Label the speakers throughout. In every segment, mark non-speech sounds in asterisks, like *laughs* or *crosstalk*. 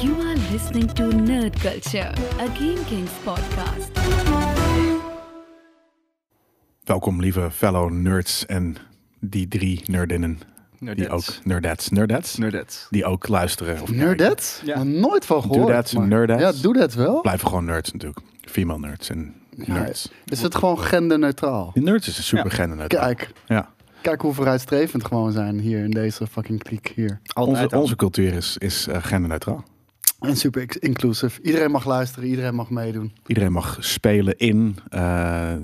Speaker 1: You are listening to Nerd Culture, a Game Kings podcast.
Speaker 2: Welkom, lieve fellow nerds en die drie nerdinnen. Die ook
Speaker 3: Nerdettes.
Speaker 2: nerdets, nerdets.
Speaker 3: Nerdettes.
Speaker 2: Die ook luisteren. Of kijken.
Speaker 4: Nerdette?
Speaker 3: Ja.
Speaker 4: Nog nooit van gehoord.
Speaker 2: that's, nerdette.
Speaker 4: Ja, doe dat wel.
Speaker 2: Blijven gewoon nerds natuurlijk. Female nerds en nerds.
Speaker 4: Is het gewoon genderneutraal?
Speaker 2: Die nerds is een super gender.
Speaker 4: Kijk,
Speaker 2: Ja.
Speaker 4: kijk hoe vooruitstrevend gewoon zijn hier in deze fucking kliek hier.
Speaker 2: Onze,
Speaker 3: al.
Speaker 2: onze cultuur is, is eh, genderneutraal.
Speaker 4: En super ex- inclusive. Iedereen mag luisteren, iedereen mag meedoen.
Speaker 2: Iedereen mag spelen in eh,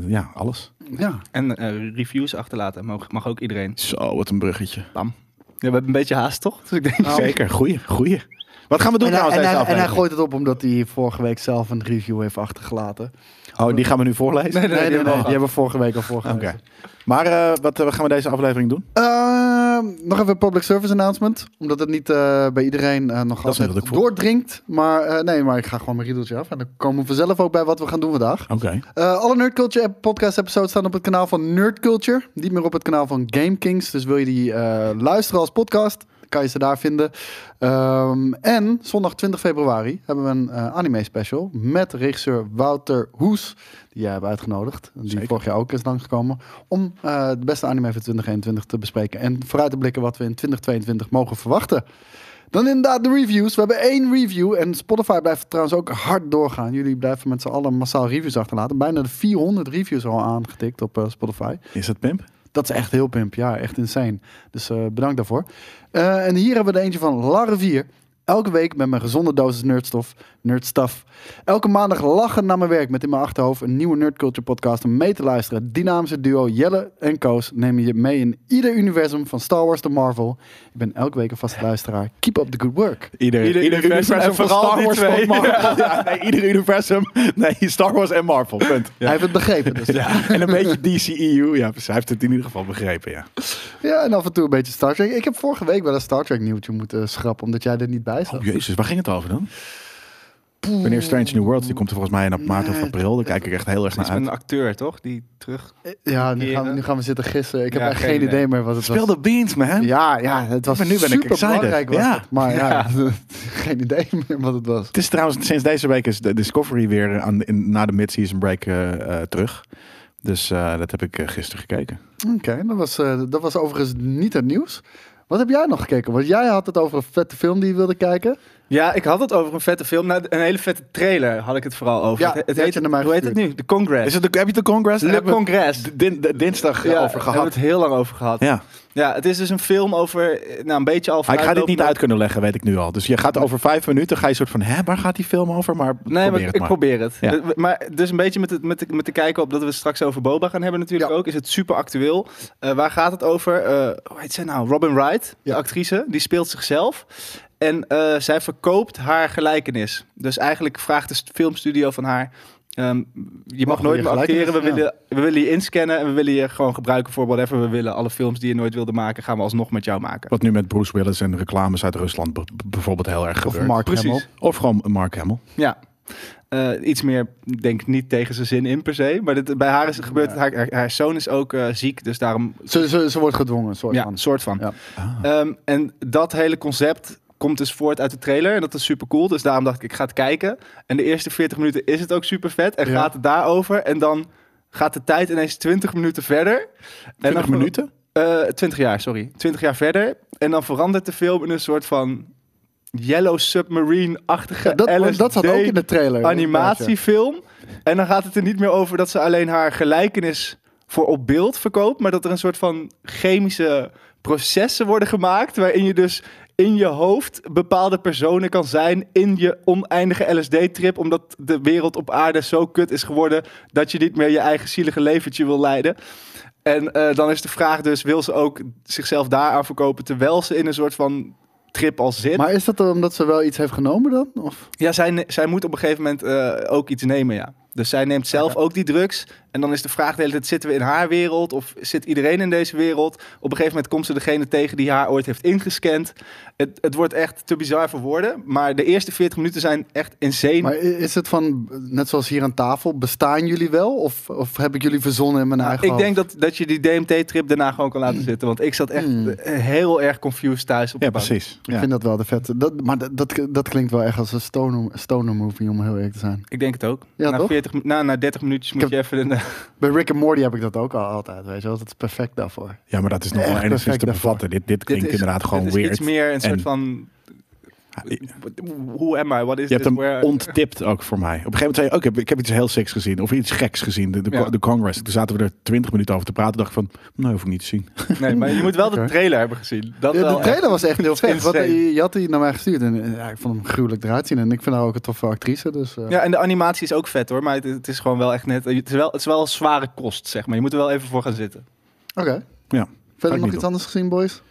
Speaker 2: ja, alles.
Speaker 4: Ja,
Speaker 3: En eh, reviews achterlaten mag, mag ook iedereen.
Speaker 2: Zo, wat een bruggetje. *laughs*
Speaker 3: Bam. Ja, we hebben een beetje haast, toch? Dus ik *laughs* denk,
Speaker 2: Zeker, goeie, goeie. Wat gaan we doen
Speaker 4: en, hij,
Speaker 2: trouwens
Speaker 4: en,
Speaker 2: deze
Speaker 4: hij, en hij
Speaker 2: aflevering?
Speaker 4: gooit het op omdat hij vorige week zelf een review heeft
Speaker 3: *laughs*
Speaker 4: achtergelaten.
Speaker 2: Oh, die gaan we nu voorlezen?
Speaker 3: Nee, nee,
Speaker 4: Nee,
Speaker 3: die
Speaker 4: nee,
Speaker 3: hebben
Speaker 4: nee.
Speaker 3: we al
Speaker 4: Die hebben we vorige week al
Speaker 2: Oké.
Speaker 4: voorgelezen.
Speaker 2: Maar eh, wat eh, gaan we deze aflevering doen?
Speaker 4: Ehm, nog even een public service announcement. Omdat het niet eh, bij iedereen eh, nog
Speaker 2: is
Speaker 4: altijd
Speaker 2: natuurlijk voor-
Speaker 4: doordringt. Maar eh, nee, maar ik ga gewoon mijn riedeltje af. En dan komen we zelf ook bij wat we gaan doen vandaag.
Speaker 2: Oké.
Speaker 4: Eh, alle Nerd Culture app- podcast episodes staan op het kanaal van Nerd Culture. Niet meer op het kanaal van Game Kings. Dus wil je die eh, luisteren als podcast, kan je ze daar vinden. Ehm, en zondag 20 februari hebben we een eh, anime special met regisseur Wouter Hoes. Die jij hebt uitgenodigd. Die
Speaker 2: Zeker.
Speaker 4: vorig jaar ook is langsgekomen. Om eh de beste anime van 2021 te bespreken. En vooruit te blikken wat we in 2022 mogen verwachten. Dan inderdaad de reviews. We hebben één review. En Spotify blijft trouwens ook hard doorgaan. Jullie blijven met z'n allen massaal reviews achterlaten. Bijna de 400 reviews al aangetikt op eh, Spotify.
Speaker 2: Is dat Pimp?
Speaker 4: Dat is echt heel pimp. Ja, echt insane. Dus eh, bedankt daarvoor. Eh, en hier hebben we er eentje van La Rivier. Elke week met mijn gezonde dosis nerdstof, nerdstaf. Elke maandag lachen naar mijn werk met in mijn achterhoofd een nieuwe Nerd Culture podcast om mee te luisteren. Het Dynamische duo Jelle en Koos nemen je mee in ieder universum van Star Wars tot Marvel. Ik ben elke week een vaste luisteraar. Keep up the good work.
Speaker 2: Ieder,
Speaker 3: Ieder universum
Speaker 2: en
Speaker 3: en vooral die twee.
Speaker 2: Marvel. *laughs* Ja, nee, ieder universum. Nee, Star Wars en Marvel. Punt.
Speaker 4: Hij heeft het begrepen. Dus. ja.
Speaker 2: *laughs* Ja, en een beetje DCEU. Ja, precies. Hij heeft het in ieder geval begrepen, ja.
Speaker 4: en af en toe een beetje Star Trek. Ik heb vorige week wel een Star Trek nieuwtje moeten schrappen, omdat jij er niet bij zat.
Speaker 2: Oh, jezus. Waar ging het over dan? Wanneer Strange New Worlds, die komt er volgens mij in maart of april. Daar kijk ik echt heel erg naar
Speaker 3: Iets met een
Speaker 2: uit.
Speaker 3: acteur, toch? Die terug...
Speaker 4: Eh, Ja, nu gaan, we,
Speaker 3: Keren.
Speaker 4: nu gaan we zitten gissen. Ik heb
Speaker 3: Ja,
Speaker 4: echt
Speaker 3: geen
Speaker 4: geen idee
Speaker 3: idee.
Speaker 4: meer wat het was.
Speaker 2: Speel de beans, man.
Speaker 4: Ja, ja, het was
Speaker 2: Maar nu ben ik
Speaker 4: super belangrijk.
Speaker 2: excited. Ja.
Speaker 4: Maar ja, *laughs* geen idee meer wat het was.
Speaker 2: Het is trouwens, sinds deze week is de Discovery weer aan, de- in, na de mid-season break eh, eh, terug. Dus eh, dat heb ik eh, gisteren gekeken.
Speaker 4: Oké, dat, was, eh, dat was overigens niet het nieuws. Wat heb jij nog gekeken? Want jij had het over een vette film die je wilde kijken.
Speaker 3: Ja, ik had het over een vette film. Nou, een hele vette trailer had ik het vooral over.
Speaker 4: Ja,
Speaker 3: het, het
Speaker 4: die had
Speaker 3: heet,
Speaker 4: je naar mij
Speaker 3: hoe heet het
Speaker 4: gestuurd.
Speaker 3: nu? De Congress.
Speaker 2: Is het de, heb je de Congress?
Speaker 3: Le
Speaker 2: Hebben we
Speaker 3: Congress.
Speaker 2: d- din- d- dinsdag eh,
Speaker 3: Ja,
Speaker 2: over
Speaker 3: Daar
Speaker 2: gehad.
Speaker 3: hebben we het heel lang over gehad.
Speaker 2: Ja.
Speaker 3: Ja, het is dus een film over... eh, Nou, een beetje al
Speaker 2: Maar ik ga dit niet
Speaker 3: vooruitlopende-
Speaker 2: uit kunnen leggen, weet ik nu al. Dus je gaat over vijf minuten, ga je soort van, hè, waar gaat die film over? Maar
Speaker 3: Nee,
Speaker 2: probeer
Speaker 3: maar
Speaker 2: het
Speaker 3: ik
Speaker 2: maar.
Speaker 3: probeer het.
Speaker 2: Ja.
Speaker 3: Eh, Maar dus een beetje met, het, met, de, met de kijken op dat we het straks over Boba gaan hebben natuurlijk
Speaker 4: Ja.
Speaker 3: ook. Is het super actueel. Eh, waar gaat het over? Eh, hoe heet zij nou? Robin Wright,
Speaker 4: Ja.
Speaker 3: de actrice. Die speelt zichzelf. En eh, zij verkoopt haar gelijkenis. Dus eigenlijk vraagt de st- filmstudio van haar... ehm, je mag
Speaker 4: Mogen we je
Speaker 3: nooit meer acteren. We
Speaker 4: gelijkenis? Ja.
Speaker 3: willen, we willen je inscannen en we willen je gewoon gebruiken voor whatever we willen. Alle films die je nooit wilde maken, gaan we alsnog met jou maken.
Speaker 2: Wat nu met Bruce Willis en reclames uit Rusland b- b- bijvoorbeeld heel erg
Speaker 4: Of
Speaker 2: gebeurt.
Speaker 4: Mark
Speaker 3: Precies.
Speaker 4: Hamill.
Speaker 2: Of gewoon Mark Hamill.
Speaker 3: Ja. Eh, iets meer, ik denk niet tegen zijn zin in per se. Maar dit, bij haar is het gebeurd. Haar, haar, haar zoon is ook eh, ziek, dus daarom.
Speaker 4: Ze, ze, ze wordt gedwongen, soort
Speaker 3: Ja,
Speaker 4: van.
Speaker 3: een soort van.
Speaker 4: Ja.
Speaker 3: Ehm, en dat hele concept komt dus voort uit de trailer. En dat is super cool. Dus daarom dacht ik, ik ga het kijken. En de eerste 40 minuten is het ook super vet. En
Speaker 4: Ja.
Speaker 3: gaat het daarover. En dan gaat de tijd ineens 20 minuten verder.
Speaker 2: 20 minuten?
Speaker 3: eh 20 jaar, sorry. 20 jaar verder. En dan verandert de film in een soort van Yellow Submarine-achtige.
Speaker 4: Ja, dat,
Speaker 3: LSD
Speaker 4: dat zat ook in de trailer.
Speaker 3: animatiefilm. En dan gaat het er niet meer over dat ze alleen haar gelijkenis voor op beeld verkoopt. Maar dat er een soort van chemische processen worden gemaakt. Waarin je dus in je hoofd bepaalde personen kan zijn in je oneindige LSD-trip. Omdat de wereld op aarde zo kut is geworden dat je niet meer je eigen zielige leventje wil leiden. En eh, dan is de vraag dus, wil ze ook zichzelf daaraan verkopen terwijl ze in een soort van trip al zit?
Speaker 4: Maar is dat dan omdat ze wel iets heeft genomen dan? Of?
Speaker 3: Ja, zij, ne- zij moet op een gegeven moment eh, ook iets nemen, ja. Dus zij neemt zelf ook die drugs. En dan is de vraag de hele tijd, zitten we in haar wereld? Of zit iedereen in deze wereld? Op een gegeven moment komt ze degene tegen die haar ooit heeft ingescand. Het, het wordt echt te bizar voor woorden. Maar de eerste 40 minuten zijn echt insane.
Speaker 4: Maar i- is het van, net zoals hier aan tafel, bestaan jullie wel? Of, of heb ik jullie verzonnen in mijn
Speaker 2: nou,
Speaker 4: eigen
Speaker 3: Nou, ik denk dat, dat je die DMT-trip daarna gewoon kan laten zitten. Want ik zat echt eh, heel erg confused thuis op de
Speaker 2: Mm. Ja,
Speaker 3: bank.
Speaker 2: precies.
Speaker 4: Ik
Speaker 2: Ja.
Speaker 4: vind dat wel de vette. Dat, maar dat, dat, dat klinkt wel echt als een stoner, stoner movie, om heel eerlijk te zijn.
Speaker 3: Ik denk het ook.
Speaker 4: Ja,
Speaker 3: na,
Speaker 4: toch?
Speaker 3: 40, min- na, na 30 minuutjes moet
Speaker 4: heb-
Speaker 3: je even... Een,
Speaker 4: Bij Rick en Morty heb ik dat ook al altijd, weet je wel. Dat is perfect daarvoor.
Speaker 2: ja, maar dat is nog
Speaker 4: Echt
Speaker 2: wel enigszins
Speaker 4: perfect
Speaker 2: te
Speaker 4: daarvoor.
Speaker 2: bevatten. Dit, dit klinkt inderdaad gewoon
Speaker 3: *laughs* dit is
Speaker 2: weird.
Speaker 3: iets meer een soort
Speaker 2: En-
Speaker 3: van...
Speaker 2: Ja,
Speaker 3: Who am I? What is
Speaker 2: Je hebt
Speaker 3: this?
Speaker 2: hem
Speaker 3: dus Where-
Speaker 2: onttipt ook voor mij. Op een gegeven moment zei je ook, ik heb iets heel seks gezien. Of iets geks gezien, de, de,
Speaker 3: Ja.
Speaker 2: de Congress. Toen zaten we er twintig minuten over te praten. dacht ik van, nou hoef ik niet te zien.
Speaker 3: Nee, maar je moet wel
Speaker 4: Oké.
Speaker 3: de trailer hebben gezien. *laughs* Dat
Speaker 4: Ja,
Speaker 3: wel.
Speaker 4: de trailer was echt heel vet. Want,
Speaker 3: Insane.
Speaker 4: eh, je had die naar mij gestuurd en eh, ja, ik vond hem gruwelijk eruit zien. En ik vind haar ook een toffe actrice, dus... eh,
Speaker 3: Ja, en de animatie is ook vet hoor, maar het, het is gewoon wel echt net... Het is wel, het is wel zware kost, zeg maar. Je moet er wel even voor gaan zitten.
Speaker 4: Oké.
Speaker 2: Ja.
Speaker 4: Verder
Speaker 2: ik
Speaker 4: nog
Speaker 2: niet
Speaker 4: iets
Speaker 2: op.
Speaker 4: anders gezien, boys?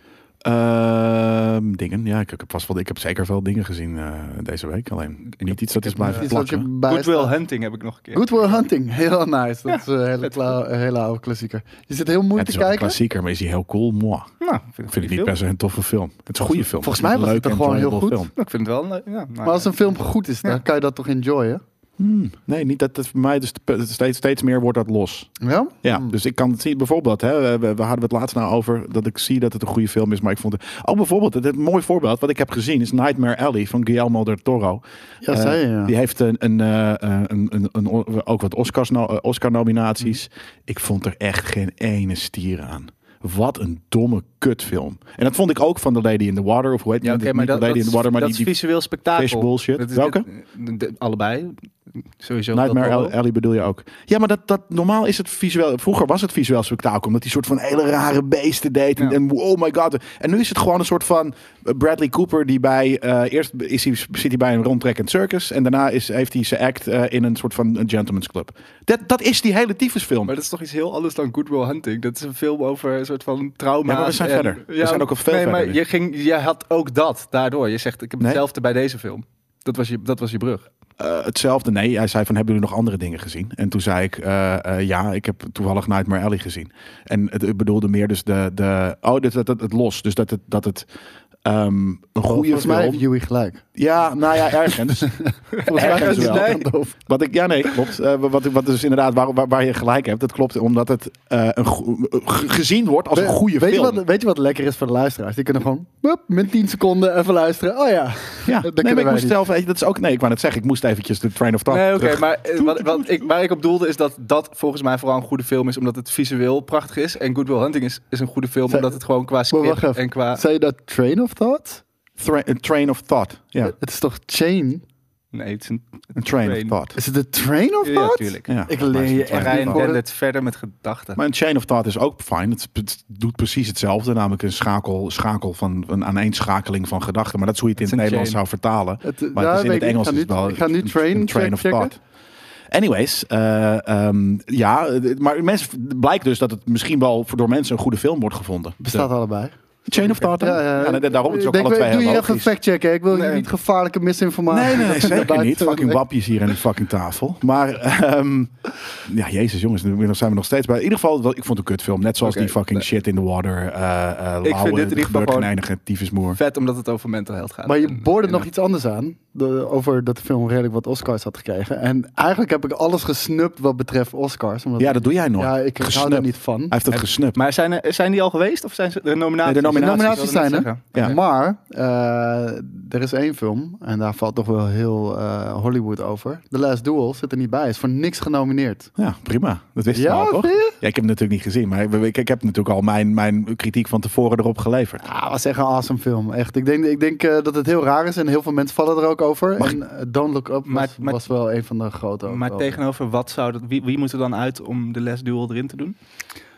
Speaker 2: Ehm, dingen, ja. Ik, heb vast wel, ik heb zeker veel dingen gezien eh, deze week. Alleen niet iets dat is blijven
Speaker 4: Iets wat je
Speaker 2: plakken.
Speaker 4: bij
Speaker 3: Good Will
Speaker 4: staat.
Speaker 3: Hunting heb ik nog een keer.
Speaker 4: Good Will Hunting, heel nice. Dat is een hele,
Speaker 3: vet.
Speaker 4: kla- een hele oude klassieker. Je zit heel moeilijk
Speaker 2: Het
Speaker 4: te
Speaker 2: is wel een
Speaker 4: kijken.
Speaker 2: klassieker, maar is hij heel cool? Moi.
Speaker 3: Nou,
Speaker 2: Ik vind het niet per se een toffe film. Het is een goede film.
Speaker 4: volgens mij was het
Speaker 2: een
Speaker 4: toch gewoon heel
Speaker 2: enjoyable
Speaker 4: goed?
Speaker 3: Nou, Ik vind het wel... een- Ja,
Speaker 4: Maar als een film goed is, dan kan je dat toch enjoyen?
Speaker 2: Hmm, nee, niet dat, dat voor mij dus de- steeds, steeds meer wordt dat los.
Speaker 4: Ja?
Speaker 2: Ja, dus ik kan het zien. Bijvoorbeeld, hè, we, we hadden het laatst nou over dat ik zie dat het een goede film is, maar ik vond het... Oh, bijvoorbeeld, het, het mooi voorbeeld wat ik heb gezien is Nightmare Alley van Guillermo del Toro.
Speaker 4: Ja,
Speaker 2: Eh,
Speaker 4: zei je, ja.
Speaker 2: Die heeft een, een, eh, eh, een, een, een- o- ook wat Oscars, no- eh, Oscar-nominaties. Ik vond er echt geen ene stier aan. Wat een domme kutfilm. En dat vond ik ook van The Lady in the Water. Of hoe heet
Speaker 3: Ja,
Speaker 2: die?
Speaker 3: oké, maar
Speaker 2: Niet
Speaker 3: dat,
Speaker 2: The Lady
Speaker 3: dat
Speaker 2: in the Water,
Speaker 3: is,
Speaker 2: maar
Speaker 3: dat
Speaker 2: die,
Speaker 3: is
Speaker 2: die
Speaker 3: visueel spektakel.
Speaker 2: fish bullshit.
Speaker 3: Dat is-
Speaker 2: Welke?
Speaker 3: de- de- allebei. Sowieso.
Speaker 2: Nightmare
Speaker 3: Del Toro.
Speaker 2: Alley- Alley bedoel je ook. Ja, maar dat, dat, normaal is het visueel... Vroeger was het visueel spektakel. Omdat die soort van hele rare beesten deed. En,
Speaker 3: Ja.
Speaker 2: en oh my god. En nu is het gewoon een soort van eh, Bradley Cooper... die bij... eh, eerst is hij, zit hij bij een rondtrekkend circus. En daarna is, heeft hij zijn act eh, in een soort van een gentleman's club. Dat, dat is die hele tyfusfilm.
Speaker 3: Maar dat is toch iets heel anders dan Good Will Hunting. Dat is een film over een soort van trauma.
Speaker 2: Ja, maar we zijn verder. We zijn ook al veel
Speaker 3: nee,
Speaker 2: verder
Speaker 3: Maar
Speaker 2: nu.
Speaker 3: je, ging, je had ook dat daardoor. Je zegt, ik heb
Speaker 2: Nee.
Speaker 3: hetzelfde bij deze film. Dat was je, dat was je brug.
Speaker 2: Eh, hetzelfde. Nee, hij zei van, hebben jullie nog andere dingen gezien? En toen zei ik, eh, eh, ja, ik heb toevallig Nightmare Alley gezien. En het, het bedoelde meer dus de... de oh, dat, dat, dat- het los. Dus dat het... Dat het ehm, een goede
Speaker 4: Oh, Volgens mij
Speaker 2: film.
Speaker 4: heeft Joey gelijk.
Speaker 2: Ja, nou ja,
Speaker 4: *laughs*
Speaker 2: ergens.
Speaker 4: Volgens mij
Speaker 2: Ergens
Speaker 4: is
Speaker 2: wel.
Speaker 4: hij wel.
Speaker 2: Wat ik, ja, nee, klopt. Eh, wat, wat dus inderdaad, waar, waar, waar je gelijk hebt, dat klopt omdat het eh, een go- ge- gezien wordt als een
Speaker 4: We-
Speaker 2: goede
Speaker 4: weet
Speaker 2: film.
Speaker 4: Je wat, weet je wat lekker is voor de luisteraars? Die kunnen gewoon wup, met 10 seconden even luisteren. Oh ja.
Speaker 2: ja,
Speaker 4: dat
Speaker 2: nee,
Speaker 4: kunnen
Speaker 2: maar ik
Speaker 4: wij
Speaker 2: moest
Speaker 4: niet.
Speaker 2: zelf, weet je, dat is ook, nee, ik wou net zeggen, ik moest eventjes de train of thought
Speaker 3: nee, oké.
Speaker 2: terug-
Speaker 3: maar eh, wat, wat ik, waar ik op doelde is dat dat volgens mij vooral een goede film is. Omdat het visueel prachtig is. En Good Will Hunting is, is een goede film.
Speaker 4: Zij-
Speaker 3: Omdat het gewoon qua
Speaker 4: Maar wacht
Speaker 3: script
Speaker 4: even.
Speaker 3: en qua...
Speaker 4: Zei je dat train of thought?
Speaker 2: Tra- een train of thought. Ja,
Speaker 4: Het is toch chain?
Speaker 3: Nee, het is een...
Speaker 2: een train,
Speaker 3: Train.
Speaker 2: of thought.
Speaker 4: Is het de train of
Speaker 3: Ja,
Speaker 4: thought?
Speaker 3: tuurlijk.
Speaker 2: Ja,
Speaker 4: Ik
Speaker 2: maar
Speaker 4: leer
Speaker 2: het is
Speaker 4: je
Speaker 2: een train of
Speaker 4: echt niet
Speaker 3: Ryan
Speaker 2: thought.
Speaker 4: voor
Speaker 3: denkt
Speaker 4: de-
Speaker 3: het verder met gedachten.
Speaker 2: Maar een chain of thought is ook fijn. Het, het doet precies hetzelfde, namelijk een schakel, schakel van een aaneenschakeling van gedachten. Maar dat is hoe je het in
Speaker 3: Het
Speaker 2: het
Speaker 3: is een
Speaker 2: Nederlands
Speaker 3: chain.
Speaker 2: zou vertalen.
Speaker 4: Het-
Speaker 2: Maar
Speaker 4: ja,
Speaker 2: het is in
Speaker 4: weet
Speaker 2: het
Speaker 4: ik.
Speaker 2: Engels
Speaker 4: Ik ga
Speaker 2: is
Speaker 4: nu-
Speaker 2: wel
Speaker 4: Ik ga nu
Speaker 2: een-
Speaker 4: train,
Speaker 2: een train
Speaker 4: check-
Speaker 2: of
Speaker 4: checken.
Speaker 2: thought. Anyways, eh, ehm, ja, eh, maar mensen, blijkt dus dat het misschien wel voor- door mensen een goede film wordt gevonden.
Speaker 4: Bestaat
Speaker 2: De-
Speaker 4: allebei.
Speaker 2: Chain of Thought. hè?
Speaker 4: Ja, ja,
Speaker 2: nee, daarom is het
Speaker 4: Ik
Speaker 2: ook
Speaker 4: denk,
Speaker 2: alle twee
Speaker 4: doe
Speaker 2: heel
Speaker 4: hier even
Speaker 2: logisch.
Speaker 4: fact-checken. Ik wil hier
Speaker 3: Nee.
Speaker 4: niet gevaarlijke misinformatie.
Speaker 2: Nee, nee,
Speaker 4: *laughs*
Speaker 2: nee, zeker
Speaker 4: Buiten-
Speaker 2: niet. Fucking wapjes hier aan die fucking tafel. Maar, ehm, ja, jezus jongens, nu zijn we nog steeds bij. In ieder geval, wel- ik vond het een kutfilm. Net zoals
Speaker 3: Oké,
Speaker 2: die fucking shit in the water. eh eh
Speaker 3: dit in
Speaker 2: lauwe,
Speaker 3: ieder
Speaker 2: er
Speaker 3: geval
Speaker 2: gebeurt
Speaker 3: gewoon-
Speaker 2: geen eindige tyfusmoer.
Speaker 3: Vet omdat het over mental health gaat.
Speaker 4: Maar je
Speaker 3: En-
Speaker 4: boorde
Speaker 3: en-
Speaker 4: nog iets anders aan. De, over dat de film redelijk wat Oscars had gekregen. En eigenlijk heb ik alles gesnupt wat betreft Oscars. Omdat
Speaker 2: Ja, dat doe jij nooit.
Speaker 4: Ja, ik hou
Speaker 2: Gesnupt.
Speaker 4: er niet van.
Speaker 2: Hij heeft dat gesnupt.
Speaker 3: Maar zijn, er, zijn die al geweest? Of zijn ze de nominaties?
Speaker 2: Nee, de
Speaker 4: De
Speaker 2: nominaties.
Speaker 4: nominaties zijn er.
Speaker 2: Ja.
Speaker 4: Maar eh, er is één film, en daar valt toch wel heel eh, Hollywood over. The Last Duel zit er niet bij, is voor niks genomineerd.
Speaker 2: Ja, prima. Dat wist je nou
Speaker 4: Ja,
Speaker 2: al, toch?
Speaker 4: vind je?
Speaker 2: Ja, ik heb hem natuurlijk niet gezien, maar ik, ik heb natuurlijk al mijn, mijn kritiek van tevoren erop geleverd.
Speaker 4: Ah, was echt een awesome film, echt. Ik denk, ik denk eh, dat het heel raar is en heel veel mensen vallen er ook over.
Speaker 2: Mag
Speaker 4: en eh, Don't Look Up was,
Speaker 3: Maar- maar-
Speaker 4: was wel een van de grote. ook
Speaker 3: Maar
Speaker 4: over.
Speaker 3: tegenover wat zou dat... Wie, wie moet er dan uit om de Les Duel erin te doen?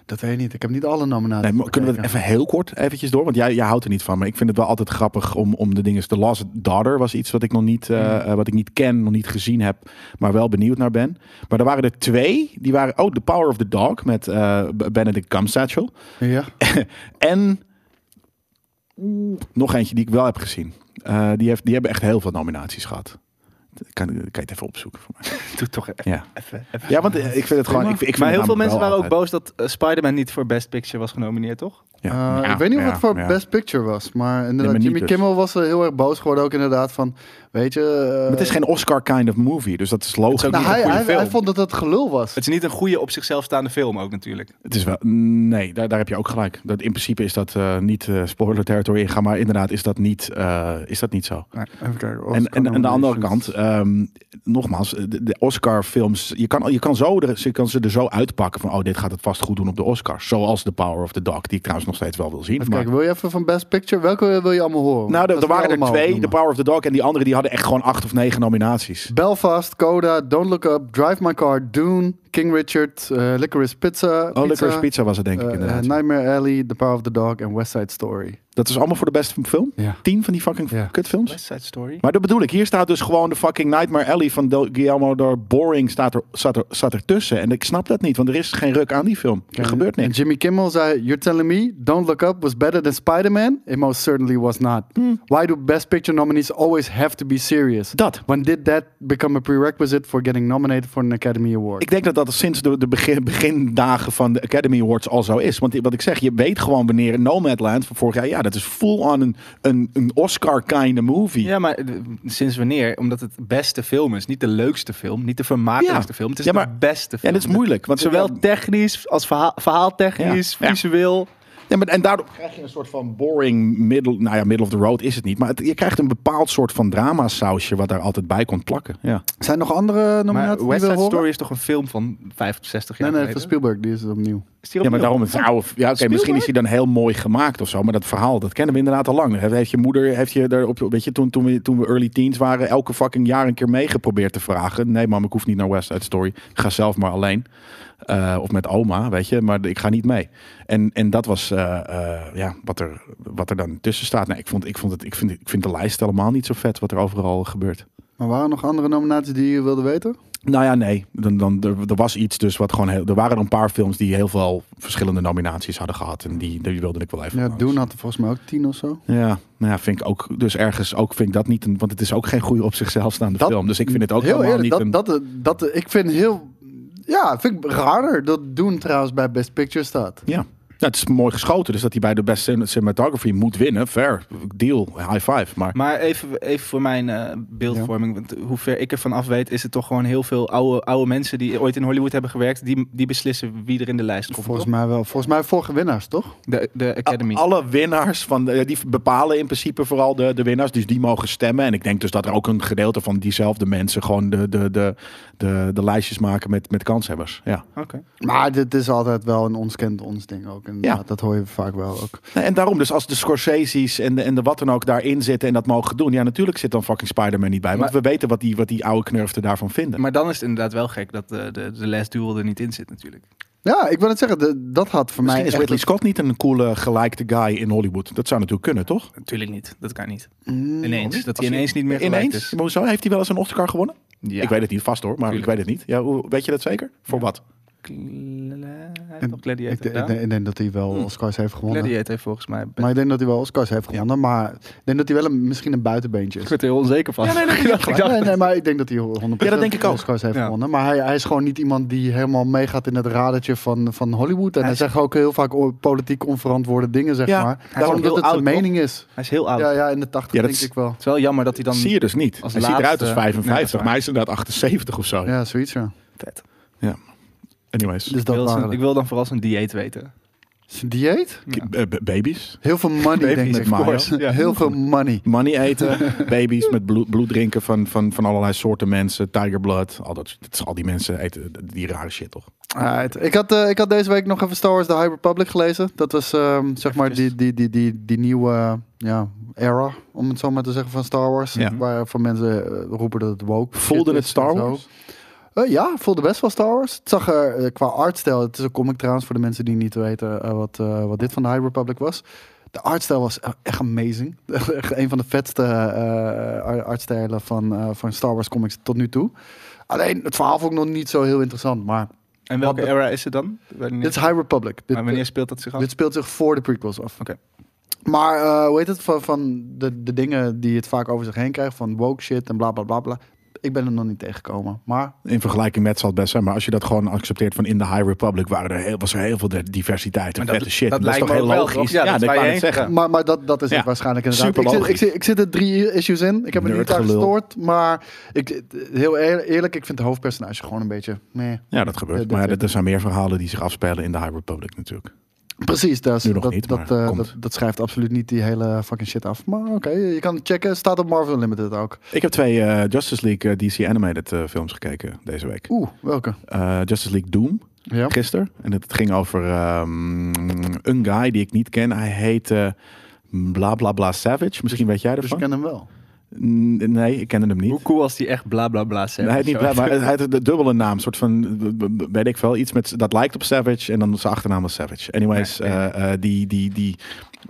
Speaker 4: Dat weet ik niet, ik heb niet alle nominaties
Speaker 2: Nee, maar kunnen we het
Speaker 4: bekeken.
Speaker 2: even heel kort eventjes door? Want jij, jij houdt er niet van, maar ik vind het wel altijd grappig om, om de dingen... The Last Daughter was iets wat ik nog niet,
Speaker 3: Mm.
Speaker 2: eh, eh, wat ik niet ken, nog niet gezien heb, maar wel benieuwd naar ben. Maar er waren er twee, die waren... Oh, The Power of the Dog met eh, B- Benedict Cumberbatch
Speaker 4: Ja.
Speaker 2: en nog eentje die ik wel heb gezien. Eh, die, heeft, die hebben echt heel veel nominaties gehad. Kan, kan je het even opzoeken voor mij?
Speaker 3: Doe toch even.
Speaker 2: Ja,
Speaker 3: even, even.
Speaker 2: ja want eh, ik vind het gewoon. Ik, ik vind
Speaker 3: maar
Speaker 2: het
Speaker 3: heel veel
Speaker 2: namelijk
Speaker 3: mensen
Speaker 2: wel
Speaker 3: waren ook
Speaker 2: altijd-
Speaker 3: boos dat eh, Spider-Man niet voor Best Picture was genomineerd, toch?
Speaker 2: Ja.
Speaker 4: Eh,
Speaker 2: Ja,
Speaker 4: ik weet niet of
Speaker 2: ja,
Speaker 4: het voor
Speaker 2: ja.
Speaker 4: Best Picture was, maar inderdaad,
Speaker 2: maar niet
Speaker 4: Jimmy
Speaker 2: dus.
Speaker 4: Kimmel was er heel erg boos geworden ook inderdaad van, weet je... eh,
Speaker 2: Maar het is geen Oscar kind of movie, dus dat is logisch.
Speaker 3: ook
Speaker 2: Het
Speaker 4: nou,
Speaker 2: is,
Speaker 3: niet een
Speaker 4: hij,
Speaker 3: goede
Speaker 4: hij,
Speaker 3: film.
Speaker 4: hij vond dat dat gelul was.
Speaker 3: Het is niet een goede op zichzelf staande film ook natuurlijk.
Speaker 2: wel. Nee, daar, daar heb je ook gelijk. Dat, in principe is dat eh, niet eh, spoiler territory ingaan, maar inderdaad is dat niet, eh, is dat niet zo.
Speaker 4: Even kijken,
Speaker 2: En,
Speaker 4: Oscar
Speaker 2: en, aan de andere
Speaker 4: nominations.
Speaker 2: kant, ehm, nogmaals, de, de Oscar-films, je kan, je, kan zo er- je kan ze er zo uitpakken van, oh, dit gaat het vast goed doen op de Oscars. Zoals The Power of the Dog, die ik trouwens nog steeds wel wil zien.
Speaker 4: Even
Speaker 2: maar-
Speaker 4: kijken, wil je even van Best Picture, welke wil je allemaal horen?
Speaker 2: nou, er-
Speaker 4: Dat
Speaker 2: er
Speaker 4: wil je
Speaker 2: waren er
Speaker 4: allemaal
Speaker 2: twee, The
Speaker 4: opnoemen.
Speaker 2: Power of the Dog, en die andere die hadden echt gewoon acht of negen nominaties.
Speaker 4: Belfast, Coda, Don't Look Up, Drive My Car, Dune, King Richard, eh Licorice Pizza,
Speaker 2: Oh, Licorice Pizza was het denk ik
Speaker 4: eh,
Speaker 2: inderdaad.
Speaker 4: eh, Nightmare Alley, The Power of the Dog en West Side Story.
Speaker 2: Dat is allemaal voor de beste film?
Speaker 4: Ja.
Speaker 2: Tien van die fucking
Speaker 4: Ja.
Speaker 2: kutfilms?
Speaker 3: West Side Story.
Speaker 2: Maar dat bedoel ik, hier staat dus gewoon de fucking Nightmare Alley van Del Guillermo door Boring staat, er, staat, er, staat ertussen. En ik snap dat niet, want er is geen ruk aan die film. Er gebeurt
Speaker 4: En
Speaker 2: niks.
Speaker 4: Jimmy Kimmel zei, You're telling me Don't Look Up was better than Spider-Man? It most certainly was not.
Speaker 2: Hmm.
Speaker 4: Why do Best Picture nominees always have to be serious?
Speaker 2: Dat.
Speaker 4: When did that become a prerequisite for getting nominated for an Academy Award?
Speaker 2: Ik denk dat dat sinds de, de begin, begindagen van de Academy Awards al zo is. Want wat ik zeg, je weet gewoon wanneer Nomadland van vorig jaar... Ja, dat is full-on een, een, een Oscar-kind of movie.
Speaker 3: Ja, maar eh, sinds wanneer? Omdat het beste film is. Niet de leukste film, niet de vermakelijkste
Speaker 2: Ja.
Speaker 3: film. Het is
Speaker 2: Ja, maar-
Speaker 3: de beste
Speaker 2: Ja,
Speaker 3: film.
Speaker 2: dat is moeilijk. Want
Speaker 3: Zowel technisch als verhaal, verhaaltechnisch,
Speaker 2: Ja. Ja.
Speaker 3: visueel.
Speaker 2: Ja, maar, en daardoor krijg je een soort van boring middle... Nou ja, middle of the road is het niet. Maar het- je krijgt een bepaald soort van dramasausje... wat daar altijd bij komt plakken. Ja.
Speaker 4: Zijn er nog andere
Speaker 3: Maar
Speaker 4: nominaties die
Speaker 3: West
Speaker 4: we
Speaker 3: Side
Speaker 4: horen?
Speaker 3: Story is toch een film van 65 jaar
Speaker 4: Nee, nee,
Speaker 3: geleden?
Speaker 4: van Spielberg, die is het opnieuw.
Speaker 3: Is die
Speaker 2: ja, maar
Speaker 3: opnieuw?
Speaker 2: daarom het oude... Ja, oké, misschien is hij dan heel mooi gemaakt of zo. Maar dat verhaal, dat kennen we inderdaad al lang. Heeft je moeder, heeft je daar op... Weet je, toen, toen, we, toen we early teens waren... elke fucking jaar een keer meegeprobeerd te vragen. Nee, mam, ik hoef niet naar West Side Story. Ik ga zelf maar alleen. Eh, of met oma, weet je. Maar ik ga niet mee. En, en dat was eh, eh, ja, wat, er, wat er dan tussen staat. Nee, ik, vond, ik, vond het, ik, vind, ik vind de lijst helemaal niet zo vet... wat er overal gebeurt.
Speaker 4: Maar waren er nog andere nominaties die je wilde weten?
Speaker 2: Nou ja, nee. Dan, dan, er, er was iets dus wat gewoon... Heel, er waren een paar films die heel veel verschillende nominaties hadden gehad. En die, die wilde ik wel even
Speaker 4: Ja,
Speaker 2: langs.
Speaker 4: Dune had er volgens mij ook tien of zo.
Speaker 2: Ja, nou ja, vind ik ook. Dus ergens ook vind ik dat niet een... Want het is ook geen goede op zichzelf staande
Speaker 4: Dat-
Speaker 2: film. Dus ik vind het ook
Speaker 4: heel
Speaker 2: helemaal
Speaker 4: eerlijk,
Speaker 2: niet
Speaker 4: dat,
Speaker 2: een...
Speaker 4: dat, dat, eh, ik vind heel... Ja, vind ik raarder dat Dune trouwens bij Best Picture staat.
Speaker 2: Ja. Ja, het is mooi geschoten. Dus dat hij bij de best cin- cinematography moet winnen. Fair. Deal. High five. Maar
Speaker 3: Maar even, even voor mijn eh, beeldvorming, want hoe ver ik ervan af weet, is het toch gewoon heel veel oude, oude mensen die ooit in Hollywood hebben gewerkt, die, die beslissen wie er in de lijst komt.
Speaker 4: Volgens
Speaker 3: toch?
Speaker 4: mij wel. Volgens mij vorige winnaars, toch?
Speaker 3: De, de Academy.
Speaker 2: alle winnaars van... de- Die bepalen in principe vooral de, de winnaars. Dus die mogen stemmen. En ik denk dus dat er ook een gedeelte van diezelfde mensen... gewoon de, de, de, de, de lijstjes maken met, met kanshebbers. Ja.
Speaker 3: Oké.
Speaker 4: Maar dit is altijd wel een ons kent ons ding ook. Inderdaad,
Speaker 2: Ja.
Speaker 4: Dat hoor je vaak wel ook.
Speaker 2: Nee, En daarom, dus als de Scorsese's en de, en de wat dan ook daarin zitten en dat mogen doen. Ja, natuurlijk zit dan fucking Spider-Man niet bij. Want
Speaker 3: Maar-
Speaker 2: we weten wat die, wat die oude knurften daarvan vinden.
Speaker 3: Maar dan is het inderdaad wel gek dat de, de, de Last Duel er niet in zit natuurlijk.
Speaker 4: Ja, ik wil het zeggen, de- dat had voor
Speaker 2: Misschien
Speaker 4: mij.
Speaker 2: is
Speaker 4: echt
Speaker 2: Ridley
Speaker 4: het-
Speaker 2: Scott niet een coole gelijkte guy in Hollywood. Dat zou natuurlijk kunnen, toch?
Speaker 3: Natuurlijk niet. Dat kan niet.
Speaker 4: Mm,
Speaker 3: Ineens. Dat hij
Speaker 2: Als je-
Speaker 3: ineens niet meer gelijk
Speaker 2: Ineens?
Speaker 3: is.
Speaker 2: Maar hoezo? Heeft hij wel eens een Oscar gewonnen?
Speaker 3: Ja.
Speaker 2: Ik weet het niet, vast hoor, maar
Speaker 3: Tuurlijk.
Speaker 2: ik weet het niet. Ja, hoe- weet je dat zeker? Voor wat?
Speaker 3: Hij
Speaker 4: En-
Speaker 3: heeft ook Gladiator
Speaker 4: ik, ik,
Speaker 3: gedaan.
Speaker 4: denk- ik denk dat hij wel Oscars heeft gewonnen.
Speaker 3: Gladiator heeft volgens mij...
Speaker 4: Maar ik denk dat hij wel Oscars heeft gewonnen. Maar ik denk dat hij wel een, misschien een buitenbeentje
Speaker 3: Ik
Speaker 4: is.
Speaker 3: word er heel onzeker van.
Speaker 2: Ja, nee, nee, nee,
Speaker 3: *laughs* Ik dacht- ik dacht-
Speaker 4: Nee, nee, maar ik denk dat hij 100%
Speaker 2: Ja, dat denk ik ook.
Speaker 4: Oscars heeft
Speaker 3: Ja.
Speaker 4: gewonnen. Maar hij, hij is gewoon niet iemand die helemaal meegaat in het radertje van, van Hollywood. En hij,
Speaker 3: is-
Speaker 4: zegt ook heel vaak o- politiek onverantwoorde dingen, zeg
Speaker 2: Ja,
Speaker 4: maar.
Speaker 3: is ook
Speaker 4: Daarom dat
Speaker 3: heel
Speaker 4: het zijn
Speaker 3: oud, toch?
Speaker 4: mening is.
Speaker 3: Hij is heel oud.
Speaker 4: Ja, ja, in de 80
Speaker 2: Ja, dat
Speaker 4: denk
Speaker 2: is-
Speaker 4: ik wel.
Speaker 3: Het is wel jammer dat hij dan...
Speaker 2: zie je dus niet. Hij
Speaker 3: als
Speaker 2: ziet eruit als
Speaker 3: laatste-
Speaker 2: 55,
Speaker 3: Nee, dat is waar.
Speaker 2: maar hij is inderdaad 78 of zo.
Speaker 4: Ja, zoiets ja.
Speaker 3: Vet.
Speaker 2: Anyways.
Speaker 4: Dus
Speaker 3: Ik wil
Speaker 4: dat
Speaker 3: zijn-
Speaker 4: waren
Speaker 3: ik wil dan vooral zijn dieet weten.
Speaker 4: Zijn dieet?
Speaker 2: Ki- eh, b- baby's.
Speaker 4: Heel veel money,
Speaker 2: Baby's,
Speaker 4: denk ik.
Speaker 2: of course.
Speaker 4: Ja. *laughs* Heel veel money.
Speaker 2: Money
Speaker 3: *laughs*
Speaker 2: eten, baby's met bloed, bloed drinken van, van, van allerlei soorten mensen, tiger blood, al, dat, dat is, al die mensen eten die rare shit toch?
Speaker 4: Alright. Ik, had, eh, ik had deze week nog even Star Wars The High Republic gelezen. Dat was ehm, zeg maar die, die, die, die, die nieuwe eh, ja, era, om het zo maar te zeggen, van Star Wars.
Speaker 2: Ja.
Speaker 4: Waar van mensen eh, roepen dat het woke
Speaker 2: Voelde
Speaker 4: shit
Speaker 2: het
Speaker 4: is
Speaker 2: Star
Speaker 4: en zo.
Speaker 2: Wars?
Speaker 4: Eh, ja, het voelde best wel Star Wars. Het zag er eh, qua artstijl, het is een comic trouwens voor de mensen die niet weten eh, wat, eh, wat dit van de High Republic was. De artstijl was eh, echt amazing. *laughs* Echt een van de vetste eh, ar- artstijlen van, eh, van Star Wars comics tot nu toe. Alleen het verhaal vond ik nog niet zo heel interessant, maar
Speaker 3: En welke
Speaker 4: Wat-
Speaker 3: era is het dan? Wanneer-
Speaker 4: dit is High Republic. Dit, eh,
Speaker 3: maar wanneer speelt dat zich af?
Speaker 4: dit speelt zich voor de prequels af.
Speaker 3: Oké.
Speaker 4: Maar eh, hoe heet het van, van de, de dingen die het vaak over zich heen krijgt, van woke shit en bla bla bla bla. Ik ben hem nog niet tegengekomen. Maar
Speaker 2: In vergelijking met zal het best zijn. Maar als je dat gewoon accepteert van in de High Republic waren er heel, was er heel veel de- diversiteit en
Speaker 3: Maar dat-
Speaker 2: vette shit.
Speaker 3: dat
Speaker 2: is
Speaker 3: lijkt
Speaker 2: toch
Speaker 3: me
Speaker 2: heel
Speaker 3: ook wel,
Speaker 2: logisch.
Speaker 3: toch? Ja, dat is waar
Speaker 2: ik wou
Speaker 3: je
Speaker 2: net
Speaker 3: heen
Speaker 2: zeggen.
Speaker 3: gaat.
Speaker 4: Maar, maar dat, dat is
Speaker 2: Ja.
Speaker 4: het waarschijnlijk inderdaad.
Speaker 2: Super
Speaker 4: ik, zit, ik,
Speaker 2: logisch.
Speaker 4: zit, ik zit er drie issues in. Ik heb het niet aan
Speaker 2: Nerdgelul.
Speaker 4: gestoord. Maar ik, heel eer- eerlijk, ik vind de hoofdpersonage gewoon een beetje... Meh.
Speaker 2: Ja, dat gebeurt.
Speaker 4: Ja, dat
Speaker 2: maar
Speaker 4: weet
Speaker 2: er zijn meer verhalen die zich afspelen in de High Republic natuurlijk.
Speaker 4: Precies, dus
Speaker 2: Nu nog
Speaker 4: dat,
Speaker 2: niet,
Speaker 4: dat,
Speaker 2: maar
Speaker 4: eh,
Speaker 2: komt.
Speaker 4: dat, dat schrijft absoluut niet die hele fucking shit af. Maar oké, je kan het checken. Staat op Marvel Unlimited ook.
Speaker 2: Ik heb twee eh, Justice League eh, DC Animated eh, films gekeken deze week.
Speaker 4: Oeh, welke?
Speaker 2: Eh, Justice League Doom
Speaker 4: Ja.
Speaker 2: gisteren. En het ging over ehm, een guy die ik niet ken. Hij heet eh, bla bla bla Savage. Misschien weet jij
Speaker 4: Dus je
Speaker 2: ervan.
Speaker 4: kent hem wel.
Speaker 2: N- Nee, ik kende hem niet.
Speaker 3: Hoe cool als die echt bla bla bla zegt.
Speaker 2: Nee, hij had niet
Speaker 3: Zo.
Speaker 2: blij,
Speaker 3: *laughs*
Speaker 2: maar hij had de dubbele naam, soort van, b- b- weet ik veel, iets met dat lijkt op Savage en dan zijn achternaam was Savage. Anyways,
Speaker 3: Nee,
Speaker 2: eh, eh, die, die, die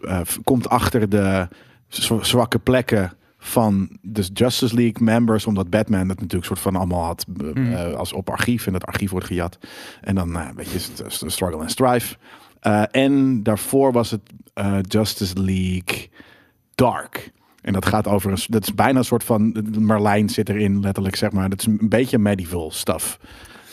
Speaker 2: eh, f- komt achter de z- zwakke plekken van de Justice League members, omdat Batman dat natuurlijk soort van allemaal had b- eh, als op archief en dat archief wordt gejat. En dan, nou, weet je, st- st- struggle and strife. Eh, en daarvoor was het eh, Justice League Dark. En dat gaat over een, s- dat is bijna een soort van Merlijn zit erin, letterlijk zeg maar. Dat is een beetje medieval stuff.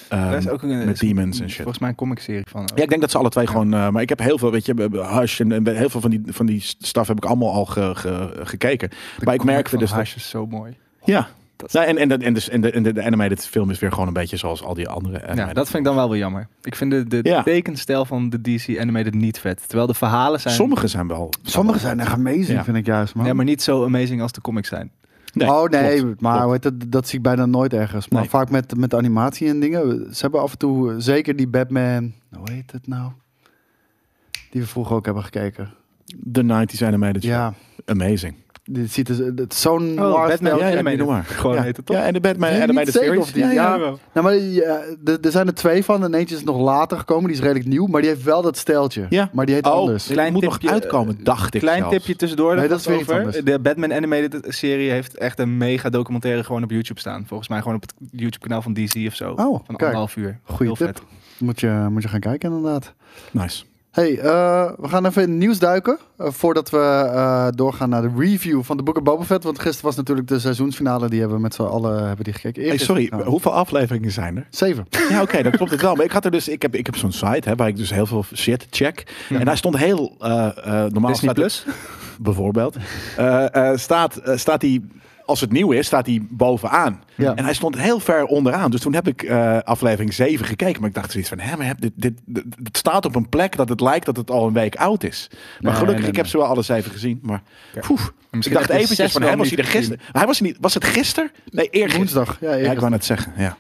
Speaker 2: Ehm,
Speaker 3: Dat is ook een,
Speaker 2: met demons en shit.
Speaker 3: Volgens mij een comic-serie van.
Speaker 2: Ja, ik denk dat ze alle twee gewoon. eh, maar ik heb heel veel, weet je, b- b- Hush en, en heel veel van die, van die staf heb ik allemaal al ge- ge- gekeken. maar ik merkte dus. Dat,
Speaker 3: Haasje is zo mooi.
Speaker 2: ja.
Speaker 3: Dat-
Speaker 2: Nou, en, en, dat- en, dus, en, de, en de, de animated film is weer gewoon een beetje zoals al die andere.
Speaker 3: Ja,
Speaker 2: animated
Speaker 3: dat vind ik dan wel weer jammer. Ik vind de, de
Speaker 2: Ja.
Speaker 3: tekenstijl van de DC animated niet vet. Terwijl de verhalen zijn...
Speaker 2: Sommige zijn wel.
Speaker 4: Sommige zijn echt amazing,
Speaker 2: Ja.
Speaker 4: vind ik juist, man.
Speaker 3: Ja, maar niet zo amazing als de comics zijn.
Speaker 4: oh nee,
Speaker 2: klopt,
Speaker 4: maar
Speaker 2: klopt.
Speaker 4: weet je, dat, dat zie ik bijna nooit ergens. Maar
Speaker 2: Nee.
Speaker 4: vaak met, met animatie en dingen. Ze hebben af en toe, eh, zeker die Batman, hoe heet het nou? Die we vroeger ook hebben gekeken.
Speaker 2: De 90s animated. Ja.
Speaker 4: Ja,
Speaker 2: Amazing.
Speaker 4: dit ziet er het is zo'n noir
Speaker 3: Oh, Batman,
Speaker 4: stijl.
Speaker 3: ja,
Speaker 2: ja,
Speaker 3: animated.
Speaker 2: niet normaal.
Speaker 3: Gewoon
Speaker 2: ja.
Speaker 3: heet het toch?
Speaker 2: Ja, en de Batman
Speaker 4: Ik weet niet
Speaker 2: animated
Speaker 4: zeker
Speaker 2: series.
Speaker 4: of die-
Speaker 2: ja, ja.
Speaker 4: ja. Nou, maar ja, d- er zijn er twee van en eentje is nog later gekomen. Die is redelijk nieuw, maar die heeft wel dat stijltje.
Speaker 2: Ja.
Speaker 4: Maar die heet
Speaker 2: Oh,
Speaker 4: anders.
Speaker 2: die
Speaker 3: Klein
Speaker 2: moet nog
Speaker 3: tipje, eh,
Speaker 2: uitkomen, dacht ik
Speaker 3: Klein
Speaker 2: zelfs.
Speaker 3: tipje tussendoor.
Speaker 4: Nee,
Speaker 3: daar
Speaker 4: dat
Speaker 3: gaat
Speaker 4: is
Speaker 3: het
Speaker 4: weer iets
Speaker 3: over. De Batman animated serie heeft echt een mega documentaire gewoon op YouTube staan. Volgens mij gewoon op het YouTube kanaal van DC of zo.
Speaker 4: Oh,
Speaker 3: van
Speaker 4: kijk.
Speaker 3: anderhalf uur.
Speaker 4: Goeie
Speaker 3: Heel
Speaker 4: tip.
Speaker 3: vet.
Speaker 4: Moet je, moet je gaan kijken inderdaad.
Speaker 2: Nice.
Speaker 4: hey, eh, we gaan even in het nieuws duiken. eh, voordat we eh, doorgaan naar de review van de boeken Boba Fett. Want gisteren was natuurlijk de seizoensfinale. Die hebben we met z'n allen eh, hebben die gekeken.
Speaker 2: Hey,
Speaker 4: Eergisteren
Speaker 2: sorry,
Speaker 3: Oh.
Speaker 4: trouwens.
Speaker 2: hoeveel afleveringen zijn
Speaker 3: *laughs*
Speaker 2: er?
Speaker 4: nou,
Speaker 2: *laughs*
Speaker 4: Zeven.
Speaker 2: Ja, oké, dat klopt het wel. Maar ik had er dus, ik heb, ik heb zo'n site hè, waar ik dus heel veel shit check. En daar stond heel eh, eh, normaal.
Speaker 3: Disney
Speaker 2: staat er-
Speaker 4: *laughs*
Speaker 3: Plus?
Speaker 2: Bijvoorbeeld. *laughs* Eh, eh, staat, eh, staat die, als het nieuw is, staat die bovenaan.
Speaker 4: Ja.
Speaker 2: En hij stond heel ver onderaan. Dus toen heb ik eh, aflevering 7 gekeken. Maar ik dacht zoiets van, hè, maar heb dit, dit, dit, het staat op een plek dat het lijkt dat het al een week oud is. Maar
Speaker 4: Nee,
Speaker 2: gelukkig,
Speaker 4: nee,
Speaker 2: ik heb ze wel alle zeven gezien. Maar poef, ik
Speaker 3: Misschien
Speaker 2: dacht
Speaker 3: heb je
Speaker 2: eventjes
Speaker 3: zes
Speaker 2: van,
Speaker 3: wel
Speaker 2: hè, was
Speaker 3: niet
Speaker 2: hij er
Speaker 3: gezien.
Speaker 2: gisteren? Hij was, er niet, was het gisteren? Nee, eergisteren.
Speaker 4: Woensdag. Ja,
Speaker 2: Ja, ik
Speaker 4: eergisteren.
Speaker 2: wou net zeggen, ja.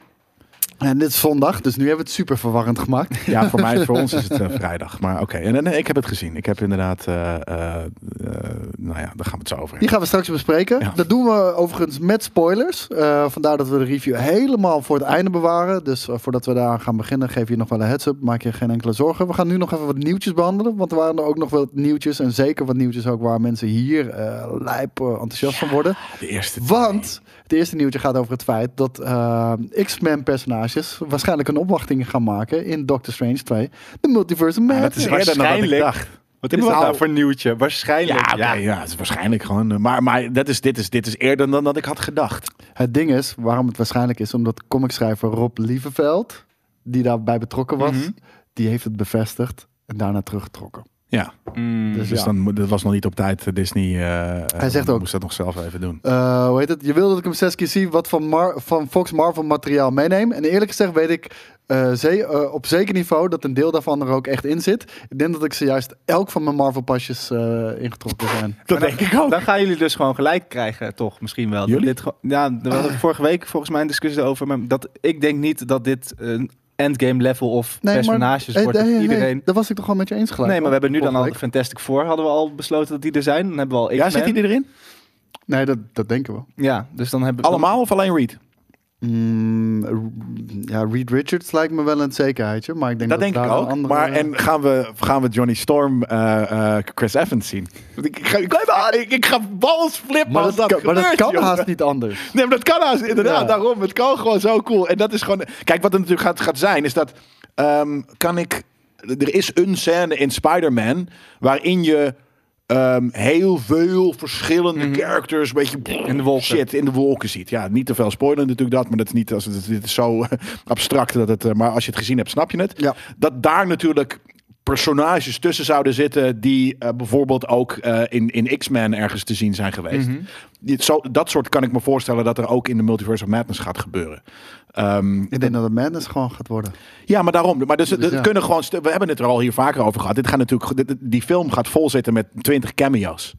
Speaker 4: En dit is zondag, dus nu hebben we het super verwarrend gemaakt.
Speaker 2: Ja, voor, mij, voor ons is het eh, vrijdag. Maar oké, en, en ik heb het gezien. Ik heb inderdaad, eh, eh, eh, nou ja, daar gaan we het zo over hebben.
Speaker 4: Die gaan we straks bespreken.
Speaker 2: Ja.
Speaker 4: Dat doen we overigens met spoilers. Eh, vandaar dat we de review helemaal voor het einde bewaren. Dus eh, voordat we daar gaan beginnen, geef je nog wel een heads-up. Maak je geen enkele zorgen. We gaan nu nog even wat nieuwtjes behandelen. Want er waren er ook nog wel nieuwtjes. En zeker wat nieuwtjes ook waar mensen hier eh lijp eh, enthousiast van worden.
Speaker 2: De eerste
Speaker 4: Want het eerste nieuwtje gaat over het feit dat eh, X-Men personages waarschijnlijk een opwachting gaan maken in Doctor Strange 2. De Multiverse of
Speaker 2: Ah, dat is
Speaker 4: Madness.
Speaker 2: eerder dan wat ik
Speaker 3: waarschijnlijk-
Speaker 2: dacht.
Speaker 3: Wat
Speaker 2: is
Speaker 3: is
Speaker 2: dat
Speaker 3: dat
Speaker 2: nou
Speaker 3: nou voor nieuwtje?
Speaker 2: Ja,
Speaker 3: Waarschijnlijk.
Speaker 2: ja. ja, het is waarschijnlijk gewoon. eh, Maar, maar dat is, dit, is, dit is eerder dan dat ik had gedacht.
Speaker 4: Het ding is, waarom het waarschijnlijk is, omdat comicschrijver Rob Lieveveld, die daarbij betrokken was,
Speaker 3: Mhm.
Speaker 4: die heeft het bevestigd en daarna teruggetrokken.
Speaker 2: Ja,
Speaker 3: Mm.
Speaker 4: Dus
Speaker 2: dus
Speaker 4: ja.
Speaker 2: dan moet- dat was nog niet op tijd. eh, Disney eh, eh,
Speaker 4: zegt ook-
Speaker 2: moest dat nog zelf even doen.
Speaker 4: Eh, hoe heet het? Je wil dat ik hem zes keer zie wat van, Mar- van Fox Marvel materiaal meeneem. En eerlijk gezegd weet ik eh, ze- eh, op zeker niveau dat een deel daarvan er ook echt in zit. Ik denk dat ik ze juist elk van mijn Marvel pasjes eh, ingetrokken zijn.
Speaker 2: Dat denk ik
Speaker 4: Oh.
Speaker 2: ook.
Speaker 3: Dan gaan jullie dus gewoon gelijk krijgen, toch? Misschien wel. Dat
Speaker 2: Jullie?
Speaker 3: Dit gewoon- ja, we
Speaker 4: Ah.
Speaker 3: hadden vorige week volgens mij een discussie over. Maar dat, ik denk niet dat dit een endgame level of personages
Speaker 4: eh,
Speaker 3: wordt. dat
Speaker 4: nee, nee,
Speaker 3: iedereen...
Speaker 4: daar was ik toch wel met je eens gelijk.
Speaker 3: Nee, maar we hebben nu dan al
Speaker 4: Vorige
Speaker 3: de Fantastic Four. Hadden we al besloten dat die er zijn. Dan hebben we al
Speaker 2: Ja,
Speaker 3: X-Men.
Speaker 2: zit hij erin?
Speaker 4: week. Nee, dat, dat denken we.
Speaker 3: Ja, dus dan hebben we...
Speaker 2: Allemaal of alleen Reed?
Speaker 4: Mm, r- ja, Reed Richards lijkt me wel een zekerheidje, maar ik denk
Speaker 2: Dat
Speaker 4: dat
Speaker 2: denk ik
Speaker 4: daar een
Speaker 2: ook.
Speaker 4: andere-
Speaker 2: Maar en gaan we, gaan we Johnny Storm, eh, eh, Chris Evans zien? Want Ik, ik, ga, ik, ik, ik ga balls flippen
Speaker 4: maar
Speaker 2: als
Speaker 4: dat,
Speaker 2: dat,
Speaker 4: kan, maar dat
Speaker 2: gebeurt,
Speaker 4: kan
Speaker 2: jongen.
Speaker 4: haast niet anders.
Speaker 2: *laughs* Nee, maar dat kan haast inderdaad.
Speaker 4: Ja.
Speaker 2: Daarom, het kan gewoon zo cool. En dat is gewoon... Kijk, wat er natuurlijk gaat, gaat zijn, is dat... ehm, kan ik... Er is een scène in Spider-Man waarin je ehm, heel veel verschillende
Speaker 3: Mhm.
Speaker 2: characters een beetje
Speaker 3: In de wolken.
Speaker 2: shit in de wolken ziet. Ja, niet te veel spoilen natuurlijk dat, maar dat is niet als het, dit is zo *laughs* abstract dat het. eh, Maar als je het gezien hebt, snap je het.
Speaker 4: Ja.
Speaker 2: Dat daar natuurlijk personages tussen zouden zitten die eh, bijvoorbeeld ook eh, in, in X-Men ergens te zien zijn geweest.
Speaker 4: Mhm.
Speaker 2: Dit- zo, dat soort kan ik me voorstellen dat er ook in de Multiverse of Madness gaat gebeuren. Ehm,
Speaker 4: Ik denk dat het Madness gewoon gaat worden.
Speaker 2: ja, maar daarom. Maar dus, er
Speaker 4: ja.
Speaker 2: kunnen gewoon, stu- we hebben het er al hier vaker over gehad. Dit gaat natuurlijk, dit- dit- die film gaat vol zitten met 20 cameo's.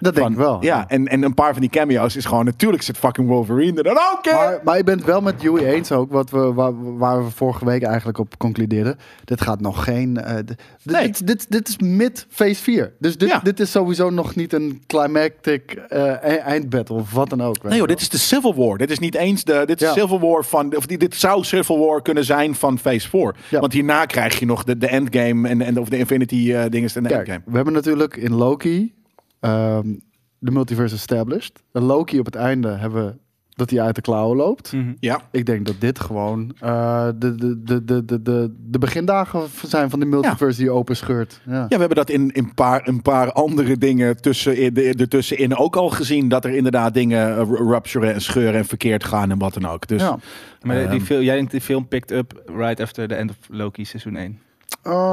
Speaker 4: Dat denk
Speaker 2: Van-
Speaker 4: ik wel.
Speaker 2: Ja, en, en een paar van die cameo's is gewoon... Natuurlijk zit fucking Wolverine er dan ook in.
Speaker 4: Maar, maar ik ben het wel met Joey eens ook, wat we, waar, waar we vorige week eigenlijk op concludeerden. Dit gaat nog geen... eh, d- dit,
Speaker 2: Nee.
Speaker 4: dit, dit, dit is mid-phase 4. Dus dit,
Speaker 2: Ja.
Speaker 4: dit is sowieso nog niet een climactic eh, e- eindbattle of wat dan ook. weet
Speaker 2: Nee
Speaker 4: je
Speaker 2: joh,
Speaker 4: wel.
Speaker 2: dit is de Civil War. Dit is niet eens de... Dit is
Speaker 4: Ja.
Speaker 2: Civil War van... Of die, dit zou Civil War kunnen zijn van Phase 4.
Speaker 4: Ja.
Speaker 2: Want hierna krijg je nog de, de Endgame en, en of de Infinity eh dinges en de
Speaker 4: Kijk,
Speaker 2: Endgame.
Speaker 4: we hebben natuurlijk in Loki ehm, de multiverse established. En Loki op het einde hebben we dat hij uit de klauwen loopt.
Speaker 2: Mhm. Ja.
Speaker 4: Ik denk dat dit gewoon eh, de, de, de, de, de, de, de begindagen zijn van die multiverse die open scheurt. Ja.
Speaker 2: Ja, we hebben dat in, in paar, een paar andere dingen tussen, in- de- ertussenin ook al gezien. Dat er inderdaad dingen eh, ru- rupturen en scheuren en verkeerd gaan en wat dan ook. Dus
Speaker 4: Ja.
Speaker 3: Maar die
Speaker 2: Ehm.
Speaker 3: film, jij denkt die film picked up right after the end of Loki seizoen 1.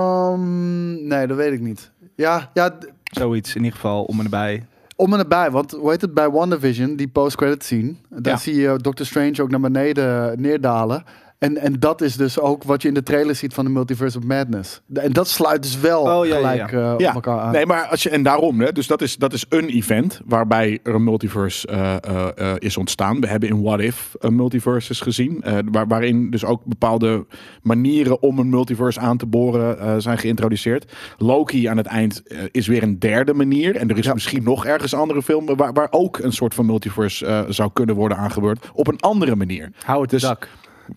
Speaker 4: Ehm, nee, dat weet ik niet. Ja, ja d-
Speaker 3: Zoiets, in ieder geval om en nabij.
Speaker 4: om en nabij. Want hoe heet het bij WandaVision, die post-credit scene. Daar
Speaker 2: Ja.
Speaker 4: zie je Doctor Strange ook naar beneden neerdalen. En, en dat is dus ook wat je in de trailer ziet van de Multiverse of Madness. De- En dat sluit dus wel
Speaker 3: Oh, ja, ja,
Speaker 4: gelijk
Speaker 3: ja.
Speaker 4: eh, op
Speaker 2: Ja,
Speaker 4: elkaar aan.
Speaker 2: Nee, maar als je, en daarom, hè, dus dat is, dat is een event waarbij er een multiverse eh, eh, eh, is ontstaan. We hebben in What If een multiverses gezien, eh, waar, waarin dus ook bepaalde manieren om een multiverse aan te boren eh, zijn geïntroduceerd. Loki aan het eind eh, is weer een derde manier. En er is misschien nog ergens andere filmen waar, waar ook een soort van multiverse eh, zou kunnen worden aangebeurd. Op een andere manier.
Speaker 3: Hou het
Speaker 2: Dus-
Speaker 3: dak.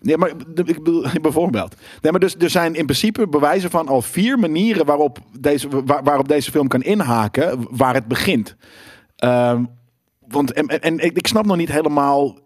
Speaker 2: Nee, maar de- ik bedoel, *laughs* bijvoorbeeld. Nee, maar dus er zijn in principe bewijzen van al vier manieren waarop deze, waar- waarop deze film kan inhaken, waar het begint. Ehm, want en, en, en ik ik snap nog niet helemaal.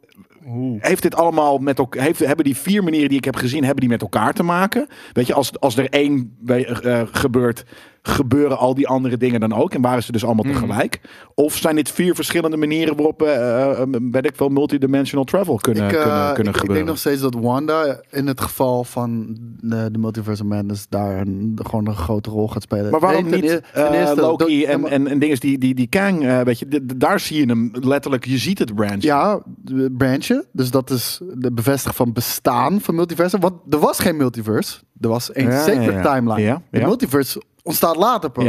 Speaker 2: Heeft dit allemaal met elkaar. Heeft, hebben die vier manieren die ik heb gezien, hebben die met elkaar te maken? Weet je, als, als er één bij- eh, gebeurt, gebeuren al die andere dingen dan ook. En waren ze dus allemaal tegelijk? Of zijn dit vier verschillende manieren waarop, eh, eh, weet ik veel, multidimensional travel kunnen,
Speaker 4: eh,
Speaker 2: kunnen, kunnen
Speaker 4: ik- ik
Speaker 2: gebeuren?
Speaker 4: denk nog steeds dat Wanda in het geval van de, de Multiverse of Madness daar een, gewoon een grote rol gaat spelen.
Speaker 2: Maar waarom
Speaker 4: Nee, ten
Speaker 2: niet
Speaker 4: eer- ten
Speaker 2: eh,
Speaker 4: eerste,
Speaker 2: Loki
Speaker 4: dat-
Speaker 2: en, en, en dingen die, die, die Kang, eh, weet je, d- d- daar zie je hem letterlijk, je ziet het branch.
Speaker 4: Ja, de branchen. Dus dat is de bevestiging van bestaan van multiversen. Want er was geen multiverse. Er was één
Speaker 2: Ja,
Speaker 4: sacred
Speaker 2: ja, ja.
Speaker 4: timeline.
Speaker 2: Ja,
Speaker 4: De
Speaker 2: ja.
Speaker 4: multiverse ontstaat later pas.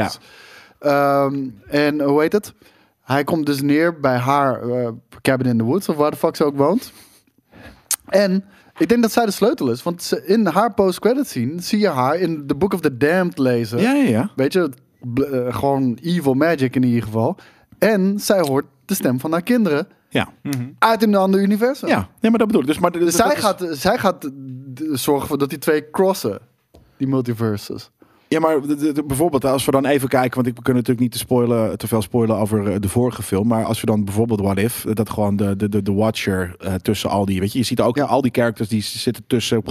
Speaker 2: Ja.
Speaker 4: Ehm, en hoe heet het? Hij komt dus neer bij haar eh, cabin in the woods, of waar de fuck ze ook woont. En ik denk dat zij de sleutel is. Want ze- in haar post-credit scene zie je haar in The Book of the Damned lezen.
Speaker 2: ja, ja. ja.
Speaker 4: Weet je, bl- eh, gewoon evil magic in ieder geval. En zij hoort de stem van haar kinderen
Speaker 2: Ja,
Speaker 4: Hm? uit in een ander universum.
Speaker 2: ja. Nee, maar dat bedoel ik. Dus, maar, d-
Speaker 4: Dus
Speaker 2: dat
Speaker 4: zij,
Speaker 2: is-
Speaker 4: gaat, zij gaat d- zorgen voor dat die twee crossen, die multiverses.
Speaker 2: Ja, maar d- d- d- bijvoorbeeld als we dan even kijken, want ik we kunnen natuurlijk niet te, spoilen, te veel spoilen over eh, de vorige film, maar als we dan bijvoorbeeld What If, eh, dat gewoon de, de, de, de Watcher eh, tussen al die, weet je, je ziet ook
Speaker 4: Ja.
Speaker 2: al die characters die s- zitten tussen,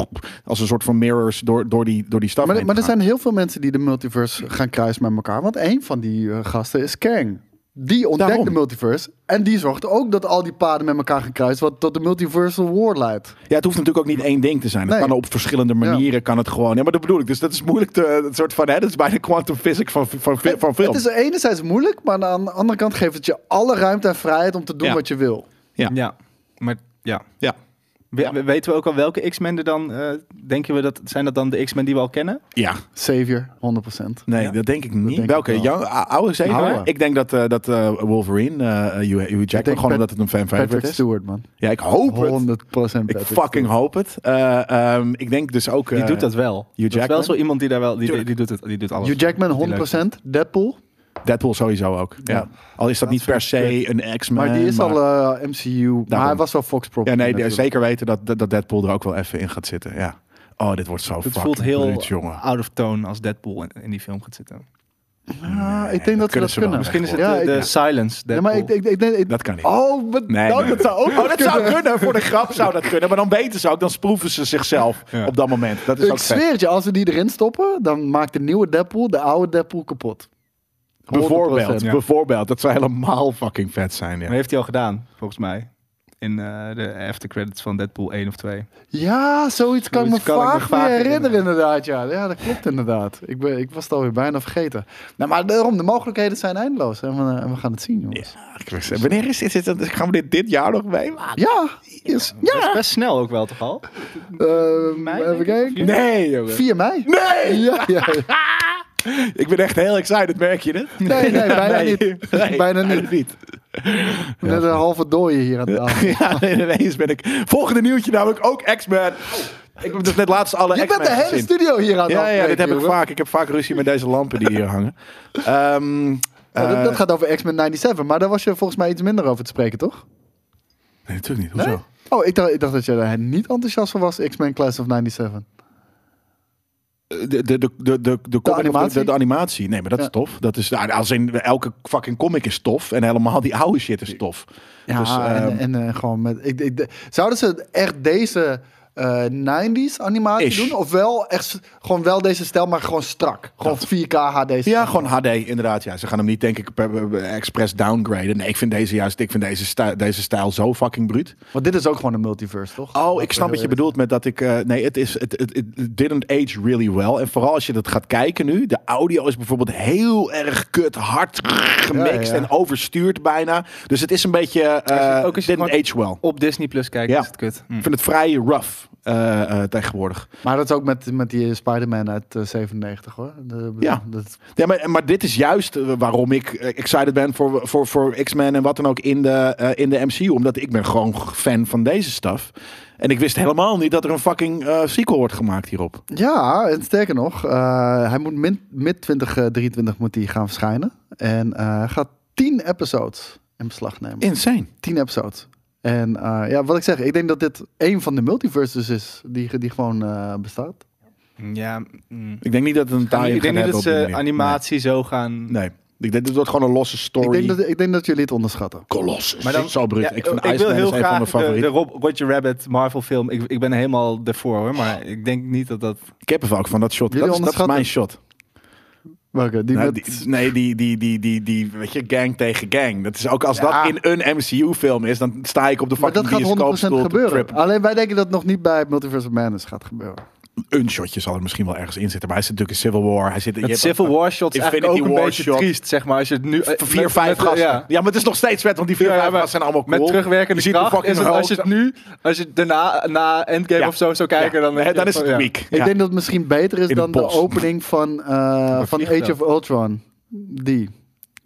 Speaker 2: als een soort van mirrors door, door die, door die stad
Speaker 4: Maar,
Speaker 2: heen
Speaker 4: maar er
Speaker 2: gaan.
Speaker 4: zijn heel veel mensen die de multiverse gaan kruisen met elkaar. Want één van die eh, gasten is Kang. Die ontdekt
Speaker 2: Daarom.
Speaker 4: de multiverse. En die zorgt ook dat al die paden met elkaar gaan kruisen. Wat tot de multiversal war leidt.
Speaker 2: Ja, het hoeft natuurlijk ook niet één ding te zijn. Het
Speaker 4: Nee.
Speaker 2: kan op verschillende manieren, kan het gewoon. Ja, maar dat bedoel ik. Dus dat is moeilijk te, het soort van, hè, dat is bijna quantum physics van, van, van, van film.
Speaker 4: Het is enerzijds moeilijk, maar aan de andere kant geeft het je alle ruimte en vrijheid om te doen
Speaker 2: Ja.
Speaker 4: wat je wil.
Speaker 2: Ja.
Speaker 3: Ja, maar ja.
Speaker 2: Ja.
Speaker 3: We- we- weten we ook al welke X-Men er dan, eh, denken we dat, zijn dat dan de X-Men die we al kennen?
Speaker 2: Ja,
Speaker 4: Savior, 100%.
Speaker 2: nee,
Speaker 3: Ja.
Speaker 2: dat denk ik niet.
Speaker 4: denk
Speaker 2: Welke?
Speaker 4: ik wel.
Speaker 2: Young, ou- oude zeker?
Speaker 4: Oude.
Speaker 2: Ik denk dat, eh, dat eh, Wolverine, eh Hugh- Hugh Jackman, gewoon
Speaker 4: Pat-
Speaker 2: omdat het een fan
Speaker 4: Patrick
Speaker 2: favorite is.
Speaker 4: Stewart, man. 100%
Speaker 2: Ja, ik hoop het.
Speaker 4: Patrick
Speaker 2: Ik fucking hoop het. Eh, ehm, ik denk dus ook...
Speaker 3: Die
Speaker 2: eh,
Speaker 3: doet dat wel. dat is wel
Speaker 2: Jackman?
Speaker 3: zo iemand die daar wel, die- die,
Speaker 2: Tuurlijk.
Speaker 3: die doet het, die doet alles.
Speaker 4: Hugh Jackman
Speaker 3: Die leuk is.
Speaker 4: 100%, Deadpool.
Speaker 2: Deadpool sowieso ook. Ja.
Speaker 4: Ja.
Speaker 2: Al is dat niet per se een X-Men.
Speaker 4: Maar die is al eh, MCU, maar
Speaker 2: Daarom.
Speaker 4: hij was wel Fox
Speaker 2: Ja,
Speaker 4: property.
Speaker 2: nee,
Speaker 4: natuurlijk.
Speaker 2: zeker weten dat, dat dat Deadpool er ook wel even in gaat zitten. Ja. Oh, dit wordt zo
Speaker 3: Het
Speaker 2: fucking
Speaker 3: voelt heel
Speaker 2: bruut,
Speaker 4: *laughs*
Speaker 2: jongen.
Speaker 3: out of tone als Deadpool in, in die film gaat zitten.
Speaker 4: Ja, Ah, ik
Speaker 2: dat
Speaker 4: denk dat,
Speaker 2: kunnen
Speaker 4: ze
Speaker 2: ze
Speaker 4: dat kunnen.
Speaker 2: wel.
Speaker 3: Misschien is het
Speaker 4: Ja,
Speaker 3: de,
Speaker 4: ik-
Speaker 3: de
Speaker 4: ja.
Speaker 3: silence
Speaker 4: Ja,
Speaker 3: Deadpool.
Speaker 4: maar ik, ik, ik, denk- ik-
Speaker 2: Dat kan niet.
Speaker 4: Oh, maar
Speaker 2: Nee,
Speaker 4: nou,
Speaker 2: nee.
Speaker 4: dat zou ook
Speaker 2: Oh, dat zou kunnen. Voor de grap zou dat kunnen. Maar dan weten ze ook, dan sproeven ze zichzelf
Speaker 3: Ja.
Speaker 2: op dat moment. Dat is
Speaker 4: Ik
Speaker 2: ook vet.
Speaker 4: zweer het je, als we die erin stoppen, dan maakt de nieuwe Deadpool de oude Deadpool kapot.
Speaker 2: Bijvoorbeeld,
Speaker 4: 100%.
Speaker 3: ja.
Speaker 2: bijvoorbeeld. Dat zou helemaal fucking vet zijn, ja.
Speaker 3: Maar heeft hij al gedaan, volgens mij. In eh, de aftercredits van Deadpool 1 of 2.
Speaker 4: Ja, zoiets kan ik me
Speaker 3: Zoiets kan ik me
Speaker 4: vaag
Speaker 3: vaag
Speaker 4: meer herinneren,
Speaker 3: herinneren.
Speaker 4: inderdaad. Ja. ja, dat klopt inderdaad. Ik, ben, ik was het alweer bijna vergeten. Nou, maar daarom, de mogelijkheden zijn eindeloos. En we, en we gaan het zien, jongens. Ja,
Speaker 2: Ik wist- Wanneer is dit? Is dit- Gaan we dit dit jaar nog meemaken?
Speaker 4: ja. yes.
Speaker 3: Ja. Dat is best snel ook wel, toch al?
Speaker 4: Ehm,
Speaker 3: Mei,
Speaker 4: even
Speaker 3: denk ik,
Speaker 4: kijken.
Speaker 2: Nee, jongen.
Speaker 4: 4 mei.
Speaker 2: Nee!
Speaker 4: *laughs* Ja, ja, ja.
Speaker 2: Ik ben echt heel excited, merk je het?
Speaker 4: Nee, nee, bijna
Speaker 2: *laughs* Nee.
Speaker 4: niet.
Speaker 2: Nee,
Speaker 4: *laughs* bijna niet. Net een halve dooie hier aan
Speaker 2: *laughs*
Speaker 4: tafel.
Speaker 2: Ja, nee, ineens ben ik... Volgende nieuwtje namelijk ook X-Men. Ik heb dus net laatst alle
Speaker 4: Je
Speaker 2: X-Men
Speaker 4: bent de hele
Speaker 2: gezien.
Speaker 4: studio hier aan
Speaker 2: Ja, ja,
Speaker 4: afbreken,
Speaker 2: dit heb ik
Speaker 4: jongen.
Speaker 2: vaak. Ik heb vaak ruzie met deze lampen die hier hangen. Ehm,
Speaker 4: Ja,
Speaker 2: eh,
Speaker 4: Oh, dat, dat gaat over X-Men 97, maar daar was je volgens mij iets minder over te spreken, toch?
Speaker 2: Nee, natuurlijk niet. Hoezo?
Speaker 4: Oh, ik dacht, ik dacht dat je daar niet enthousiast van was, X-Men Class of 97.
Speaker 2: De, de, de, de, de, de, comic-
Speaker 4: animatie?
Speaker 2: de, de animatie. Nee, maar dat
Speaker 4: Ja.
Speaker 2: is tof. Dat is, nou, als in, elke fucking comic is tof. En helemaal die oude shit is tof.
Speaker 4: Ja,
Speaker 2: Dus,
Speaker 4: en,
Speaker 2: ehm,
Speaker 4: en eh, gewoon met... Ik, ik, de- zouden ze echt deze eh 90s animatie
Speaker 2: Ish.
Speaker 4: doen? Of wel echt gewoon wel deze stijl, maar gewoon strak? Gewoon 4K HD?
Speaker 2: Ja, gewoon HD, inderdaad. Ja, ze gaan hem niet, denk ik, per- per- per- expres downgraden. Nee, ik vind deze juist, ik vind deze, stijl, deze stijl zo fucking bruut.
Speaker 4: Want dit is ook gewoon een multiverse, toch?
Speaker 2: Oh, ik snap wat je bedoelt met dat ik... eh, nee, het is... Het, het, het didn't age really well. En vooral als je dat gaat kijken nu. De audio is bijvoorbeeld heel erg kut, hard gemixt
Speaker 4: Ja, ja.
Speaker 2: en overstuurd bijna. Dus het is een beetje... eh,
Speaker 3: Als je- ook als je
Speaker 2: didn't
Speaker 3: gewoon-
Speaker 2: age well.
Speaker 3: Op Disney Plus kijken
Speaker 2: Ja.
Speaker 3: is het kut. Hm.
Speaker 2: Ik vind het vrij rough eh, eh, tegenwoordig.
Speaker 4: Maar dat is ook met, met die Spider-Man uit eh, 97, hoor. De-
Speaker 2: Ja.
Speaker 4: Dat,
Speaker 2: Ja, maar, maar dit is juist eh, waarom ik eh, excited ben voor, voor, voor X-Men en wat dan ook in de, eh, in de MCU. Omdat ik ben gewoon g- fan van deze stuff. En ik wist helemaal niet dat er een fucking eh, sequel wordt gemaakt hierop.
Speaker 4: Ja, en sterker nog, eh, hij moet min, mid 2023 moet hij gaan verschijnen. En eh, gaat 10 episodes in beslag nemen.
Speaker 2: Insane.
Speaker 4: 10 episodes. En eh, ja, wat ik zeg, ik denk dat dit een van de multiverses is die, die gewoon eh, bestaat.
Speaker 3: Ja, hm.
Speaker 2: Ik denk niet dat het een taai
Speaker 3: Ik denk niet dat ze
Speaker 2: animatie.
Speaker 3: animatie zo gaan...
Speaker 2: Nee. Ik denk, dit wordt gewoon een losse
Speaker 4: Ik
Speaker 2: story.
Speaker 4: denk, dat, ik denk dat jullie het onderschatten.
Speaker 2: Colossus.
Speaker 3: Maar dan-
Speaker 2: zo bruut.
Speaker 3: Ja,
Speaker 2: ik vind
Speaker 3: wil
Speaker 2: Iceman
Speaker 3: heel
Speaker 2: is een van
Speaker 3: graag
Speaker 2: mijn
Speaker 3: de, de
Speaker 2: favorieten.
Speaker 3: Rob, Roger Rabbit Marvel film. Ik, ik ben helemaal ervoor hoor, maar ik denk niet dat dat...
Speaker 2: Ik heb er ook van dat shot.
Speaker 4: Jullie
Speaker 2: Dat is, dat is
Speaker 4: onderschatten-
Speaker 2: mijn shot.
Speaker 4: Welke? Die
Speaker 2: Nou,
Speaker 4: met-
Speaker 2: die- nee, die, die, die, die, die, weet je, gang tegen gang. Dat is ook als
Speaker 4: Ja.
Speaker 2: dat in een MCU-film is, dan sta ik op de
Speaker 4: maar
Speaker 2: fucking
Speaker 4: dat gaat 100%
Speaker 2: bioscoopstoel te
Speaker 4: gebeuren.
Speaker 2: trippen.
Speaker 4: Alleen wij denken dat het nog niet bij Multiverse of Madness gaat gebeuren.
Speaker 2: een shotje zal er misschien wel ergens in zitten. Maar hij zit natuurlijk in Civil War. Hij zit in
Speaker 3: Het Civil War shot is eigenlijk
Speaker 2: Infinity
Speaker 3: ook een
Speaker 2: War
Speaker 3: beetje
Speaker 2: shot.
Speaker 3: triest, zeg maar. Als je het nu... eh,
Speaker 2: Vier,
Speaker 3: met-
Speaker 2: vijf
Speaker 3: met-
Speaker 2: gasten. Ja.
Speaker 3: ja.
Speaker 2: maar het is nog steeds vet, want die vier,
Speaker 3: Ja,
Speaker 2: vijf
Speaker 3: maar
Speaker 2: gasten zijn allemaal cool.
Speaker 3: Met terugwerkende
Speaker 2: Je ziet de
Speaker 3: kracht
Speaker 2: fucking
Speaker 3: is het als je
Speaker 2: Hulk.
Speaker 3: het nu, als je het daarna, na Endgame
Speaker 2: Ja.
Speaker 3: of zo zou kijken,
Speaker 2: Ja.
Speaker 3: dan,
Speaker 2: Hè, dan is het
Speaker 3: ja.
Speaker 2: weak.
Speaker 4: Ik
Speaker 2: Ja.
Speaker 4: denk dat het misschien beter is
Speaker 2: In
Speaker 4: dan
Speaker 2: het
Speaker 4: de
Speaker 2: bos.
Speaker 4: opening van, eh van
Speaker 3: vliegtuig.
Speaker 4: Age of Ultron. Die.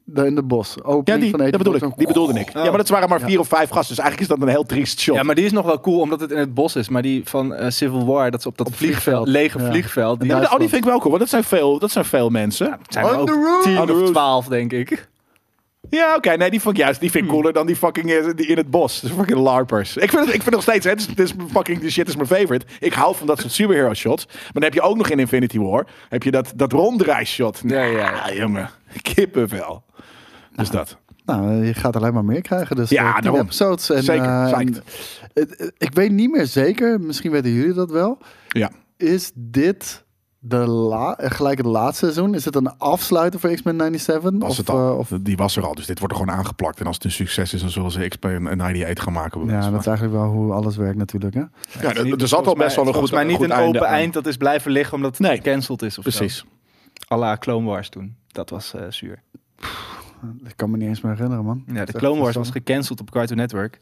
Speaker 4: Daar in de bos. Opening
Speaker 2: Ja, die,
Speaker 4: van
Speaker 2: dat
Speaker 4: Age of
Speaker 2: bedoel ik.
Speaker 4: Ultron.
Speaker 2: Die bedoelde ik. Ja, maar dat waren maar
Speaker 4: Ja.
Speaker 2: vier of vijf gasten. Dus eigenlijk is dat een heel triest shot.
Speaker 3: Ja, maar die is nog wel cool omdat het in het bos is. Maar die van eh, Civil War, dat is op dat
Speaker 4: vliegveld.
Speaker 3: vliegveld, lege
Speaker 4: Ja.
Speaker 3: vliegveld. Die
Speaker 4: En
Speaker 2: Ja,
Speaker 4: daar-
Speaker 2: oh, die vind ik wel cool, want dat zijn veel, dat zijn veel mensen.
Speaker 3: zijn er
Speaker 4: On the
Speaker 3: ook
Speaker 4: roof!
Speaker 2: On
Speaker 3: tien
Speaker 2: the
Speaker 3: of
Speaker 2: roof.
Speaker 3: twaalf, denk ik.
Speaker 2: Ja, oké. nee, die vond ik juist die vind ik
Speaker 3: Hmm.
Speaker 2: cooler dan die fucking eh, die in het bos. Dat is fucking larpers. Ik vind het, ik vind het nog steeds, hè, het is, het is fucking, die shit is mijn favorite. Ik hou van dat soort superhero shots. Maar dan heb je ook nog in Infinity War, heb je dat, dat ronddraaishot.
Speaker 3: Ja,
Speaker 2: Nee,
Speaker 3: ja,
Speaker 2: ja, jongen. Kippenvel. Dus dat.
Speaker 4: Nou, je gaat alleen maar meer krijgen. Dus
Speaker 2: Ja,
Speaker 4: ja,
Speaker 2: daarom.
Speaker 4: episodes. En,
Speaker 2: Zeker,
Speaker 4: eh, en,
Speaker 2: psyched.
Speaker 4: het- het- ik weet niet meer zeker, misschien weten jullie dat wel.
Speaker 2: Ja.
Speaker 4: Is dit de la, eh, gelijk het laatste seizoen? Is het een afsluiter voor X-Men 97?
Speaker 2: Was
Speaker 4: of,
Speaker 2: het al.
Speaker 4: eh, of,
Speaker 2: Die was er al, dus dit wordt er gewoon aangeplakt. En als het een succes is, dan zullen ze XP en en 98 gaan maken.
Speaker 4: ja, dat is eigenlijk wel hoe alles werkt natuurlijk. Hè?
Speaker 2: ja, er- er zat al best wel een goed
Speaker 3: Volgens mij niet
Speaker 2: goed
Speaker 3: een open
Speaker 2: aan.
Speaker 3: eind dat is blijven liggen omdat het
Speaker 2: Nee.
Speaker 3: gecanceld is. Of
Speaker 2: Precies.
Speaker 3: Zo. À la Clone Wars toen. Dat was eh, zuur.
Speaker 4: Ik kan me niet eens meer herinneren, man.
Speaker 3: Ja,
Speaker 4: Dat
Speaker 3: de
Speaker 4: is
Speaker 3: Clone
Speaker 4: echt
Speaker 3: Wars was
Speaker 4: verstandig.
Speaker 3: gecanceld op Cartoon Network.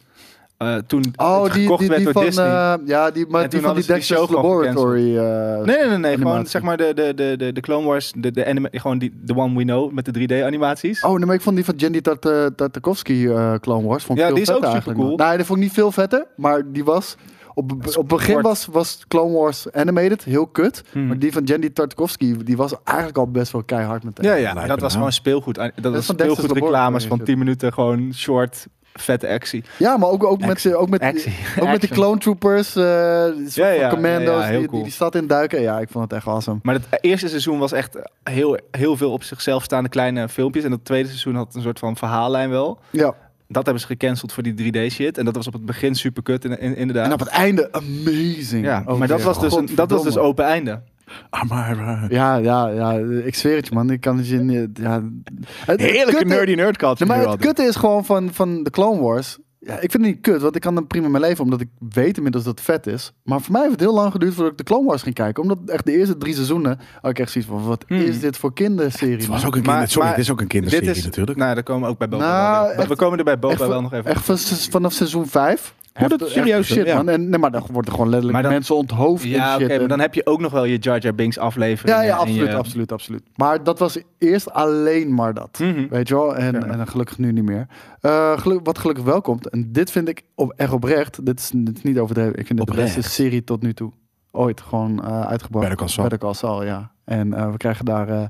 Speaker 3: Eh, toen
Speaker 4: Oh,
Speaker 3: het
Speaker 4: die,
Speaker 3: gekocht
Speaker 4: die,
Speaker 3: werd
Speaker 4: die
Speaker 3: door
Speaker 4: van,
Speaker 3: Disney.
Speaker 4: eh, ja, die, maar
Speaker 3: En
Speaker 4: die
Speaker 3: toen
Speaker 4: van die
Speaker 3: hadden ze die
Speaker 4: Dexter's
Speaker 3: show gewoon
Speaker 4: Laboratory. eh,
Speaker 3: Nee, nee, nee. nee gewoon
Speaker 4: Animatie.
Speaker 3: zeg maar de, de, de, de, de Clone Wars, de, de anima- gewoon die, the one we know met de 3D-animaties.
Speaker 4: Oh, nee, maar ik vond die van Jenny Tart, eh, Tartakovsky eh Clone Wars vond ik
Speaker 3: Ja,
Speaker 4: veel
Speaker 3: die is
Speaker 4: vetter
Speaker 3: ook
Speaker 4: eigenlijk.
Speaker 3: supercool.
Speaker 4: man. Nee, die vond ik niet veel vetter, maar die was... Op, op het begin
Speaker 3: kort.
Speaker 4: was, was Clone Wars Animated heel kut.
Speaker 3: Hmm.
Speaker 4: Maar die van Jenny Tartakovsky, die was eigenlijk al best wel keihard meteen.
Speaker 3: Ja, ja.
Speaker 2: Lijkt
Speaker 3: dat
Speaker 2: me
Speaker 3: was
Speaker 2: wel.
Speaker 3: gewoon speelgoed. Ah, Dat, was
Speaker 4: nou. van Dexter's
Speaker 3: speelgoed reclames
Speaker 4: Laboratory,
Speaker 3: van
Speaker 4: is
Speaker 3: 10 minuten. Gewoon short, vette actie.
Speaker 4: Ja, maar ook, ook, met,
Speaker 2: Action.
Speaker 4: ze- ook, met,
Speaker 3: Action.
Speaker 4: ook met
Speaker 3: Action.
Speaker 4: die Clone Troopers, eh, die soort
Speaker 3: Ja,
Speaker 4: van
Speaker 3: ja,
Speaker 4: commando's
Speaker 3: ja, ja, heel
Speaker 4: die- die,
Speaker 3: cool.
Speaker 4: die stad induiken. Ja, ik vond het echt awesome.
Speaker 3: Maar het eerste seizoen was echt heel, heel veel op zichzelf staande kleine filmpjes. En dat tweede seizoen had een soort van verhaallijn wel.
Speaker 4: Ja.
Speaker 3: Dat hebben ze gecanceld voor die 3D-shit. En dat was op het begin super kut, in, in- inderdaad.
Speaker 4: En op het einde, amazing.
Speaker 3: ja,
Speaker 4: Oh,
Speaker 3: maar dat
Speaker 4: ja.
Speaker 3: was, dus een, dat was dus
Speaker 4: Godverdomme.
Speaker 3: open einde.
Speaker 2: Amara.
Speaker 4: Ja, ja, ja, ik zweer het je, man. Ik kan het je niet... Ja. Het- het
Speaker 2: Heerlijke
Speaker 4: kutte-
Speaker 2: nerdy nerdcat.
Speaker 4: Nee,
Speaker 2: die
Speaker 4: maar
Speaker 2: we
Speaker 4: het
Speaker 2: hadden.
Speaker 4: kutte is gewoon van, van de Clone Wars. Ja, ik vind het niet kut, want ik kan dan prima mee leven, omdat ik weet inmiddels dat het vet is. Maar voor mij heeft het heel lang geduurd voordat ik de Clone Wars ging kijken. Omdat echt de eerste drie seizoenen had ik echt zoiets van, wat is dit voor kinderserie?
Speaker 2: Het
Speaker 4: man?
Speaker 2: was ook een
Speaker 3: Maar-
Speaker 2: kinder, sorry,
Speaker 3: maar
Speaker 2: dit is ook een kinderserie natuurlijk.
Speaker 3: Nou, daar komen we ook bij Boba
Speaker 4: Nou,
Speaker 3: wel weer.
Speaker 4: echt-
Speaker 3: We komen er bij Boba
Speaker 4: echt
Speaker 3: wel
Speaker 4: van-
Speaker 3: nog even.
Speaker 4: Echt van se- vanaf seizoen 5.
Speaker 2: Wordt het serieus,
Speaker 4: shit,
Speaker 2: ja.
Speaker 4: man. En, nee, maar dan worden gewoon letterlijk
Speaker 3: Maar dan-
Speaker 4: mensen onthoofd en
Speaker 3: Ja,
Speaker 4: shit.
Speaker 3: oké, maar
Speaker 4: En-
Speaker 3: dan heb je ook nog wel je Jar Jar Binks aflevering.
Speaker 4: ja, ja absoluut, absoluut, absoluut. Maar dat was eerst alleen maar dat.
Speaker 3: Mhm.
Speaker 4: Weet je wel? En, en dan gelukkig nu niet meer. Eh, geluk- wat gelukkig wel komt, en dit vind ik op, echt oprecht, dit is, dit is niet overdreven, ik vind dit de beste
Speaker 2: Oprecht.
Speaker 4: serie tot nu toe ooit gewoon eh, uitgebracht.
Speaker 2: Better Call Saul.
Speaker 4: Better Call Saul, ja. En eh, we krijgen daar eh,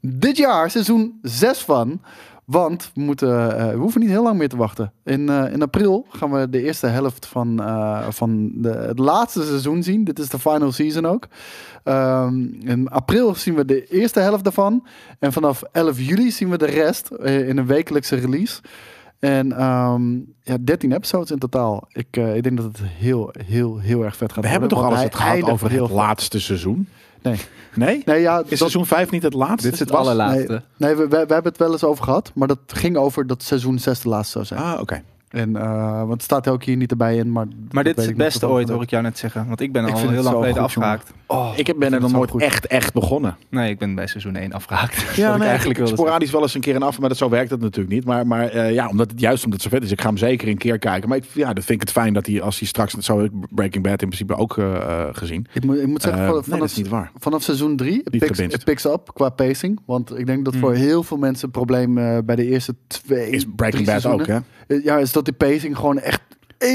Speaker 4: dit jaar seizoen 6 van. Want we, moeten, eh, we hoeven niet heel lang meer te wachten. In, eh, in april gaan we de eerste helft van, eh, van de, het laatste seizoen zien. Dit is de final season ook. Ehm, in april zien we de eerste helft daarvan. En vanaf 11 juli zien we de rest eh, in een wekelijkse release. En ehm, ja, 13 episodes in totaal. Ik, eh, ik denk dat het heel, heel, heel erg vet gaat
Speaker 2: We hebben toch
Speaker 4: worden,
Speaker 2: alles
Speaker 4: want
Speaker 2: het
Speaker 4: hij
Speaker 2: gehad
Speaker 4: eindigt
Speaker 2: over het
Speaker 4: heel
Speaker 2: laatste seizoen?
Speaker 4: Nee.
Speaker 2: Nee?
Speaker 4: Nee, ja,
Speaker 2: Is
Speaker 4: dat-
Speaker 2: seizoen 5 niet het laatste?
Speaker 3: Dit is het
Speaker 4: was-
Speaker 3: allerlaatste.
Speaker 4: Nee, nee, we, we, we hebben het wel eens over gehad. Maar dat ging over dat seizoen 6 de laatste zou zijn.
Speaker 2: Ah, oké.
Speaker 4: En, eh, want het staat ook hier niet erbij in. Maar,
Speaker 3: Maar dit is het beste ooit, hoor
Speaker 4: hoor
Speaker 3: ik jou net zeggen. Want ik ben
Speaker 4: Ik
Speaker 3: al
Speaker 4: vind
Speaker 3: heel
Speaker 4: het
Speaker 3: lang
Speaker 4: zo
Speaker 3: geleden
Speaker 4: goed, jongen.
Speaker 3: afgehaakt.
Speaker 2: ik ben er
Speaker 4: het
Speaker 2: nog
Speaker 4: zo
Speaker 2: nooit
Speaker 4: goed.
Speaker 2: echt, echt begonnen.
Speaker 3: Nee, ik ben bij seizoen 1 *laughs* afgehaakt. Wat ik
Speaker 2: Ja, nee,
Speaker 3: eigenlijk
Speaker 2: eigenlijk
Speaker 3: wilde zeggen.
Speaker 2: sporadisch wel eens een keer en af, maar dat, zo werkt het natuurlijk niet. Maar, maar eh, ja, omdat het, juist omdat het zo vet is, ik ga hem zeker een keer kijken. Maar ik, ja, dat vind ik het fijn dat hij, als hij straks, zo heb ik Breaking Bad in principe ook eh, eh, gezien.
Speaker 4: Ik moet, ik moet zeggen,
Speaker 2: Eh,
Speaker 4: van-
Speaker 2: nee,
Speaker 4: vanaf,
Speaker 2: dat is niet waar.
Speaker 4: vanaf seizoen 3
Speaker 2: Niet
Speaker 4: picks,
Speaker 2: gebinged.
Speaker 4: it picks up qua pacing. Want ik denk dat voor heel veel mensen het probleem eh, bij de eerste twee.
Speaker 2: Is Breaking
Speaker 4: drie
Speaker 2: Bad ook,
Speaker 4: seizoenen, eh, Ja, is dat die pacing gewoon echt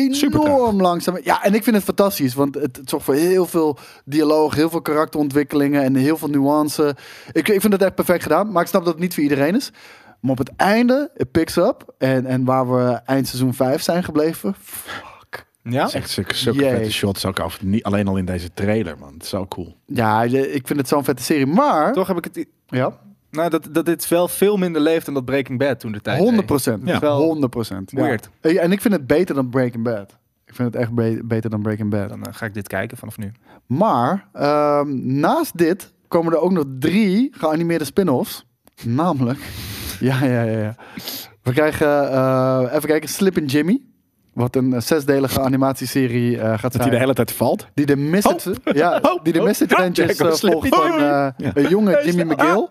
Speaker 2: Supertraag.
Speaker 4: enorm langzaam. Ja, en ik vind het fantastisch, want het, het zorgt voor heel veel dialoog, heel veel karakterontwikkelingen en heel veel nuance. Ik, ik vind het echt perfect gedaan, maar ik snap dat het niet voor iedereen is. Maar op het einde, it picks up. En, en waar we eind seizoen 5 zijn gebleven. Fuck.
Speaker 3: Ja?
Speaker 2: Echt zulke, zulke
Speaker 4: Jezus.
Speaker 2: vette shots ook af. Niet alleen al in deze trailer, man. Het is zo cool.
Speaker 4: Ja, je- ik vind het zo'n vette serie. Maar.
Speaker 3: Toch heb ik het... i-
Speaker 4: Ja.
Speaker 3: Nou, dat, dat dit wel veel minder leeft dan dat Breaking Bad toen de tijd.
Speaker 4: 100 procent.
Speaker 2: Ja.
Speaker 3: Wel
Speaker 4: 100 procent.
Speaker 3: weird.
Speaker 4: En ik vind het beter dan Breaking Bad. Ik vind het echt be- beter dan Breaking
Speaker 3: deed.
Speaker 4: Bad.
Speaker 3: Dan eh, ga ik dit kijken vanaf nu.
Speaker 4: Maar ehm, naast dit komen er ook nog drie geanimeerde spin-offs. Namelijk. *laughs* Ja, ja, ja. ja. We krijgen. eh, even kijken. Slip and Jimmy. Wat een eh, zesdelige animatieserie eh, gaat
Speaker 2: Dat
Speaker 4: zijn.
Speaker 2: hij de hele tijd valt.
Speaker 4: Die de misadventures ja,
Speaker 2: Oh.
Speaker 4: die de
Speaker 2: Oh.
Speaker 4: misadventures
Speaker 2: Jacob
Speaker 4: eh, volgt
Speaker 2: Slippy.
Speaker 4: van eh, een jonge Jimmy McGill.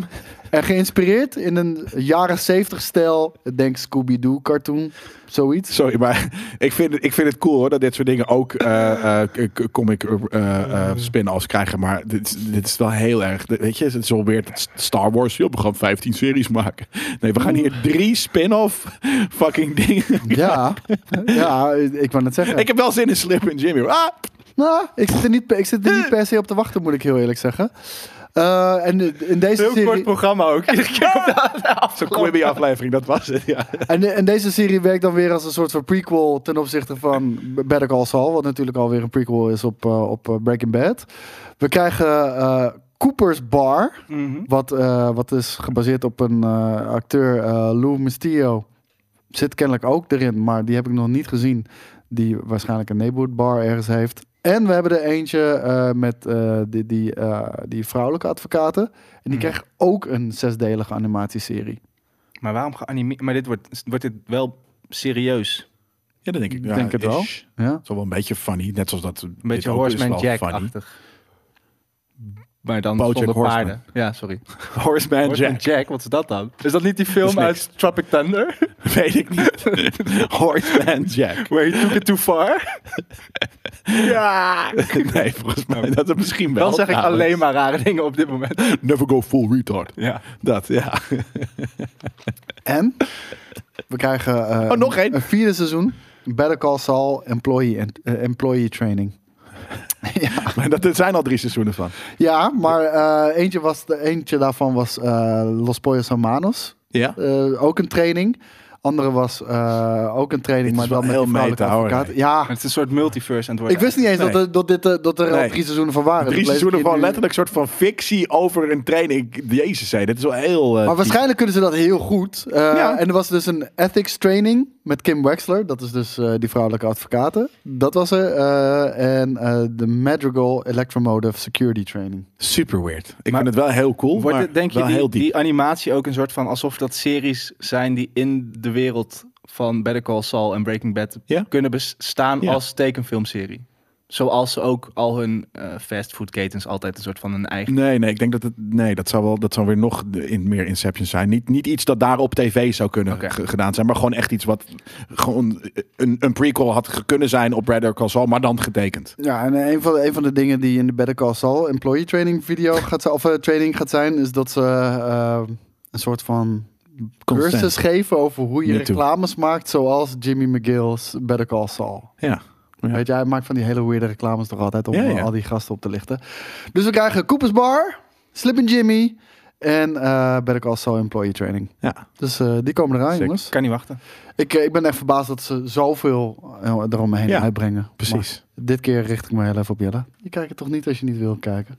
Speaker 4: En geïnspireerd in een jaren 70 stijl, denk Scooby-Doo cartoon, zoiets.
Speaker 2: Sorry, maar *laughs* ik vind, het- ik vind het cool hoor, dat dit soort dingen ook eh, eh, k- k- comic eh, eh, eh, spin-offs krijgen. Maar dit, is- dit is wel heel erg. dit- Weet je, het is wel weer dat Star Wars. Joh, we gaan 15 series maken. Nee, we gaan hier drie spin-off *laughs* fucking dingen.
Speaker 4: Ja, ja, ik wou net
Speaker 2: *laughs*
Speaker 4: zeggen.
Speaker 2: Ik heb wel zin in Slip en Jimmy. hoor. Ah,
Speaker 4: Nou, ik zit, er niet, per- ik zit er niet per se op te wachten, moet ik heel eerlijk zeggen. Eh, en in deze
Speaker 3: Heel kort
Speaker 4: serie...
Speaker 3: programma ook.
Speaker 2: zo'n Quibi aflevering, dat was het. Ja.
Speaker 4: En, en deze serie werkt dan weer als een soort van prequel ten opzichte van Better Call Saul, wat natuurlijk alweer een prequel is op, eh, op eh, Breaking Bad. We krijgen eh, Cooper's Bar, wat, eh, wat is gebaseerd op een eh, acteur, eh, Lou Mistio. Zit kennelijk ook erin, maar die heb ik nog niet gezien. Die waarschijnlijk een neighborhood bar ergens heeft. En we hebben er eentje eh, met eh, die, die, eh, die vrouwelijke advocaten. En die krijgt ook een zesdelige animatieserie.
Speaker 3: Maar waarom geanimeerd? Maar dit wordt, wordt dit wel serieus.
Speaker 2: ja, dat denk ik. Ja,
Speaker 4: Denk het wel.
Speaker 2: ish.
Speaker 4: Ja?
Speaker 2: Het is wel een beetje funny. Net zoals dat.
Speaker 3: Een beetje Horseman Jack-achtig. Maar dan
Speaker 2: Bojack
Speaker 3: zonder
Speaker 2: Horseman.
Speaker 3: paarden. Ja, sorry.
Speaker 2: Horseman
Speaker 3: *laughs* Horseman
Speaker 2: Jack.
Speaker 3: Jack. wat is dat dan? Is dat niet die film
Speaker 2: Dat is niks.
Speaker 3: uit Tropic *laughs* Thunder?
Speaker 2: Weet ik
Speaker 3: *laughs*
Speaker 2: niet. Horseman Jack.
Speaker 3: Where he took it too far? *laughs*
Speaker 2: Ja. Nee, volgens mij *laughs* dat het misschien wel.
Speaker 3: Dan zeg ik
Speaker 2: trouwens.
Speaker 3: alleen maar rare dingen op dit *laughs* moment.
Speaker 2: Never go full retard.
Speaker 3: Ja.
Speaker 2: Dat, ja. *laughs*
Speaker 4: En we krijgen eh,
Speaker 2: Oh, nog één.
Speaker 4: een vierde seizoen. Better Call Saul Employee, en- eh, employee Training.
Speaker 2: Maar dat, er zijn al drie seizoenen van.
Speaker 4: Ja, maar eh, eentje, was, de, eentje daarvan was eh, Los Pollos Hermanos.
Speaker 2: Ja.
Speaker 4: Eh, ook een training. Andere was eh, ook een training,
Speaker 2: Dit
Speaker 4: maar
Speaker 2: is wel
Speaker 4: dan met
Speaker 2: heel
Speaker 4: een vrouwelijke
Speaker 2: meta, hoor.
Speaker 4: advocaat. Ja,
Speaker 3: Maar het is een soort multiverse aan het worden.
Speaker 4: ik wist niet eens
Speaker 2: Nee.
Speaker 4: dat, er, dat, dit, eh, dat er al
Speaker 2: Nee.
Speaker 4: drie seizoenen van
Speaker 3: Ah,
Speaker 4: waren.
Speaker 2: Drie
Speaker 4: Dat lees ik
Speaker 2: seizoenen
Speaker 4: hier
Speaker 2: van
Speaker 4: nu.
Speaker 2: letterlijk een soort van fictie over een training. Jezus, zei, dit is wel heel... eh,
Speaker 4: Maar waarschijnlijk kunnen ze dat heel goed. Eh,
Speaker 2: Ja.
Speaker 4: En er was dus een ethics training met Kim Wexler. Dat is dus eh, die vrouwelijke advocaten. Dat was er. eh, en eh, de Madrigal Electromotive Security Training.
Speaker 2: Super weird. Ik
Speaker 3: Maar
Speaker 2: vind het wel heel cool,
Speaker 3: Wordt
Speaker 2: maar
Speaker 3: het, denk je,
Speaker 2: wel
Speaker 3: die,
Speaker 2: heel diep.
Speaker 3: die animatie ook een soort van alsof dat series zijn die in de wereld van Better Call Saul en Breaking Bad
Speaker 2: Ja.
Speaker 3: kunnen bestaan
Speaker 2: Ja.
Speaker 3: als tekenfilmserie? Zoals ze ook al hun eh, fastfoodketens altijd een soort van een eigen...
Speaker 2: Nee, nee, ik denk dat het. Nee, dat zou wel. Dat zou weer nog de- in, meer Inception zijn. Niet, niet iets dat daar op tv zou kunnen
Speaker 3: Oké.
Speaker 2: ge- gedaan zijn, maar gewoon echt iets wat. Gewoon een, een prequel had ge- kunnen zijn op Better Call Saul, maar dan getekend.
Speaker 4: Ja, en eh, een van, een van de dingen die in de Better Call Saul employee training video gaat zijn, of eh, training gaat zijn, is dat ze eh, een soort van
Speaker 2: Consent.
Speaker 4: cursus geven over hoe je
Speaker 2: Me too.
Speaker 4: reclames maakt, zoals Jimmy McGill's Better Call Saul.
Speaker 2: Ja. Ja.
Speaker 4: Weet je, hij maakt van die hele weirde reclames toch altijd om
Speaker 2: Ja, ja.
Speaker 4: al die gasten op te lichten. Dus we krijgen Coopers Bar, Slip and Jimmy en eh Better Call Saul employee training.
Speaker 2: ja.
Speaker 4: Dus eh, die komen eraan,
Speaker 2: Sick.
Speaker 4: jongens.
Speaker 3: Kan niet wachten.
Speaker 4: Ik, eh, ik ben echt verbaasd dat ze zoveel eh, eromheen
Speaker 2: Ja,
Speaker 4: uitbrengen.
Speaker 2: Precies.
Speaker 4: Maar dit keer richt ik me heel even op Jelle. Je kijkt het toch niet als je niet wil kijken?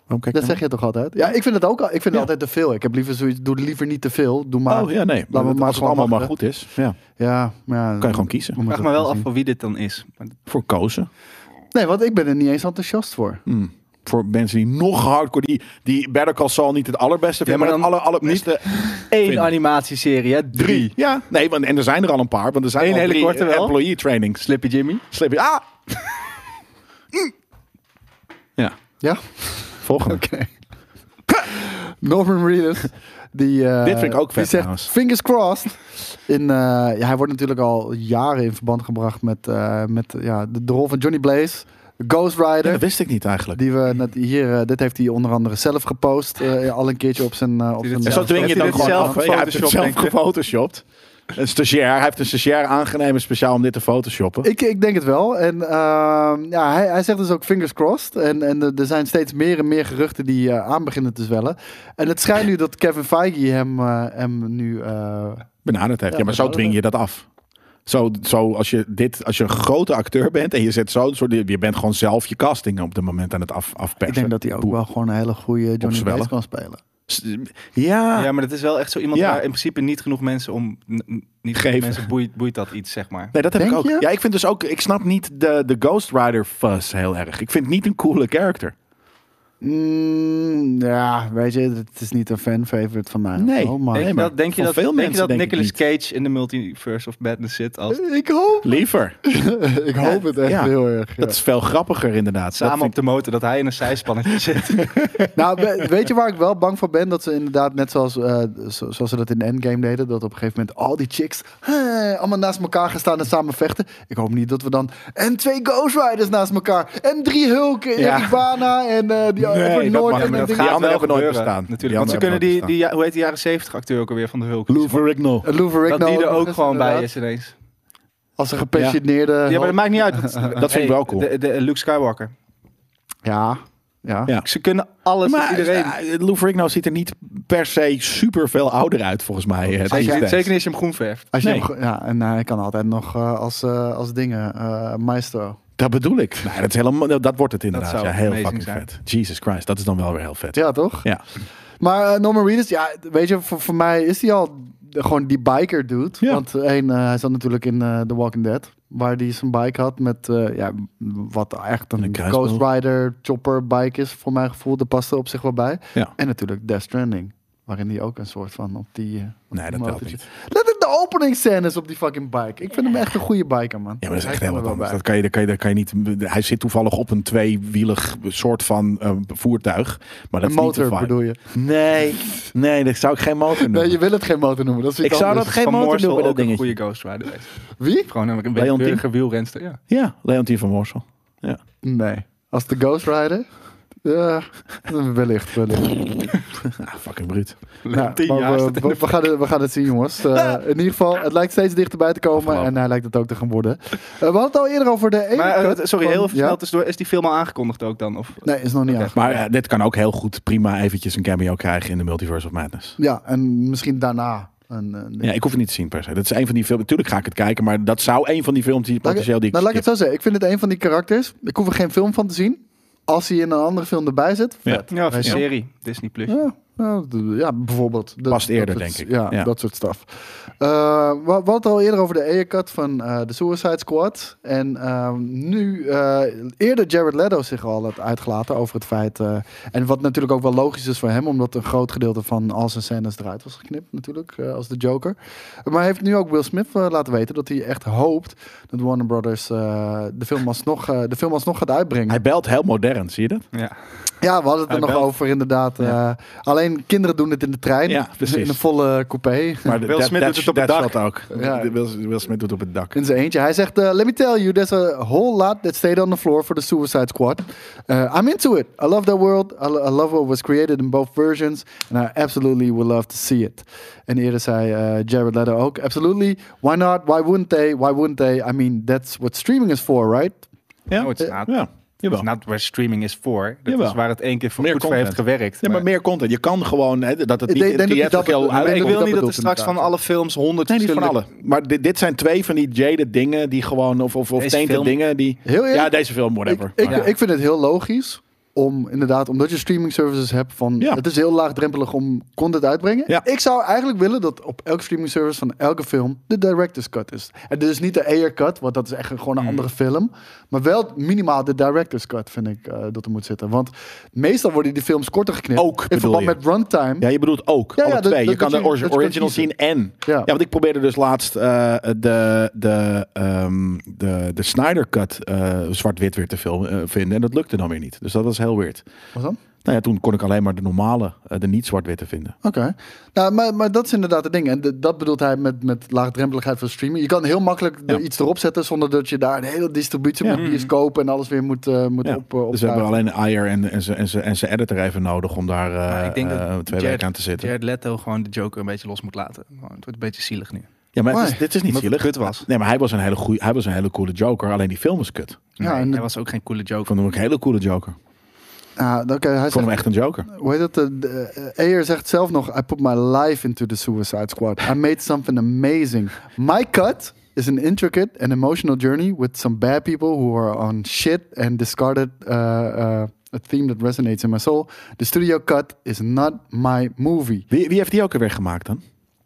Speaker 2: Waarom kijk
Speaker 4: Dat
Speaker 2: je
Speaker 4: zeg je toch altijd? Ja, ik vind het ook al. Ik vind het
Speaker 2: Ja.
Speaker 4: altijd te veel. Ik heb liever zoiets, doe liever niet te veel. Doe
Speaker 2: nou?
Speaker 4: maar.
Speaker 2: Oh ja, nee.
Speaker 4: maar
Speaker 2: Maar als het
Speaker 4: gewoon
Speaker 2: allemaal maar
Speaker 4: wachten.
Speaker 2: goed is, ja,
Speaker 4: ja, maar ja,
Speaker 2: kan je gewoon kiezen.
Speaker 4: we moeten
Speaker 3: Vraag
Speaker 4: het
Speaker 3: me wel
Speaker 4: gaan
Speaker 3: af
Speaker 4: zien.
Speaker 3: voor wie dit dan is. Maar
Speaker 2: Voor kozen.
Speaker 4: Nee, want ik ben er niet eens enthousiast voor.
Speaker 2: Hm. Voor mensen die nog hardcore, die, die Better Call Saul niet het allerbeste vinden,
Speaker 3: maar
Speaker 2: maar,
Speaker 3: dan
Speaker 2: het aller, allerbeste
Speaker 3: Eén
Speaker 2: Vinden.
Speaker 3: animatieserie, hè? Drie.
Speaker 2: drie. Ja, nee, want, en er zijn er al een paar, want er zijn
Speaker 3: Eén
Speaker 2: al
Speaker 3: hele
Speaker 2: drie eh,
Speaker 3: korte wel.
Speaker 2: employee trainings.
Speaker 3: Slippy Jimmy.
Speaker 2: Slip je. Ah! *laughs* ja,
Speaker 4: Ja?
Speaker 2: volgende.
Speaker 4: Oké. Norman Reedus. Die, eh,
Speaker 2: Dit vind ik ook vet
Speaker 4: die zegt,
Speaker 2: trouwens.
Speaker 4: fingers crossed. In, eh, ja, hij wordt natuurlijk al jaren in verband gebracht met, eh, met ja, de, de rol van Johnny Blaze. Ghost
Speaker 2: Ja,
Speaker 4: Rider.
Speaker 2: dat wist ik niet eigenlijk.
Speaker 4: die we net hier, eh, dit heeft hij onder andere zelf gepost. eh, al een keertje op zijn. eh, op
Speaker 3: Is
Speaker 4: zijn
Speaker 3: het
Speaker 2: en zo
Speaker 3: zelf-
Speaker 2: dwing je
Speaker 3: heeft
Speaker 2: het ook
Speaker 3: hij dit
Speaker 2: gewoon
Speaker 3: zelf
Speaker 2: af. hè? Ja, hij heeft het zelf
Speaker 3: gefotoshopt, denk
Speaker 2: gefotoshopt. Een stagiair. Hij heeft een stagiair aangenomen speciaal om dit te photoshoppen.
Speaker 4: Ik, ik denk het wel. En ehm, ja, hij, hij zegt dus ook fingers crossed. En, en er- er zijn steeds meer en meer geruchten die eh, aan beginnen te zwellen. En het schijnt nu dat Kevin Feige hem, eh, hem nu. eh,
Speaker 2: Benaderd heeft.
Speaker 4: Ja,
Speaker 2: Ja, maar zo
Speaker 4: benaderd.
Speaker 2: dwing je dat af. Zo, zo als, je dit, als je een grote acteur bent en je zet zo'n soort... Je bent gewoon zelf je casting op dit moment aan het af, afpersen.
Speaker 4: ik denk dat hij ook
Speaker 2: Boe.
Speaker 4: wel gewoon een hele goede Johnny
Speaker 2: Opzwellen.
Speaker 4: Blaze kan spelen.
Speaker 2: Ja,
Speaker 3: Ja, maar dat is wel echt zo iemand
Speaker 2: Ah. Ja.
Speaker 3: waar in principe niet genoeg mensen om... n- n- Niet
Speaker 2: Geven.
Speaker 3: genoeg mensen boeit, boeit dat iets, zeg maar.
Speaker 2: Nee, dat heb
Speaker 4: Denk
Speaker 2: ik ook.
Speaker 4: je?
Speaker 2: Ja, ik vind dus ook... Ik snap niet de, de Ghost Rider fuss heel erg. Ik vind het niet een coole character.
Speaker 4: Mm, ja, weet je, het is niet een fan favorite van mij. of
Speaker 2: Nee,
Speaker 4: zo, maar
Speaker 2: nee,
Speaker 3: Denk je
Speaker 2: maar
Speaker 3: dat, denk
Speaker 2: voor
Speaker 3: je dat,
Speaker 2: veel
Speaker 3: denk je
Speaker 2: mensen
Speaker 3: dat
Speaker 2: denk ik
Speaker 3: Nicolas
Speaker 2: niet.
Speaker 3: Cage in de Multiverse of Madness zit als...
Speaker 4: Ik
Speaker 2: *laughs*
Speaker 4: hoop,
Speaker 2: Liever.
Speaker 4: *laughs* ik hoop het echt
Speaker 2: Ja.
Speaker 4: heel erg. ja.
Speaker 2: Dat is veel grappiger inderdaad.
Speaker 3: Samen
Speaker 2: Dat
Speaker 3: op de motor, dat hij in een zijspannetje zit.
Speaker 4: Nou, we- weet je waar ik wel bang voor ben? Dat ze inderdaad, net zoals, eh, zo- zoals ze dat in Endgame deden, dat op een gegeven moment al die chicks hè, allemaal naast elkaar gaan staan en samen vechten. Ik hoop niet dat we dan. En twee Ghost Riders naast elkaar. En drie Hulken. En
Speaker 2: Ja.
Speaker 4: Ivana en eh, die
Speaker 2: Nee,
Speaker 4: Edward
Speaker 2: dat
Speaker 4: Norton
Speaker 2: mag-
Speaker 4: en
Speaker 2: ja, maar dat
Speaker 4: dingen.
Speaker 2: gaat- anderen
Speaker 3: wel
Speaker 2: hebben nooit
Speaker 3: gebeuren,
Speaker 2: bestaan. Die
Speaker 3: Natuurlijk, want ze
Speaker 2: anderen
Speaker 3: kunnen
Speaker 2: hebben
Speaker 3: die,
Speaker 2: nooit
Speaker 3: die, ja, hoe heet die jaren zeventig acteur ook alweer van de Hulk?
Speaker 2: Lou Ferrigno.
Speaker 4: En Lou Ferrigno
Speaker 3: Dat die er
Speaker 4: nog
Speaker 3: ook
Speaker 4: eens,
Speaker 3: gewoon bij
Speaker 4: inderdaad.
Speaker 3: is ineens.
Speaker 4: Als een gepensioneerde.
Speaker 3: Ja, maar dat
Speaker 4: Hulk.
Speaker 3: maakt *laughs* niet uit. Dat,
Speaker 2: vind ik wel cool.
Speaker 3: De, de Luke Skywalker.
Speaker 4: Ja, ja.
Speaker 2: Ja.
Speaker 3: Ze kunnen alles
Speaker 2: Maar
Speaker 3: met iedereen.
Speaker 2: eh, Lou Ferrigno ziet er niet per se super veel ouder uit volgens mij. eh,
Speaker 3: Zeker,
Speaker 2: these
Speaker 3: niet-
Speaker 2: days.
Speaker 3: zeker niet als je hem groen verft.
Speaker 4: Als je
Speaker 2: Nee.
Speaker 4: hem ge- ja, en hij kan altijd nog eh, als, eh, als dingen, eh, maestro.
Speaker 2: Dat bedoel ik. Nou, dat, is helemaal, dat wordt het inderdaad.
Speaker 3: zou
Speaker 2: ja, heel
Speaker 3: amazing
Speaker 2: fucking
Speaker 3: zijn.
Speaker 2: vet. Jesus Christ, dat is dan wel weer heel vet.
Speaker 4: Ja, toch?
Speaker 2: Ja.
Speaker 4: Maar eh, Norman Reedus, ja, weet je, voor, voor mij is hij al de- gewoon die biker dude.
Speaker 2: Ja.
Speaker 4: Want één, eh, hij zat natuurlijk in eh, The Walking Dead, waar hij zijn bike had met, eh, ja, wat echt
Speaker 2: Een
Speaker 4: een
Speaker 2: kruisboog.
Speaker 4: Ghost Rider chopper bike is, voor mijn gevoel. Daar past er op zich wel bij.
Speaker 2: Ja.
Speaker 4: En natuurlijk Death Stranding, waarin hij ook een soort van op die... eh, op
Speaker 2: Nee, dat
Speaker 4: die
Speaker 2: telt
Speaker 4: motortje-
Speaker 2: niet.
Speaker 4: Let het de openingsscènes op die fucking bike. Ik vind hem echt een goede biker, man.
Speaker 2: Ja, maar dat is
Speaker 4: Hij
Speaker 2: echt
Speaker 4: kan
Speaker 2: heel wat
Speaker 4: er wel
Speaker 2: anders.
Speaker 4: bij.
Speaker 2: Dat kan je, dat kan je, dat kan je niet, hij zit toevallig op een tweewielig soort van eh, voertuig. Maar dat
Speaker 4: Een
Speaker 2: is niet de
Speaker 4: motor
Speaker 2: vibe.
Speaker 4: bedoel je?
Speaker 2: Nee, nee, dat zou ik geen motor noemen.
Speaker 4: Nee, je wil het geen motor noemen. Dat is
Speaker 2: ik
Speaker 4: iets
Speaker 2: zou dat
Speaker 4: anders.
Speaker 2: geen
Speaker 3: Van
Speaker 2: motor
Speaker 3: Moorsel
Speaker 2: noemen, dat
Speaker 3: ook een
Speaker 2: dingetje.
Speaker 3: goede Ghost Rider. is.
Speaker 4: Wie?
Speaker 3: Gewoon een
Speaker 2: Leontien?
Speaker 3: willekeurige wielrenster. Ja.
Speaker 2: Ja, Leontien van Moorsel. Ja.
Speaker 4: Nee. Als de Ghost Rider? Ja, wellicht. wellicht.
Speaker 2: Ah, fucking bruut.
Speaker 3: Leontien,
Speaker 4: Nou,
Speaker 3: ja, is
Speaker 4: maar
Speaker 3: dat
Speaker 4: we,
Speaker 3: in de-
Speaker 4: we, we gaan het, we gaan het zien, jongens. Eh, in ieder geval, het lijkt steeds dichterbij te komen
Speaker 2: Afgelopen.
Speaker 4: en hij lijkt het ook te gaan worden. Eh, we hadden het al eerder over de ene
Speaker 3: Maar eh,
Speaker 4: cut
Speaker 3: sorry,
Speaker 4: van-
Speaker 3: heel even
Speaker 4: ja?
Speaker 3: snel tussendoor. Is die film al aangekondigd ook dan? Of?
Speaker 4: Nee, is nog niet
Speaker 3: Oké.
Speaker 4: af.
Speaker 2: Maar eh, dit kan ook heel goed prima eventjes een cameo krijgen in de Multiverse of Madness.
Speaker 4: Ja, en misschien daarna. Een, eh, ding.
Speaker 2: Ja, ik hoef het niet te zien per se. Dat is een van die films. Natuurlijk ga ik het kijken, maar dat zou een van die films die potentieel die ik
Speaker 4: nou, laat ik het
Speaker 2: skip.
Speaker 4: zo zeggen. Ik vind het een van die karakters. Ik hoef er geen film van te zien. Als hij in een andere film erbij zit,
Speaker 2: Ja.
Speaker 4: vet.
Speaker 3: Ja, of een
Speaker 4: Weet je wel.
Speaker 3: serie. Disney Plus.
Speaker 4: Ja, ja, d- ja, bijvoorbeeld. Dat-
Speaker 2: Past eerder,
Speaker 4: dat soort-
Speaker 2: denk ik.
Speaker 4: Ja,
Speaker 2: Ja.
Speaker 4: dat soort staf. Eh, we we hadden het al eerder over de Earcut van eh de Suicide Squad. En ehm, nu, eh, eerder Jared Leto zich al had uitgelaten over het feit... eh, en wat natuurlijk ook wel logisch is voor hem... omdat een groot gedeelte van al zijn scènes eruit was geknipt natuurlijk, eh, als de Joker. Maar hij heeft nu ook Will Smith eh, laten weten dat hij echt hoopt... dat Warner Brothers eh, de, film alsnog, eh, de film alsnog gaat uitbrengen.
Speaker 2: Hij belt heel modern, zie je dat?
Speaker 3: Ja.
Speaker 4: Ja, we hadden het er
Speaker 3: Hij
Speaker 4: nog
Speaker 3: belt.
Speaker 4: over inderdaad. Eh, alleen kinderen doen het in de trein.
Speaker 2: Ja, precies.
Speaker 4: In een volle coupé.
Speaker 2: Maar
Speaker 3: Will Smith doet het op het
Speaker 2: Dat ook.
Speaker 4: Ja.
Speaker 2: Will, Will Smith doet het op het dak.
Speaker 4: In zijn eentje. Hij zegt, eh, let me tell you, there's a whole lot that stayed on the floor for the Suicide Squad. Eh, I'm into it. I love that world. I, lo- I love what was created in both versions. And I absolutely would love to see it. En eerder zei eh, Jared Leto ook, absolutely. Why not? Why wouldn't they? Why wouldn't they? I mean, that's what streaming is for, right?
Speaker 2: Ja,
Speaker 3: Nou, het is naad.
Speaker 2: ja. Jawel.
Speaker 3: Dat is Dus not waar streaming is voor. Dat
Speaker 2: Jawel.
Speaker 3: is waar het één keer voor
Speaker 2: Meer
Speaker 3: goed
Speaker 2: content.
Speaker 3: voor heeft gewerkt.
Speaker 2: Ja, maar meer content. Je kan gewoon hè, dat het
Speaker 4: Ik
Speaker 2: niet
Speaker 4: denk- denk dat hij dat
Speaker 2: theatrical
Speaker 4: bedoelt.
Speaker 2: uitkomt.
Speaker 3: ik
Speaker 4: Ik dat
Speaker 3: wil niet dat
Speaker 4: bedoelt
Speaker 3: er straks
Speaker 4: inderdaad.
Speaker 3: van alle films honderd
Speaker 2: Nee, niet van
Speaker 3: verschillende-
Speaker 2: alle. Maar dit, dit zijn twee van die jaded dingen die gewoon, of, of, of
Speaker 3: Deze
Speaker 2: tainted
Speaker 3: film-
Speaker 2: dingen die...
Speaker 4: Heel eerlijk.
Speaker 2: ja, deze film,
Speaker 4: Ik,
Speaker 2: whatever.
Speaker 4: ik,
Speaker 2: Maar-
Speaker 4: ik vind het heel logisch om inderdaad, omdat je streaming services hebt van
Speaker 2: Ja.
Speaker 4: het is heel laagdrempelig om content uit te brengen.
Speaker 2: Ja.
Speaker 4: Ik zou eigenlijk willen dat op elke streaming service van elke film de director's cut is. En dus niet de air cut, want dat is echt een- gewoon een
Speaker 2: Hmm.
Speaker 4: andere film. Maar wel minimaal de director's cut vind ik eh, dat er moet zitten. Want meestal worden die films korter geknipt.
Speaker 2: Ook,
Speaker 4: in
Speaker 2: bedoel
Speaker 4: verband
Speaker 2: je?
Speaker 4: met runtime.
Speaker 2: Ja, je bedoelt ook.
Speaker 4: Ja,
Speaker 2: alle
Speaker 4: ja, dat-
Speaker 2: twee. je
Speaker 4: dat-
Speaker 2: kan
Speaker 4: dat
Speaker 2: de
Speaker 4: je-
Speaker 2: origi-
Speaker 4: dat je kan
Speaker 2: original
Speaker 4: kiezen.
Speaker 2: zien en.
Speaker 4: Ja.
Speaker 2: Ja. want ik probeerde dus laatst eh, de, de, ehm, de, de Snyder Cut eh, zwart-wit weer te film, eh, vinden. En dat lukte dan weer niet. Dus dat was heel weird.
Speaker 4: Wat dan?
Speaker 2: Nou ja, toen kon ik alleen maar de normale, eh, de niet zwart-witte vinden.
Speaker 4: Oké. Nou, maar, maar dat is inderdaad het ding. En de- dat bedoelt hij met, met laagdrempeligheid van streaming. Je kan heel makkelijk er
Speaker 2: Ja.
Speaker 4: iets erop zetten zonder dat je daar een hele distributie
Speaker 2: Ja. Mm.
Speaker 4: met bioscoop en alles weer moet, eh moet
Speaker 2: Ja.
Speaker 4: op, eh,
Speaker 2: dus we hebben
Speaker 4: optuigen.
Speaker 2: alleen Ayer en, en, ze- en, ze- en zijn editor even nodig om daar eh,
Speaker 3: Maar ik denk dat
Speaker 2: eh, twee
Speaker 3: Jared-
Speaker 2: weken aan te zitten.
Speaker 3: Jared Leto gewoon de Joker een beetje los moet laten. Gewoon, Het wordt een beetje zielig nu.
Speaker 2: ja, maar het
Speaker 4: Why?
Speaker 2: is, dit is niet
Speaker 3: Omdat
Speaker 2: zielig.
Speaker 3: het kut was.
Speaker 2: Nee, maar hij was een hele goeie, hij was een hele coole Joker. Alleen die film was kut.
Speaker 4: Ja,
Speaker 3: Nee,
Speaker 4: en-
Speaker 3: hij was ook geen coole
Speaker 2: Ik
Speaker 3: Joker.
Speaker 2: vond hem ook een hele coole Joker.
Speaker 4: Ah, Oké, hij
Speaker 2: Ik vond
Speaker 4: zegt,
Speaker 2: hem echt een Joker.
Speaker 4: hoe heet dat? De- de- eh, Ayer zegt zelf nog, I put my life into the Suicide Squad. I made something amazing. My cut is an intricate and emotional journey with some bad people who are on shit and discarded uh, uh, a theme that resonates in my soul. The studio cut is not my movie.
Speaker 2: Wie, wie heeft die ook alweer gemaakt dan?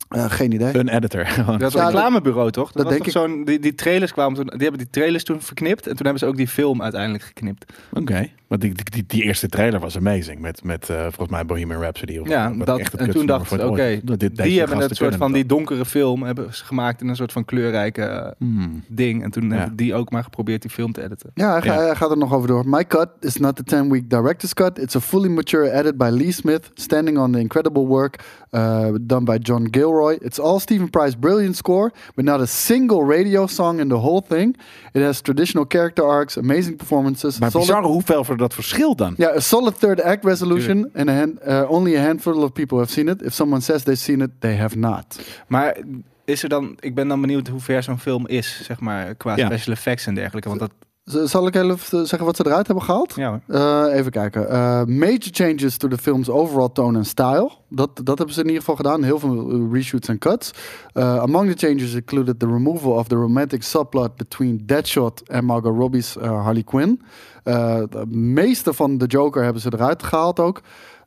Speaker 4: Eh, geen idee.
Speaker 2: Een editor. *laughs* gewoon.
Speaker 3: Dat is
Speaker 4: Ja,
Speaker 3: een
Speaker 4: dat-
Speaker 3: reclamebureau, toch?
Speaker 4: dat
Speaker 3: Dat, was
Speaker 4: denk
Speaker 3: toch zo'n, die, die trailers kwamen toen, die hebben die trailers toen verknipt en toen hebben ze ook die film uiteindelijk geknipt.
Speaker 2: Oké. Want die, die, die, die eerste trailer was amazing. Met, met eh, volgens mij Bohemian Rhapsody. Of,
Speaker 3: Ja,
Speaker 2: wat
Speaker 3: dat,
Speaker 2: echt het
Speaker 3: en toen
Speaker 2: kutste nummer
Speaker 3: dacht
Speaker 2: voor
Speaker 3: ik,
Speaker 2: het
Speaker 3: oké,
Speaker 2: ooit. Dat dit- deze
Speaker 3: die hebben
Speaker 2: gasten
Speaker 3: een soort
Speaker 2: kunnen
Speaker 3: van die
Speaker 2: het
Speaker 3: donkere film hebben ze gemaakt in een soort van kleurrijke eh,
Speaker 2: wel. Hmm.
Speaker 3: ding. En toen
Speaker 2: Ja.
Speaker 3: heb ik die ook maar geprobeerd die film te editen.
Speaker 4: Ja, hij, ga-
Speaker 2: Ja.
Speaker 4: hij gaat er nog over door. My cut is not the 10-week director's cut. It's a fully mature edit by Lee Smith, standing on the incredible work uh, done by John Gilroy. It's all Stephen Price's brilliant score, but not a single radio song in the whole thing. It has traditional character arcs, amazing performances,
Speaker 2: Maar
Speaker 4: solid-
Speaker 2: bizar hoeveel voor dat verschil dan?
Speaker 4: Yeah, a solid third act resolution, and a hand, uh, only a handful of people have seen it. If someone says they've seen it, they have not.
Speaker 3: Maar is er dan, ik ben dan benieuwd hoe ver zo'n film is, zeg maar, qua
Speaker 2: Ja.
Speaker 3: special effects en dergelijke. Want dat,
Speaker 4: Z- zal ik heel even eh, zeggen wat ze eruit hebben gehaald?
Speaker 3: ja hoor.
Speaker 4: Eh, even kijken. Eh, major changes to the film's overall tone and style. Dat, dat hebben ze in ieder geval gedaan. Heel veel eh, reshoots en cuts. Eh, among the changes included the removal of the romantic subplot between Deadshot en Margot Robbie's eh, Harley Quinn. Eh, de meeste van de Joker hebben ze eruit gehaald ook.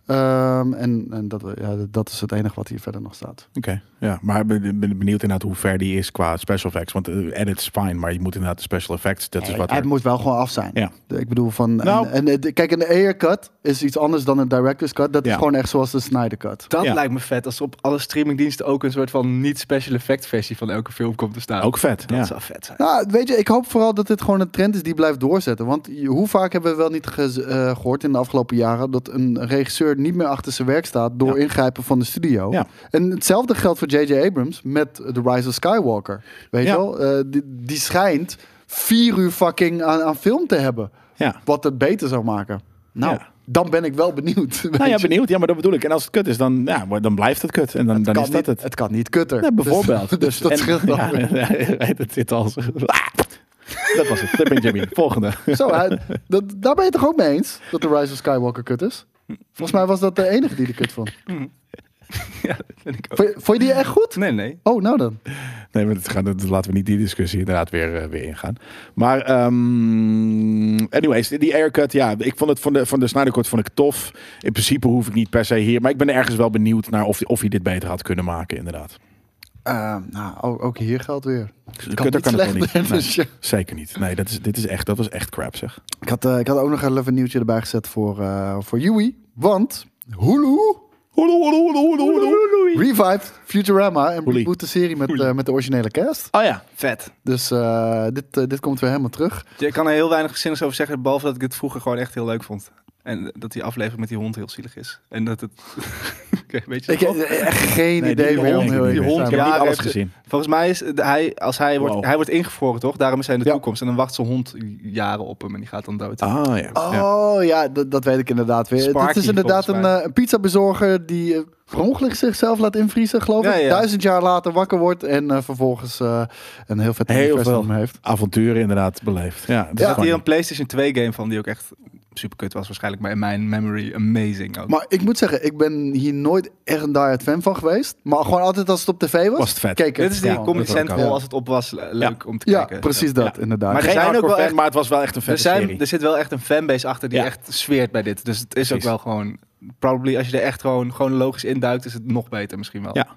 Speaker 4: Ehm, en en dat, ja, dat is het enige wat hier verder nog staat.
Speaker 2: Oké, ja. Maar ik ben ben benieuwd inderdaad hoe ver die is qua special effects. Want eh, edits fine, maar je moet inderdaad de special effects, dat is wat
Speaker 4: hij
Speaker 2: er-
Speaker 4: moet wel gewoon af zijn.
Speaker 2: Ja.
Speaker 4: Ik bedoel van...
Speaker 2: Nou.
Speaker 4: En, en, het- kijk, een air cut is iets anders dan een director's cut. Dat is
Speaker 2: Ja.
Speaker 4: gewoon echt zoals de Snyder cut.
Speaker 3: Dat
Speaker 2: Ja.
Speaker 3: lijkt me vet als er op alle streamingdiensten ook een soort van niet-special effect versie van elke film komt te staan.
Speaker 2: Ook vet,
Speaker 3: Dat
Speaker 2: ja.
Speaker 3: zou vet zijn.
Speaker 4: Nou, weet je, ik hoop vooral dat dit gewoon een trend is die blijft doorzetten. Want je- hoe vaak hebben we wel niet gez- eh, gehoord in de afgelopen jaren dat een regisseur niet meer achter zijn werk staat door
Speaker 2: Ja.
Speaker 4: ingrijpen van de studio.
Speaker 2: Ja.
Speaker 4: En hetzelfde geldt voor J.J. Abrams met The Rise of Skywalker. Weet
Speaker 2: Ja.
Speaker 4: je wel? Eh, die, die schijnt vier uur fucking aan, aan film te hebben. *laughs*
Speaker 2: Ja.
Speaker 4: Wat het beter zou maken. Nou,
Speaker 2: Ja.
Speaker 4: dan ben ik wel benieuwd. weet
Speaker 2: Nou ja,
Speaker 4: je.
Speaker 2: benieuwd. Ja, maar dat bedoel ik. En als het kut is, dan, ja, maar dan blijft het kut. En dan, dan
Speaker 4: kan
Speaker 2: is dat
Speaker 4: niet,
Speaker 2: het.
Speaker 4: kan niet kutter.
Speaker 2: Ja, bijvoorbeeld.
Speaker 4: *laughs* Dus, dus dat
Speaker 2: en-
Speaker 4: scheelt al.
Speaker 2: *laughs* ja, ja, dat zit al. zo- *laughs* Ah! Dat was het. Dat ben Jimmy. Volgende.
Speaker 4: *laughs* Zo, hij- dat, daar ben je toch ook mee eens? Dat de Rise of Skywalker kut is? Volgens mij was dat de enige die de kut vond.
Speaker 3: *laughs* ja, dat vind ik ook.
Speaker 4: Vond je, vond je die echt goed?
Speaker 3: Nee, nee.
Speaker 4: Oh, nou dan.
Speaker 2: Nee, maar dat gaan, dat, laten we niet die discussie inderdaad weer, eh, weer ingaan. Maar ehm, anyways, die aircut, ja, ik vond het van de, van de Snyder Cut vond ik tof. In principe hoef ik niet per se hier, maar ik ben ergens wel benieuwd naar of, of hij dit beter had kunnen maken, inderdaad.
Speaker 4: Eh, nou, ook, ook hier geldt weer. Het
Speaker 2: Kutter kan het wel
Speaker 4: slechter,
Speaker 2: niet. Nee.
Speaker 4: *laughs* dus ja.
Speaker 2: Zeker niet. Nee, dat, is, dit is echt, dat was echt crap, zeg.
Speaker 4: ik, had, eh, ik had ook nog even een nieuwtje erbij gezet voor, eh voor Yui. Want Hulu revived Futurama en
Speaker 2: Hulu.
Speaker 4: reboot de serie met, eh, met de originele cast.
Speaker 2: Oh ja.
Speaker 3: Vet.
Speaker 4: Dus eh, dit, eh, dit komt weer helemaal terug.
Speaker 3: Ik kan er heel weinig gezinnigs over zeggen, behalve dat ik het vroeger gewoon echt heel leuk vond. En dat die aflevering met die hond heel zielig is. En dat het... *laughs* Oké, weet je
Speaker 4: Ik
Speaker 3: dat
Speaker 2: eh,
Speaker 4: heb
Speaker 3: nog?
Speaker 4: echt geen
Speaker 2: Nee, die
Speaker 4: idee meer.
Speaker 2: hond,
Speaker 4: om heel
Speaker 2: die
Speaker 4: eerlijk te
Speaker 3: hond,
Speaker 4: zijn.
Speaker 2: Ik heb
Speaker 3: Ja,
Speaker 2: niet alles
Speaker 3: heeft-
Speaker 2: gezien.
Speaker 3: Volgens mij is de- hij, als hij wordt,
Speaker 2: Wow.
Speaker 3: hij wordt ingevroren, toch? Daarom is hij in de
Speaker 4: Ja.
Speaker 3: toekomst. En dan wacht zijn hond jaren op hem en die gaat dan dood.
Speaker 2: Ah ja. ja.
Speaker 4: Oh ja, dat, dat weet ik inderdaad weer. het
Speaker 3: Sparky,
Speaker 4: is inderdaad een,
Speaker 3: volgens mij.
Speaker 4: eh, een pizzabezorger die eh, per ongeluk zichzelf laat invriezen, geloof
Speaker 3: Ja,
Speaker 4: ik.
Speaker 3: ja.
Speaker 4: Duizend jaar later wakker wordt en eh, vervolgens eh, een heel vet
Speaker 2: Heel
Speaker 4: universum
Speaker 2: veel.
Speaker 4: heeft.
Speaker 2: Avonturen inderdaad beleefd. Ja, dat
Speaker 3: Er
Speaker 2: is
Speaker 3: zat
Speaker 2: gewoon-
Speaker 3: hier een PlayStation 2 game van die ook echt super kut was waarschijnlijk. Maar in mijn memory amazing ook.
Speaker 4: Maar ik moet zeggen, ik ben hier nooit echt een diehard fan van geweest. Maar gewoon altijd als het op tv was,
Speaker 2: Was het vet.
Speaker 4: keek ik
Speaker 3: Dit is die
Speaker 4: gewoon.
Speaker 3: Comedy
Speaker 2: dat ook
Speaker 3: Central
Speaker 4: wel.
Speaker 3: als het op was le- leuk om te
Speaker 4: Ja,
Speaker 3: kijken.
Speaker 4: precies dat,
Speaker 2: Ja.
Speaker 4: inderdaad.
Speaker 3: Maar
Speaker 2: Geen
Speaker 3: er zijn ook
Speaker 2: hardcore
Speaker 3: wel
Speaker 2: fan,
Speaker 3: echt-
Speaker 2: maar het was wel echt een
Speaker 3: Er,
Speaker 2: vette
Speaker 3: zijn,
Speaker 2: serie.
Speaker 3: er zit wel echt een fanbase achter die
Speaker 2: Ja.
Speaker 3: echt zweert bij dit. Dus het is
Speaker 2: Precies.
Speaker 3: ook wel gewoon... Probably als je er echt gewoon chronologisch induikt, is het nog beter misschien wel.
Speaker 2: Ja.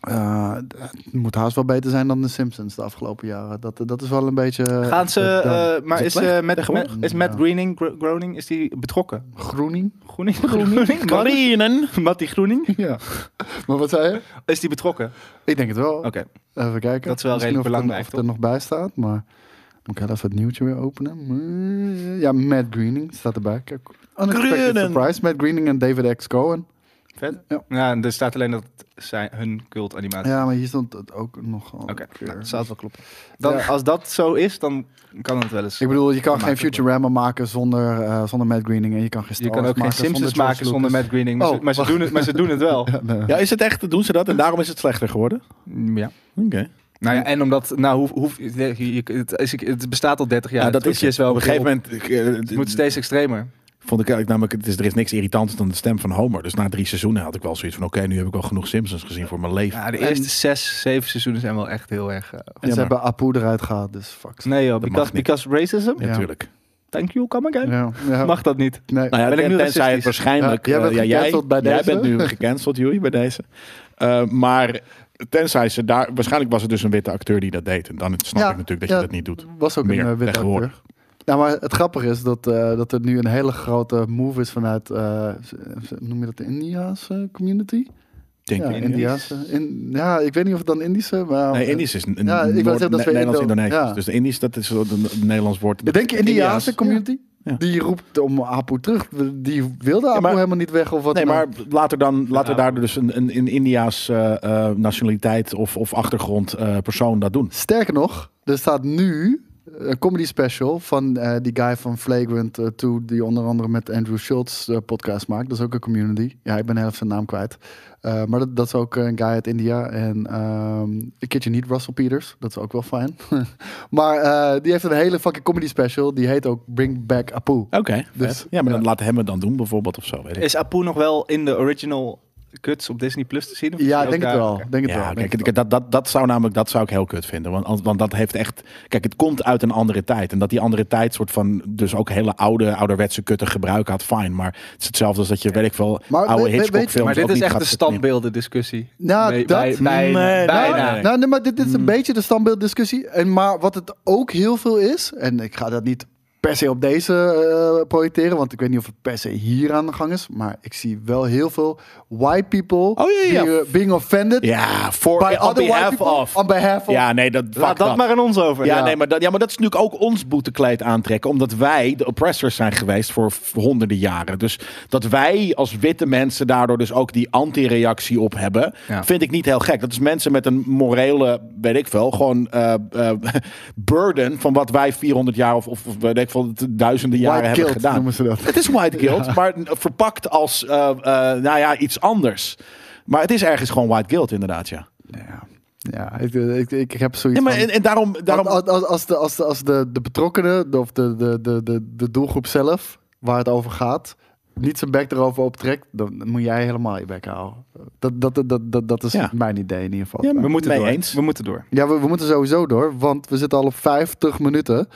Speaker 4: Eh, het moet haast wel beter zijn dan de Simpsons de afgelopen jaren. Dat, dat is wel een beetje... eh,
Speaker 3: Gaan ze...
Speaker 4: dan.
Speaker 3: eh, maar
Speaker 2: Is het
Speaker 3: is,
Speaker 2: slecht
Speaker 3: eh, Matt-
Speaker 2: tegenwoordig?
Speaker 3: Matt- is Matt
Speaker 4: Ja.
Speaker 3: Groening, Gro- Groening is die betrokken?
Speaker 4: Groening?
Speaker 3: Groening? Groening? Mattie-
Speaker 2: Marinen.
Speaker 3: Mattie Groening?
Speaker 4: Ja. *laughs* maar wat zei je?
Speaker 3: Is die betrokken?
Speaker 4: Ik denk het wel.
Speaker 3: Oké.
Speaker 4: Even kijken.
Speaker 3: Dat is wel
Speaker 4: Misschien
Speaker 3: redelijk
Speaker 4: of het er-
Speaker 3: belangrijk,
Speaker 4: Of het er nog bij staat, maar... Moet ik heel even het nieuwtje weer openen? Ja, Matt Greening staat erbij. Kijk. Unexpected
Speaker 2: Greening.
Speaker 4: surprise. Matt Greening en David X. Cohen.
Speaker 3: Vet.
Speaker 4: Ja.
Speaker 3: Ja. en er staat alleen dat zijn, hun cult animatie.
Speaker 4: Ja, maar hier stond het ook nog een
Speaker 3: Oké,
Speaker 4: keer.
Speaker 3: nou, dat zou het wel kloppen. Dan,
Speaker 4: Ja.
Speaker 3: Als dat zo is, dan kan het wel eens.
Speaker 4: Ik bedoel, je kan
Speaker 3: Maakt
Speaker 4: geen
Speaker 3: het wel.
Speaker 4: Futurama maken zonder, eh, zonder Matt Greening. En je kan geen Star
Speaker 3: Je kan
Speaker 4: Wars
Speaker 3: ook geen
Speaker 4: maken
Speaker 3: Simpsons
Speaker 4: zonder
Speaker 3: maken
Speaker 4: George
Speaker 3: zonder
Speaker 4: Lucas.
Speaker 3: Matt Greening. Maar,
Speaker 4: Oh,
Speaker 3: ze, maar, ze doen het, maar ze doen het wel. *laughs* Ja.
Speaker 4: Nee.
Speaker 2: Ja, is het echt? Doen ze dat? En daarom is het slechter geworden? Oké.
Speaker 3: Nou ja, en omdat, nou, hoe, hoe, je- je- het, is, het bestaat al 30 jaar.
Speaker 2: Ja, dat
Speaker 3: Het
Speaker 2: is
Speaker 3: trucje
Speaker 2: het.
Speaker 3: wel
Speaker 2: Op een gegeven
Speaker 3: op-
Speaker 2: moment eh,
Speaker 3: Het moet steeds extremer.
Speaker 2: vond ik eigenlijk namelijk, het is, er is niks irritants dan de stem van Homer. Dus na drie seizoenen had ik wel zoiets van, oké, nu heb ik wel genoeg Simpsons gezien voor mijn leven.
Speaker 3: Ja, de
Speaker 4: En-
Speaker 3: eerste zes, zeven seizoenen zijn wel echt heel erg. eh,
Speaker 4: En
Speaker 2: Ja,
Speaker 4: ze
Speaker 2: maar-
Speaker 4: hebben Apu eruit gehaald, dus fuck.
Speaker 3: nee, joh,
Speaker 2: mag
Speaker 3: because,
Speaker 2: niet.
Speaker 3: because racism.
Speaker 4: Ja.
Speaker 2: Natuurlijk.
Speaker 3: Thank you, come again.
Speaker 4: Ja, ja.
Speaker 3: Mag dat niet?
Speaker 4: Nee.
Speaker 2: Nou ja,
Speaker 3: Ben ik nu
Speaker 2: ten- tenzij het
Speaker 3: racistisch?
Speaker 2: waarschijnlijk...
Speaker 4: Ja, jij
Speaker 2: eh,
Speaker 4: bent gecanceld bij
Speaker 2: jij
Speaker 4: deze.
Speaker 2: bent nu gecanceld, Joey, bij deze. Eh, maar tenzij ze daar... Waarschijnlijk was het dus een witte acteur die dat deed. En dan snap
Speaker 4: Ja,
Speaker 2: ik natuurlijk dat
Speaker 4: ja,
Speaker 2: je dat niet doet.
Speaker 4: was ook
Speaker 2: Meer
Speaker 4: een eh, witte
Speaker 2: tegenwoordig.
Speaker 4: acteur. Nou, maar het grappige is dat, eh, dat er nu een hele grote move is vanuit, eh, noem je dat de Indiaanse community?
Speaker 2: Denk
Speaker 4: ja,
Speaker 2: ik.
Speaker 4: Indiaanse. In, ja, ik weet niet of het dan Indische, maar... eh,
Speaker 2: Nee, Indisch is een een
Speaker 4: Nou, Ja, ik wou
Speaker 2: Noord-
Speaker 4: zeggen, dat is weer Indo-
Speaker 2: Nederlands-Indonesisch.
Speaker 4: ja.
Speaker 2: Dus de Indisch, dat is een een Nederlands woord.
Speaker 4: Ik denk Indiaanse community.
Speaker 2: Ja.
Speaker 4: Die roept om Apu terug. Die wilde Apu
Speaker 2: maar-
Speaker 4: helemaal niet weg of wat
Speaker 2: Nee,
Speaker 4: dan ook.
Speaker 2: maar later dan, later
Speaker 3: Ja.
Speaker 2: daardoor dus een, een, een Indiaas eh, eh, nationaliteit of, of achtergrond eh, persoon dat doen.
Speaker 4: Sterker nog, er staat nu een comedy special van eh, die guy van Flagrant eh, 2, die onder andere met Andrew Schultz eh, podcast maakt. Dat is ook een community. Ja, ik ben heel even zijn naam kwijt. Eh, maar dat, dat is ook een guy uit India. En ehm ik kid je niet, Russell Peters. Dat is ook wel fijn. *laughs* maar eh, die heeft een hele fucking comedy special. Die heet ook Bring Back Apu.
Speaker 2: Oké.
Speaker 4: Dus-
Speaker 2: ja, maar dan
Speaker 4: ja.
Speaker 2: laten hem het dan doen bijvoorbeeld of zo. Weet ik.
Speaker 3: Is Apu nog wel in de original cuts op Disney Plus te zien? Of is
Speaker 4: Ja,
Speaker 3: die
Speaker 4: ik
Speaker 3: ook
Speaker 4: denk het
Speaker 3: daar?
Speaker 4: wel.
Speaker 3: Oké.
Speaker 4: Denk het wel.
Speaker 2: Ja,
Speaker 4: denk
Speaker 2: kijk,
Speaker 4: het
Speaker 2: ik- dat, dat, dat zou namelijk, dat zou ik heel kut vinden. Want, als- want dat heeft echt, kijk, het komt uit een andere tijd. En dat die andere tijd soort van, dus ook hele oude, ouderwetse kutten gebruik had, fijn. Maar het is hetzelfde als dat je, weet ik veel,
Speaker 4: Maar we-
Speaker 2: oude
Speaker 4: we- weet je-
Speaker 2: Hitchcock-films
Speaker 3: Maar dit
Speaker 2: ook
Speaker 3: is
Speaker 2: niet
Speaker 3: echt
Speaker 2: gaat
Speaker 3: de standbeelden discussie.
Speaker 4: Nou, dat-
Speaker 2: Nee,
Speaker 4: Nou,
Speaker 3: bijna.
Speaker 4: Nou, nee, maar dit, dit is
Speaker 2: Mm.
Speaker 4: een beetje de standbeelddiscussie. En, maar wat het ook heel veel is, en ik ga dat niet per se op deze eh, projecteren, want ik weet niet of het per se hier aan de gang is, maar ik zie wel heel veel white people
Speaker 2: Oh, ja, ja.
Speaker 4: Being, eh, being offended
Speaker 2: Ja, voor,
Speaker 4: by
Speaker 2: on
Speaker 4: other white
Speaker 2: behalf
Speaker 4: people
Speaker 2: of.
Speaker 4: on behalf of.
Speaker 2: Ja, nee, dat, fuck
Speaker 3: Laat dat
Speaker 2: dat.
Speaker 3: maar aan ons over.
Speaker 2: Ja,
Speaker 4: Ja.
Speaker 2: Nee, maar dat, ja, maar dat is natuurlijk ook ons boetekleed aantrekken. Omdat wij de oppressors zijn geweest voor v- honderden jaren. Dus dat wij als witte mensen daardoor dus ook die anti-reactie op hebben...
Speaker 3: Ja.
Speaker 2: vind ik niet heel gek. Dat is mensen met een morele, weet ik veel... gewoon eh, eh, burden van wat wij 400 jaar of, of weet ik veel... duizenden jaren
Speaker 4: white
Speaker 2: hebben
Speaker 4: guilt
Speaker 2: gedaan.
Speaker 4: noemen ze dat.
Speaker 2: Het is white
Speaker 4: *laughs*
Speaker 2: guilt, maar verpakt als eh, eh, nou ja, iets anders. Maar het is ergens gewoon white guilt inderdaad, ja.
Speaker 4: Ja, ja ik, ik, ik, ik heb
Speaker 2: Ja,
Speaker 4: zoiets
Speaker 2: maar
Speaker 4: van-
Speaker 2: en, en daarom... daarom
Speaker 4: Want als, als, de, als, de, als de, de betrokkenen, de, of de, de, de, de, de doelgroep zelf, waar het over gaat, niet zijn bek erover optrekt, dan moet jij helemaal je bek houden. Dat, dat, dat, dat, dat, dat is
Speaker 2: Ja.
Speaker 4: mijn idee in ieder geval.
Speaker 2: Ja,
Speaker 4: Ja,
Speaker 2: maar-
Speaker 3: We moeten
Speaker 2: Mee
Speaker 3: door.
Speaker 2: eens.
Speaker 3: We moeten door.
Speaker 4: we, we moeten sowieso door, want we zitten al op 50 minuten.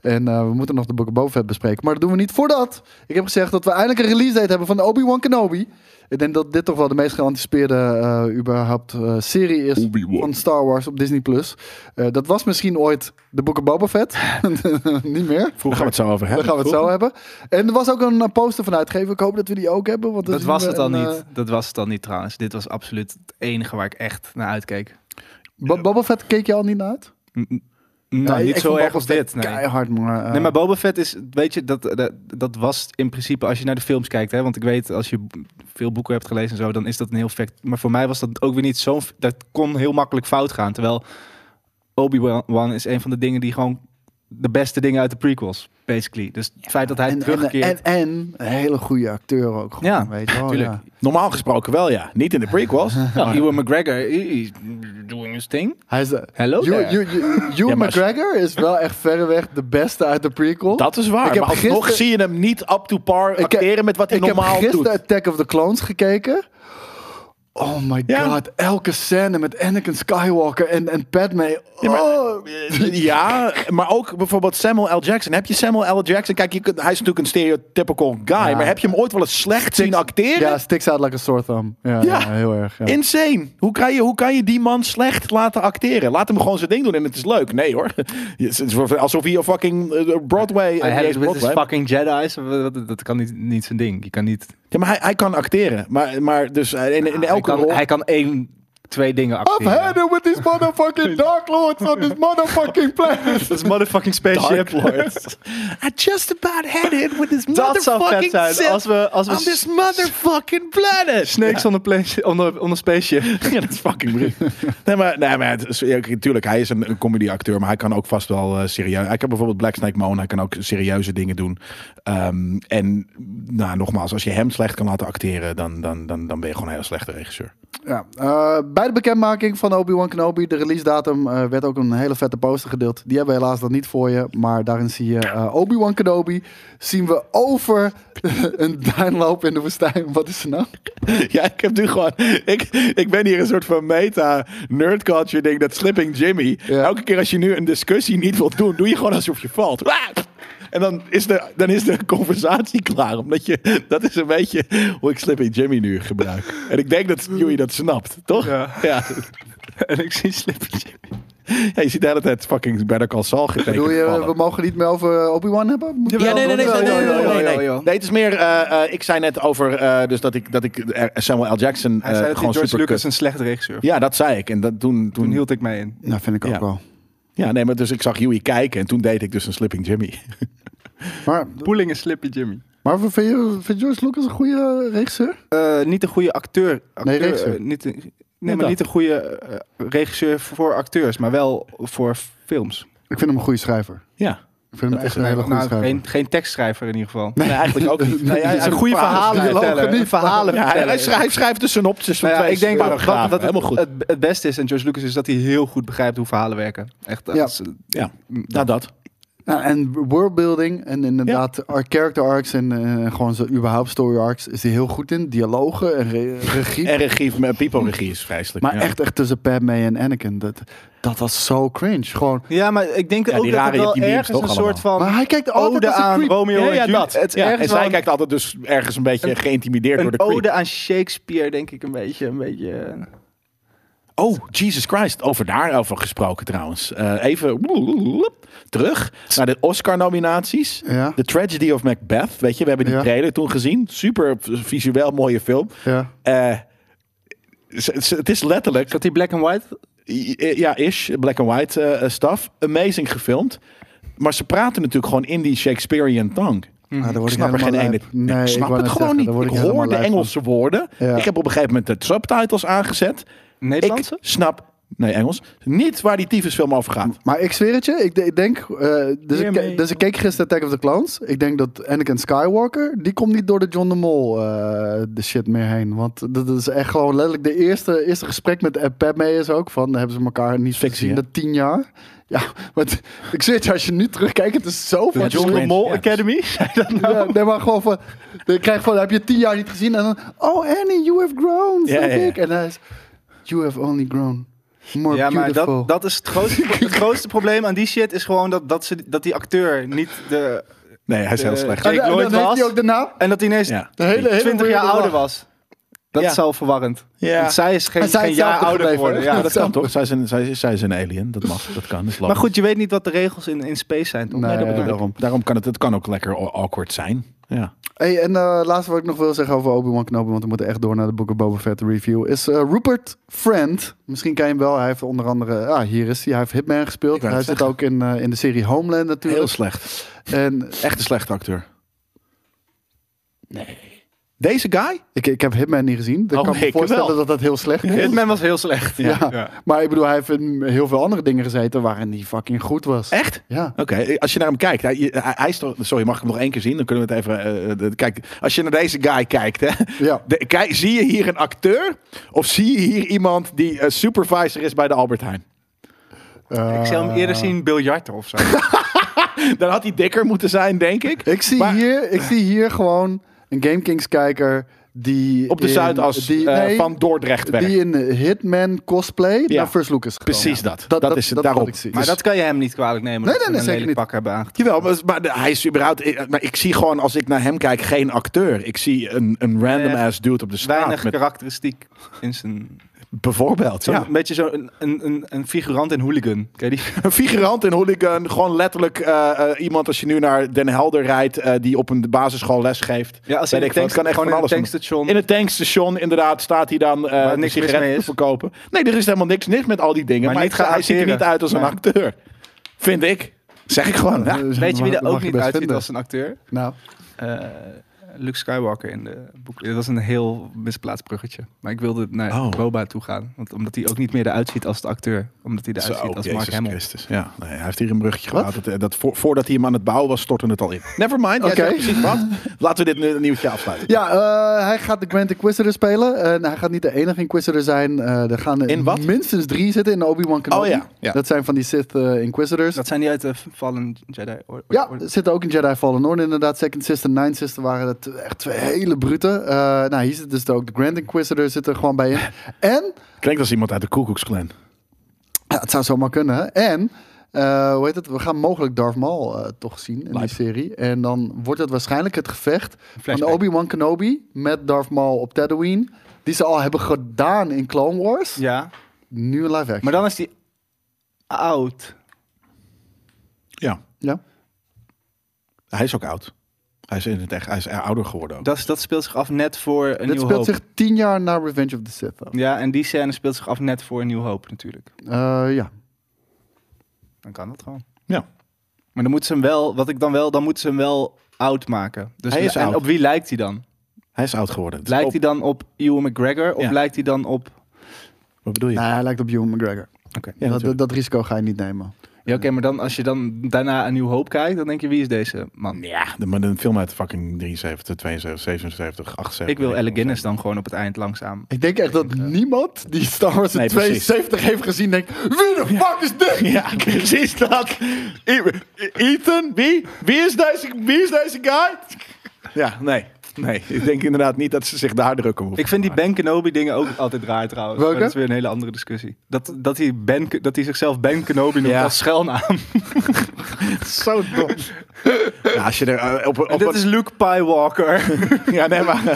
Speaker 4: En eh, we moeten nog de Book of Boba Fett bespreken. Maar dat doen we niet voordat ik heb gezegd dat we eindelijk een release date hebben van Obi-Wan Kenobi. Ik denk dat dit toch wel de meest geanticipeerde eh, überhaupt eh, serie is van Star Wars op Disney+. Plus. Eh, dat was misschien ooit de Book of Boba Fett. *laughs* niet meer.
Speaker 2: Daar gaan we het zo over
Speaker 4: Daar
Speaker 2: hebben.
Speaker 4: gaan we
Speaker 2: *laughs*
Speaker 4: het zo hebben. En er was ook een eh, poster van uitgeven. Ik hoop dat we die ook hebben. Want dan
Speaker 3: Dat
Speaker 4: zien
Speaker 3: was
Speaker 4: we
Speaker 3: het dan
Speaker 4: een, eh,
Speaker 3: niet. Dat was het dan niet trouwens. Dit was absoluut het enige waar ik echt naar uitkeek.
Speaker 4: eh, Bo- Boba Fett keek je al niet naar uit?
Speaker 3: N- n- Nou,
Speaker 4: Nee,
Speaker 3: niet
Speaker 4: ik
Speaker 3: zo
Speaker 4: vond
Speaker 3: erg
Speaker 4: Boba
Speaker 3: als
Speaker 4: Fett
Speaker 3: dit. Nee.
Speaker 4: Keihard, maar... eh,
Speaker 3: Nee, maar Boba Fett is, weet je, dat, dat, dat was in principe als je naar de films kijkt, hè, want ik weet als je b- veel boeken hebt gelezen en zo, dan is dat een heel fact. Maar voor mij was dat ook weer niet zo'n, f- dat kon heel makkelijk fout gaan. Terwijl Obi-Wan is een van de dingen die gewoon de beste dingen uit de prequels, basically. Dus het feit dat hij
Speaker 4: en, en,
Speaker 3: terugkeert.
Speaker 4: en, en een hele goede acteur ook. Gewoon,
Speaker 3: Ja,
Speaker 4: weet je wel.
Speaker 3: tuurlijk.
Speaker 4: ja.
Speaker 2: Normaal gesproken wel, ja. Niet in de
Speaker 4: *laughs*
Speaker 2: prequels.
Speaker 3: Nou, Ewan McGregor, he- he's doing his thing.
Speaker 4: Hij is... eh,
Speaker 3: Hello
Speaker 4: Ewan-
Speaker 3: there.
Speaker 2: *laughs*
Speaker 4: Ewan- Ewan- Ewan
Speaker 2: Ja, maar als-
Speaker 4: McGregor is wel echt verreweg de beste uit de prequel.
Speaker 2: Dat is
Speaker 4: Ik
Speaker 2: waar.
Speaker 4: heb
Speaker 2: Maar alsnog
Speaker 4: gisteren-
Speaker 2: zie je hem niet up to par
Speaker 4: heb-
Speaker 2: acteren met wat hij
Speaker 4: ik heb
Speaker 2: normaal
Speaker 4: gisteren
Speaker 2: doet.
Speaker 4: Attack of the Clones gekeken. Oh my
Speaker 2: Ja.
Speaker 4: god, elke scène met Anakin Skywalker en, en Padme. Oh.
Speaker 2: Ja, maar ook bijvoorbeeld Samuel L. Jackson. Heb je Samuel L. Jackson? Kijk, je kunt, hij is natuurlijk een stereotypical guy. Maar heb je hem ooit wel eens slecht zien acteren?
Speaker 4: Ja, sticks out like a sore thumb. Ja,
Speaker 2: Ja.
Speaker 4: ja, heel erg. Ja.
Speaker 2: Insane. Hoe kan, je, hoe kan je die man slecht laten acteren? Laat hem gewoon zijn ding doen en het is leuk. Nee hoor. *laughs* Het is Alsof hij een fucking eh, Broadway...
Speaker 3: Hij
Speaker 2: eh,
Speaker 3: had it with his
Speaker 2: Broadway.
Speaker 3: fucking Jedi's. Dat, dat kan niet, niet zijn ding. Je kan niet.
Speaker 2: Ja, maar hij, hij kan acteren. Maar, maar dus eh, in, in
Speaker 3: hij,
Speaker 2: elke
Speaker 3: kan,
Speaker 2: rol...
Speaker 3: hij kan één, twee dingen acteren.
Speaker 4: I've had it with these
Speaker 2: *laughs*
Speaker 4: motherfucking Dark Lords on this motherfucking planet.
Speaker 3: Dat is motherfucking spaceship.
Speaker 2: I just about had it with this
Speaker 3: Dat zou vet zijn als we, als we
Speaker 2: on this motherfucking planet.
Speaker 3: snakes on the plane- on the- on the spaceship.
Speaker 2: *laughs* Ja, dat is fucking brief. nee, maar, nee, maar het is, ja, tuurlijk, hij is een, een comedyacteur, maar hij kan ook vast wel eh, serieus. Hij kan bijvoorbeeld Black Snake Moan, hij kan ook serieuze dingen doen. Ehm, en nou, nogmaals, als je hem slecht kan laten acteren, dan, dan, dan, dan ben je gewoon een heel slechte regisseur.
Speaker 4: Ja, eh, bij de bekendmaking van Obi-Wan Kenobi, de release datum, eh, werd ook een hele vette poster gedeeld. Die hebben we helaas dan niet voor je, maar daarin zie je eh, Obi-Wan Kenobi. Zien we over *laughs* een duin lopen in de woestijn. Wat is er nou?
Speaker 2: *laughs* Ja, ik heb nu gewoon. Ik, ik ben hier een soort van meta-nerd culture ding. Dat Slipping Jimmy.
Speaker 4: Ja.
Speaker 2: Elke keer als je nu een discussie niet wilt doen, doe je gewoon alsof je valt. Wah! En dan is, de, dan is de conversatie klaar. Omdat je. Dat is een beetje hoe ik Slipping Jimmy nu gebruik. En ik denk dat jullie dat snapt, toch?
Speaker 3: Ja.
Speaker 2: ja.
Speaker 3: en ik zie slippertje.
Speaker 2: Ja, je ziet de hele tijd fucking Better Call Saul getekend.
Speaker 4: Bedoel je,
Speaker 2: vallen.
Speaker 4: we mogen niet meer over eh, Obi-Wan hebben? Moeten we
Speaker 2: Ja,
Speaker 4: wel
Speaker 2: nee, nee, nee,
Speaker 4: doen?
Speaker 2: nee, nee,
Speaker 4: Ja,
Speaker 2: nee, nee,
Speaker 4: ja, ja,
Speaker 2: nee,
Speaker 4: ja,
Speaker 2: nee.
Speaker 4: ja, ja.
Speaker 2: Nee, het is meer, eh, eh, ik zei net over, eh, dus dat ik, dat ik eh, Samuel L. Jackson
Speaker 3: Hij
Speaker 2: eh,
Speaker 3: zei dat
Speaker 2: gewoon Mm.
Speaker 3: George
Speaker 2: super
Speaker 3: Lucas een slechte regisseur.
Speaker 2: Ja, dat zei ik. En dat, toen,
Speaker 3: Toen
Speaker 2: toen,
Speaker 3: hield ik mij in.
Speaker 4: Nou, vind ik ook
Speaker 2: Ja.
Speaker 4: wel.
Speaker 2: Ja, nee, maar dus ik zag Huey kijken en toen deed ik dus een Slipping Jimmy. *laughs*
Speaker 4: Maar,
Speaker 3: Poeling en Slippy Jimmy.
Speaker 4: maar vind, je, vindt George Lucas een goede eh, regisseur?
Speaker 3: niet een goede acteur.
Speaker 4: Acteur, regisseur. eh,
Speaker 3: niet
Speaker 2: maar
Speaker 3: nee, maar
Speaker 2: niet
Speaker 3: niet een goede eh, regisseur voor acteurs, maar wel voor films. nou,
Speaker 4: Ik vind hem een goede schrijver.
Speaker 2: Ja.
Speaker 4: Ik vind hem echt een hele goede schrijver.
Speaker 3: geen, geen tekstschrijver in ieder geval.
Speaker 2: Nee, eigenlijk ook niet. Nee, hij,
Speaker 3: Het is een goede verhalen
Speaker 4: verhalen
Speaker 3: vertellen.
Speaker 4: niet.
Speaker 3: verhalen
Speaker 2: Ja, hij,
Speaker 3: vertellen.
Speaker 2: hij schrijft, hij schrijft de synopsis van
Speaker 3: Nou ja,
Speaker 2: twee
Speaker 3: ik denk dat,
Speaker 2: paragrafen.
Speaker 3: dat, dat het,
Speaker 2: Helemaal goed.
Speaker 3: Het, het beste is aan George Lucas is dat hij heel goed begrijpt hoe verhalen werken. Echt,
Speaker 4: Ja.
Speaker 3: als-
Speaker 2: ja, nou dat.
Speaker 4: Ja, en worldbuilding en inderdaad our character arcs en eh, gewoon zo überhaupt story arcs is hij heel goed in. Dialogen en re- regie.
Speaker 2: En regie, maar Pipo regie is vreselijk.
Speaker 4: maar
Speaker 2: ja.
Speaker 4: echt, echt tussen Padme en Anakin. Dat, dat was zo cringe. Gewoon.
Speaker 3: Ja, maar ik denk
Speaker 2: Ja,
Speaker 3: ook
Speaker 2: die
Speaker 3: dat het
Speaker 2: rare
Speaker 3: wel
Speaker 2: die memes
Speaker 3: ergens een
Speaker 2: toch
Speaker 3: soort van
Speaker 4: Maar hij kijkt altijd
Speaker 3: ode
Speaker 4: als een
Speaker 3: aan
Speaker 4: creep.
Speaker 3: Romeo
Speaker 2: Ja, ja,
Speaker 3: en Juliet.
Speaker 2: dat.
Speaker 3: Het is
Speaker 2: ja, en
Speaker 3: ergens
Speaker 2: zij
Speaker 3: wel een-
Speaker 2: kijkt altijd dus ergens een beetje geïntimideerd door de
Speaker 3: een
Speaker 2: creep.
Speaker 3: ode aan Shakespeare, denk ik, een beetje. Een beetje eh.
Speaker 2: Oh, Jesus Christ. Over daarover gesproken trouwens. Eh, even terug naar de Oscar-nominaties.
Speaker 4: Ja.
Speaker 2: The Tragedy of Macbeth. Weet je, we hebben die
Speaker 4: Ja.
Speaker 2: trailer toen gezien. Super visueel mooie film.
Speaker 4: Ja.
Speaker 2: Eh, ze- ze- het is letterlijk,
Speaker 3: Is dat die black and white?
Speaker 2: i- i- ja, ish, black and white eh, eh, stuff. Amazing gefilmd. Maar ze praten natuurlijk gewoon in die Shakespearean tong.
Speaker 4: Ah, daar
Speaker 2: Ik
Speaker 4: word
Speaker 2: snap er geen
Speaker 4: helemaal
Speaker 2: ene.
Speaker 4: lijp.
Speaker 2: Nee, ik snap
Speaker 4: wou
Speaker 2: het
Speaker 4: net
Speaker 2: gewoon
Speaker 4: zeggen, daar
Speaker 2: niet.
Speaker 4: word
Speaker 2: Ik,
Speaker 4: helemaal
Speaker 2: hoor de
Speaker 4: lijp van.
Speaker 2: Engelse woorden.
Speaker 4: Ja.
Speaker 2: Ik heb op een gegeven moment de subtitles aangezet.
Speaker 3: Nederlandse?
Speaker 2: Ik snap Nee, Engels. Niet waar die tyfusfilm over gaat.
Speaker 4: Maar ik zweer het je, ik, de- ik denk... eh, dus, ik,
Speaker 3: Hiermee.
Speaker 4: ke- dus ik keek gisteren Attack of the Clowns. Ik denk dat Anakin Skywalker... die komt niet door de John de Mol eh, de shit meer heen. Want dat is echt gewoon letterlijk... de eerste, eerste gesprek met eh, Padme is ook van... hebben ze elkaar niet
Speaker 2: Fictie,
Speaker 4: gezien
Speaker 2: hè?
Speaker 4: na tien jaar. Ja, want ik zweer het je, als je nu terugkijkt... het is zo van...
Speaker 2: John
Speaker 3: John de
Speaker 2: Cringe,
Speaker 3: Mol
Speaker 2: ja.
Speaker 3: Academy.
Speaker 4: dus-
Speaker 3: *laughs*
Speaker 4: Ja, nee, maar gewoon van... Dan krijg je van, heb je tien jaar niet gezien? En dan... Oh, Annie, you have grown.
Speaker 2: Ja,
Speaker 4: Ja,
Speaker 2: ja, ja.
Speaker 4: En hij is... You have only grown. More
Speaker 3: Ja, maar
Speaker 4: beautiful.
Speaker 3: dat, dat is het grootste, het grootste probleem aan die shit is gewoon dat, dat, ze, dat die acteur niet de...
Speaker 2: Nee, hij is heel
Speaker 3: Eh,
Speaker 2: slecht.
Speaker 3: Jake
Speaker 4: en, en
Speaker 3: Lloyd
Speaker 4: dan heeft
Speaker 3: was.
Speaker 4: hij ook de naam.
Speaker 3: En dat hij ineens
Speaker 2: Ja.
Speaker 4: De hele, hele
Speaker 3: 20 jaar
Speaker 4: weirde
Speaker 3: ouder
Speaker 4: lach.
Speaker 3: was. Dat
Speaker 2: Ja.
Speaker 3: is al verwarrend.
Speaker 2: Ja.
Speaker 3: Want zij is geen,
Speaker 4: En zij
Speaker 3: geen
Speaker 4: is
Speaker 3: jaar
Speaker 4: zelf
Speaker 3: ouder
Speaker 4: gebleven.
Speaker 3: geworden. Ja, dat
Speaker 2: Dat
Speaker 3: kan.
Speaker 2: kan toch? Zij is een, zij is, zij is een alien. Dat mag. Dat kan. Dat is
Speaker 3: Maar
Speaker 2: logisch.
Speaker 3: goed, je weet niet wat de regels in, in space zijn. Toch?
Speaker 4: Nee,
Speaker 2: Nee, dat
Speaker 4: ja.
Speaker 2: bedoel ik. daarom. Daarom kan het, het kan ook lekker au- awkward zijn. Ja.
Speaker 4: Hey, en eh laatste wat ik nog wil zeggen over Obi-Wan Kenobi, want we moeten echt door naar de Book of Boba Fett review, is eh, Rupert Friend. Misschien ken je hem wel. Hij heeft onder andere, ah, hier is hij. Hij heeft Hitman gespeeld.
Speaker 2: Ik wou
Speaker 4: Hij
Speaker 2: net
Speaker 4: zit
Speaker 2: zeggen.
Speaker 4: ook in, eh, in de serie Homeland
Speaker 2: Heel
Speaker 4: natuurlijk.
Speaker 2: slecht.
Speaker 4: En
Speaker 2: Echt een slechte acteur. Nee. Deze guy?
Speaker 4: ik, ik heb Hitman niet gezien. dus Ik
Speaker 2: Oh,
Speaker 4: kan me
Speaker 2: ik
Speaker 4: voorstellen
Speaker 2: wel.
Speaker 4: dat dat heel slecht is.
Speaker 3: Hitman was heel slecht.
Speaker 4: Ja. Maar ik bedoel, hij heeft in heel veel andere dingen gezeten waarin hij fucking goed was.
Speaker 2: Echt?
Speaker 4: Ja.
Speaker 2: Oké, als je naar hem kijkt, hij, hij- hij is toch, sorry, mag ik hem nog één keer zien? Dan kunnen we het even. eh, eh, kijk, als je naar deze guy kijkt, hè,
Speaker 4: Ja.
Speaker 2: de- kijk, zie je hier een acteur of zie je hier iemand die eh, supervisor is bij de Albert Heijn?
Speaker 4: Eh,
Speaker 3: Ik zou hem eerder zien biljarten of zo.
Speaker 2: Dan had hij dikker moeten zijn, denk ik.
Speaker 4: Ik zie,
Speaker 2: Maar-
Speaker 4: hier, ik zie hier gewoon een GameKings kijker die...
Speaker 2: Op de
Speaker 4: in-
Speaker 2: Zuidas
Speaker 4: die-
Speaker 2: eh,
Speaker 4: nee,
Speaker 2: van Dordrecht werkt.
Speaker 4: Die in Hitman cosplay
Speaker 2: Ja.
Speaker 4: naar First Look is gekomen.
Speaker 2: Precies dat. Dat is het, daarom.
Speaker 4: wat ik zie.
Speaker 3: Maar
Speaker 4: Dus-
Speaker 3: dat kan je hem niet kwalijk nemen.
Speaker 4: Nee,
Speaker 3: dat
Speaker 4: nee,
Speaker 3: ze
Speaker 4: nee,
Speaker 3: een
Speaker 4: zeker
Speaker 3: lelijk
Speaker 4: niet.
Speaker 3: pak hebben aangetrokken.
Speaker 2: Jawel, maar, maar de- hij is überhaupt. ik- Maar ik zie gewoon als ik naar hem kijk geen acteur. Ik zie een, een random
Speaker 3: Eh,
Speaker 2: ass dude op de straat.
Speaker 3: Weinig
Speaker 2: met,
Speaker 3: karakteristiek in zijn...
Speaker 2: bijvoorbeeld.
Speaker 3: Zo'n-
Speaker 2: Ja.
Speaker 3: Een beetje zo'n een, een, een figurant in hooligan. Ken je die?
Speaker 2: Een figurant in hooligan. Gewoon letterlijk eh, eh, iemand als je nu naar Den Helder rijdt. eh, die op een basisschool les geeft.
Speaker 3: Ja, als
Speaker 2: Weet
Speaker 3: in een
Speaker 2: ik veel, het
Speaker 3: tank,
Speaker 2: kan echt
Speaker 3: gewoon
Speaker 2: van
Speaker 3: in een
Speaker 2: alles.
Speaker 3: tankstation.
Speaker 2: In het tankstation inderdaad staat hij dan eh
Speaker 3: niks mis
Speaker 2: sigaretten
Speaker 3: mee
Speaker 2: te
Speaker 3: is.
Speaker 2: verkopen. Nee, er is helemaal niks, niks met al die dingen.
Speaker 3: Maar
Speaker 2: Maar,
Speaker 3: niet
Speaker 2: hij- hij ziet er
Speaker 3: geacteerd.
Speaker 2: niet uit als een
Speaker 3: Nee.
Speaker 2: acteur. Vind ik. Zeg ik gewoon. Ja.
Speaker 4: Eh,
Speaker 3: Weet je wie
Speaker 4: mag-
Speaker 3: er
Speaker 4: mag
Speaker 3: ook
Speaker 4: je
Speaker 3: niet
Speaker 4: best
Speaker 3: uitziet
Speaker 4: vinden.
Speaker 3: als een acteur?
Speaker 4: Nou,
Speaker 3: Eh, Luke Skywalker in de boek. Dat was een heel misplaatst bruggetje. Maar ik wilde naar
Speaker 2: Oh.
Speaker 3: Boba toe gaan. Want, omdat hij ook niet meer eruit ziet als de acteur. Omdat hij eruit
Speaker 2: Zo,
Speaker 3: ziet als
Speaker 2: Jezus
Speaker 3: Mark Hamill.
Speaker 2: Christus. Ja, nee, hij heeft hier een bruggetje
Speaker 4: Wat?
Speaker 2: gehad. Dat, eh, dat voor- voordat hij hem aan het bouwen was, stortte het al in. Never mind. jij
Speaker 4: Oké.
Speaker 2: zegt precies wat. Laten we dit nu- nieuwtje afsluiten.
Speaker 4: ja, eh, hij gaat de Grand Inquisitor spelen. En hij gaat niet de enige Inquisitor zijn. Eh, er gaan er
Speaker 2: In wat?
Speaker 4: minstens drie zitten in Obi-Wan Kenobi.
Speaker 2: Oh ja, ja.
Speaker 4: Dat zijn van die Sith eh, Inquisitors.
Speaker 3: Dat zijn die uit de Fallen Jedi. Or- or-
Speaker 4: Ja,
Speaker 3: or-
Speaker 4: er zitten ook in Jedi Fallen Order inderdaad. Second Sister, Nine Sister waren dat echt twee hele brute. Eh, nou, hier zit dus ook de Grand Inquisitor zit er gewoon bij in. En
Speaker 2: Klinkt als iemand uit de Ku Klux Klan.
Speaker 4: Ja, het zou zomaar kunnen. hè. En, eh, hoe heet het? We gaan mogelijk Darth Maul eh, toch zien in die
Speaker 2: Lijp.
Speaker 4: serie. En dan wordt het waarschijnlijk het gevecht van
Speaker 3: flashback.
Speaker 4: Obi-Wan Kenobi met Darth Maul op Tatooine. Die ze al hebben gedaan in Clone Wars.
Speaker 3: ja.
Speaker 4: Nu in live action.
Speaker 3: Maar dan is die oud.
Speaker 2: Ja,
Speaker 4: Ja.
Speaker 2: hij is ook oud. Hij is in het echt, hij is eh, ouder geworden ook.
Speaker 3: Dat, is- dat speelt zich af net voor een
Speaker 4: Dit
Speaker 3: nieuw
Speaker 4: speelt
Speaker 3: hoop.
Speaker 4: zich tien jaar na Revenge of the Sith. af.
Speaker 3: Ja, en die scène speelt zich af net voor een nieuw hoop natuurlijk.
Speaker 4: Eh, ja.
Speaker 3: Dan kan dat gewoon.
Speaker 2: Ja.
Speaker 3: Maar dan moeten ze hem wel, wat ik dan wel, dan moeten ze hem wel oud maken. Dus
Speaker 2: Hij is
Speaker 3: en
Speaker 2: oud.
Speaker 3: op wie lijkt hij dan?
Speaker 2: Hij is oud geworden. Het is
Speaker 3: Lijkt
Speaker 2: op-
Speaker 3: hij dan op Ewan McGregor of
Speaker 2: Ja.
Speaker 3: lijkt hij dan op?
Speaker 2: Wat bedoel je?
Speaker 4: Nou, hij lijkt op Ewan McGregor.
Speaker 3: Oké.
Speaker 2: Ja,
Speaker 4: dat,
Speaker 2: natuurlijk.
Speaker 4: dat risico ga je niet nemen.
Speaker 3: Ja, oké, maar dan als je dan daarna een nieuw hoop kijkt, dan denk je wie is deze man?
Speaker 2: ja, de, maar een film uit fucking 73, 72, 77, 78.
Speaker 3: Ik wil Elle
Speaker 2: 79.
Speaker 3: Guinness dan gewoon op het eind langzaam.
Speaker 4: Ik denk echt dat niemand die Star Wars in
Speaker 2: Nee, precies.
Speaker 4: 72 heeft gezien denkt... Wie de fuck is dit?
Speaker 3: *laughs*
Speaker 2: *laughs* Ja, precies dat. E- Ethan, wie? Wie is deze, wie is deze guy? Ja, nee. Nee, ik denk inderdaad niet dat ze zich daar druk om hoeven.
Speaker 3: Ik vind die Ben Kenobi dingen ook altijd raar trouwens.
Speaker 4: Welke?
Speaker 3: Maar dat is weer een hele andere discussie. Dat, dat, hij, ben, dat hij zichzelf Ben Kenobi noemt
Speaker 2: Ja.
Speaker 3: als schelnaam.
Speaker 2: zo dom. Ja, als je er eh, op, op
Speaker 3: En dit
Speaker 2: een-
Speaker 3: is Luke Pywalker.
Speaker 2: *laughs* ja, nee, maar, nee,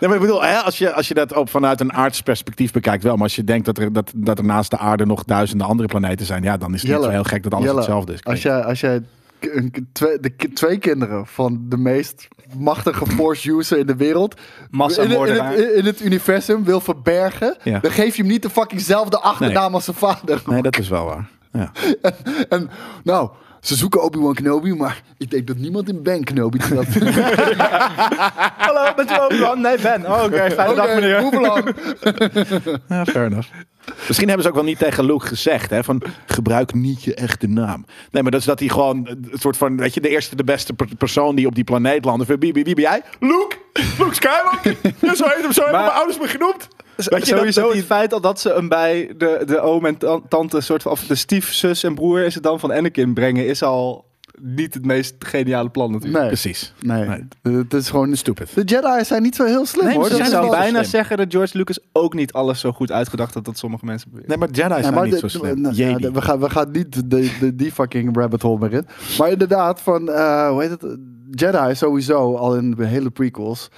Speaker 2: maar ik bedoel, hè, als, je, als je dat op, vanuit een aards perspectief bekijkt, wel. Maar als je denkt dat er, dat, dat er naast de aarde nog duizenden andere planeten zijn, ja, dan is het
Speaker 4: Jelle,
Speaker 2: niet zo heel gek dat alles
Speaker 4: Jelle,
Speaker 2: hetzelfde is.
Speaker 4: Als jij, als jij k- een, k- twee, de k- twee kinderen van de meest machtige force user in de wereld in, in,
Speaker 3: Massamoordenaar.
Speaker 4: het, in het universum wil verbergen,
Speaker 2: Ja.
Speaker 4: dan geef je hem niet de fuckingzelfde achternaam als zijn vader.
Speaker 2: Nee, dat is wel waar. Ja.
Speaker 4: En nou, ze zoeken Obi-Wan Kenobi, maar ik denk dat niemand in Ben Kenobi
Speaker 2: *laughs*
Speaker 4: dat. Oké,
Speaker 2: *laughs*
Speaker 3: Hallo, bent u Obi-Wan? Nee, Ben. Oh, Oké, fijne dag meneer.
Speaker 4: hoe lang?
Speaker 2: ja, fair enough. Misschien hebben ze ook wel niet tegen Luke gezegd, hè, van gebruik niet je echte naam. Nee, maar dat is dat hij gewoon eh, een soort van, weet je, de eerste, de beste per- persoon die op die planeet landde. Van, wie, wie, wie ben jij? Luke! Luke
Speaker 4: *laughs*
Speaker 2: Skywalker! Ja, zo heet hem, zo hebben
Speaker 3: Maar-
Speaker 2: mijn ouders me genoemd. Weet je, dat-
Speaker 3: Sowieso
Speaker 2: dat
Speaker 3: het feit al dat ze hem bij de, de oom en tan- tante, soort van, of de stiefzus en broer is het dan van Anakin brengen, is al niet het meest geniale plan natuurlijk.
Speaker 4: Nee,
Speaker 2: Precies.
Speaker 4: nee.
Speaker 2: Nee.
Speaker 4: Het is gewoon...
Speaker 2: Stupid.
Speaker 4: De Jedi's zijn niet zo heel slim,
Speaker 2: Nee,
Speaker 4: hoor.
Speaker 2: ze
Speaker 4: Dat
Speaker 3: Ik
Speaker 2: zijn
Speaker 4: is
Speaker 2: er
Speaker 3: zou
Speaker 4: wel-
Speaker 2: niet zo
Speaker 3: bijna
Speaker 2: slim.
Speaker 3: zeggen dat George Lucas ook niet alles zo goed uitgedacht had dat sommige mensen beweren.
Speaker 2: Nee, maar Jedi's zijn
Speaker 4: maar
Speaker 2: niet zo
Speaker 4: de-
Speaker 2: slim.
Speaker 4: nou,
Speaker 2: Jedi.
Speaker 4: ja, de- we, gaan, we gaan niet de, de, die fucking rabbit hole meer in. Maar inderdaad, van, eh, hoe heet het? Jedi sowieso, al in de hele prequels,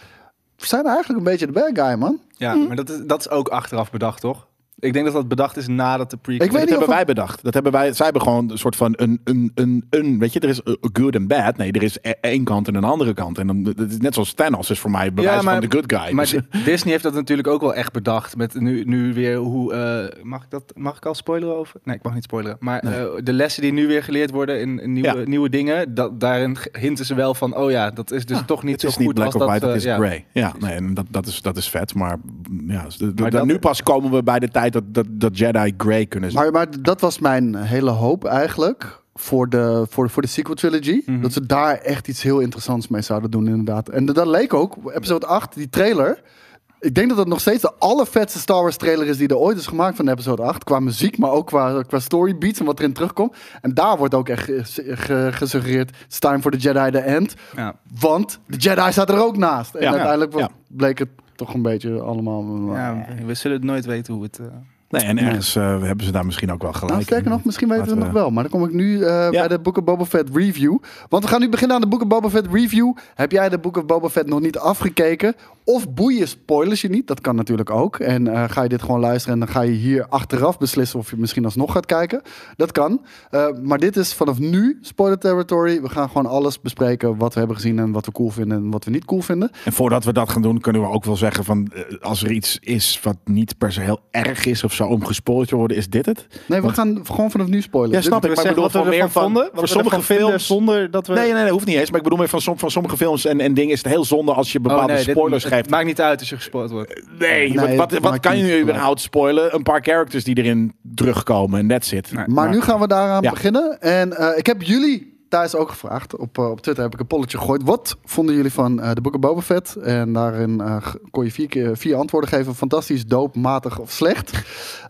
Speaker 4: zijn eigenlijk een beetje de bad guy, man.
Speaker 3: Ja, maar dat is, dat is ook achteraf bedacht, toch? Ik denk dat dat bedacht is nadat de prequel...
Speaker 4: Ik
Speaker 2: dat
Speaker 4: weet niet
Speaker 2: hebben
Speaker 4: of
Speaker 2: wij bedacht. Dat hebben wij, zij hebben gewoon een soort van een, een, een, een weet je, er is eh, good en bad. Nee, er is e- één kant en een andere kant. En dan, dat is net zoals Thanos is voor mij het bewijs van de good guy.
Speaker 3: Maar
Speaker 2: Dus,
Speaker 3: Di- Disney heeft dat natuurlijk ook wel echt bedacht. Met nu, nu weer hoe. eh, mag, ik dat, mag ik al spoileren over? Nee, ik mag niet spoileren. Maar eh, de lessen die nu weer geleerd worden in, in nieuwe,
Speaker 2: Ja.
Speaker 3: nieuwe dingen. Dat, daarin g- hinten ze wel van. Oh ja, dat is dus toch niet
Speaker 2: het
Speaker 3: zo
Speaker 2: is
Speaker 3: goed.
Speaker 2: niet black
Speaker 3: als
Speaker 2: of
Speaker 3: dat,
Speaker 2: white, het
Speaker 3: eh,
Speaker 2: is
Speaker 3: ja.
Speaker 2: gray. Ja, nee, en dat, dat, is, dat is vet. Maar mm, ja, dus de- de-
Speaker 3: Maar
Speaker 2: de-
Speaker 3: dat-
Speaker 2: nu pas komen we bij de tijd dat, dat, dat Jedi gray kunnen zijn.
Speaker 4: Maar, maar dat was mijn hele hoop eigenlijk voor de, voor, voor de sequel trilogy.
Speaker 2: Mhm.
Speaker 4: Dat ze daar echt iets heel interessants mee zouden doen, inderdaad. En dat leek ook, episode 8, die trailer. Ik denk dat dat nog steeds de allervetste Star Wars trailer is die er ooit is gemaakt van episode 8. Qua muziek, maar ook qua, qua story beats en wat erin terugkomt. En daar wordt ook echt ge- ge- gesuggereerd, it's time for the Jedi the end.
Speaker 3: Ja.
Speaker 4: Want de Jedi staat er ook naast. En
Speaker 2: Ja.
Speaker 4: uiteindelijk
Speaker 2: Ja.
Speaker 4: bleek het toch een beetje allemaal...
Speaker 3: Ja, we zullen het nooit weten hoe het. eh,
Speaker 2: nee, en ergens eh, hebben ze daar misschien ook wel gelijk.
Speaker 4: Nou,
Speaker 2: in.
Speaker 4: sterker nog, misschien weten we
Speaker 2: Laten
Speaker 4: het nog wel. Maar dan kom ik nu eh, bij de Book of Boba Fett review. Want we gaan nu beginnen aan de Book of Boba Fett review. Heb jij de Book of Boba Fett nog niet afgekeken? Of boeien spoilers je niet? Dat kan natuurlijk ook. En eh, ga je dit gewoon luisteren en dan ga je hier achteraf beslissen of je misschien alsnog gaat kijken. Dat kan. Eh, maar dit is vanaf nu spoiler territory. We gaan gewoon alles bespreken wat we hebben gezien en wat we cool vinden en wat we niet cool vinden.
Speaker 2: En voordat we dat gaan doen, kunnen we ook wel zeggen van eh, als er iets is wat niet per se heel erg is of zo om gespoild te worden, is dit het?
Speaker 4: Nee, we
Speaker 2: Want-
Speaker 4: gaan gewoon vanaf nu spoileren.
Speaker 2: Ja, snap
Speaker 4: Dit-
Speaker 2: ik. Maar
Speaker 3: zeggen
Speaker 2: ik bedoel,
Speaker 3: wat we
Speaker 2: voor meer van,
Speaker 3: ervan vonden, wat
Speaker 2: voor
Speaker 3: we
Speaker 2: sommige
Speaker 3: ervan vinden
Speaker 2: films
Speaker 3: zonder dat we-
Speaker 2: Nee, nee, nee, hoeft niet eens. Maar ik bedoel meer van, som- van sommige films en, en dingen is het heel zonde als je bepaalde
Speaker 3: oh, nee, dit-
Speaker 2: spoilers
Speaker 3: het
Speaker 2: geeft.
Speaker 3: Maakt niet uit als je gespoord wordt.
Speaker 2: nee,
Speaker 4: Nee,
Speaker 2: want wat,
Speaker 4: het
Speaker 2: wat
Speaker 4: maakt
Speaker 2: kan je
Speaker 4: niet
Speaker 2: nu
Speaker 4: uit.
Speaker 2: überhaupt spoilen? Een paar characters die erin terugkomen en that's it.
Speaker 3: Nee.
Speaker 4: Maar nu gaan we daaraan
Speaker 2: Ja.
Speaker 4: beginnen. En eh, ik heb jullie thuis ook gevraagd. Op, eh, op Twitter heb ik een polletje gegooid. Wat vonden jullie van eh, de Book of Boba Fett? En daarin eh, g- kon je vier, keer, vier antwoorden geven. Fantastisch, doop, matig of slecht.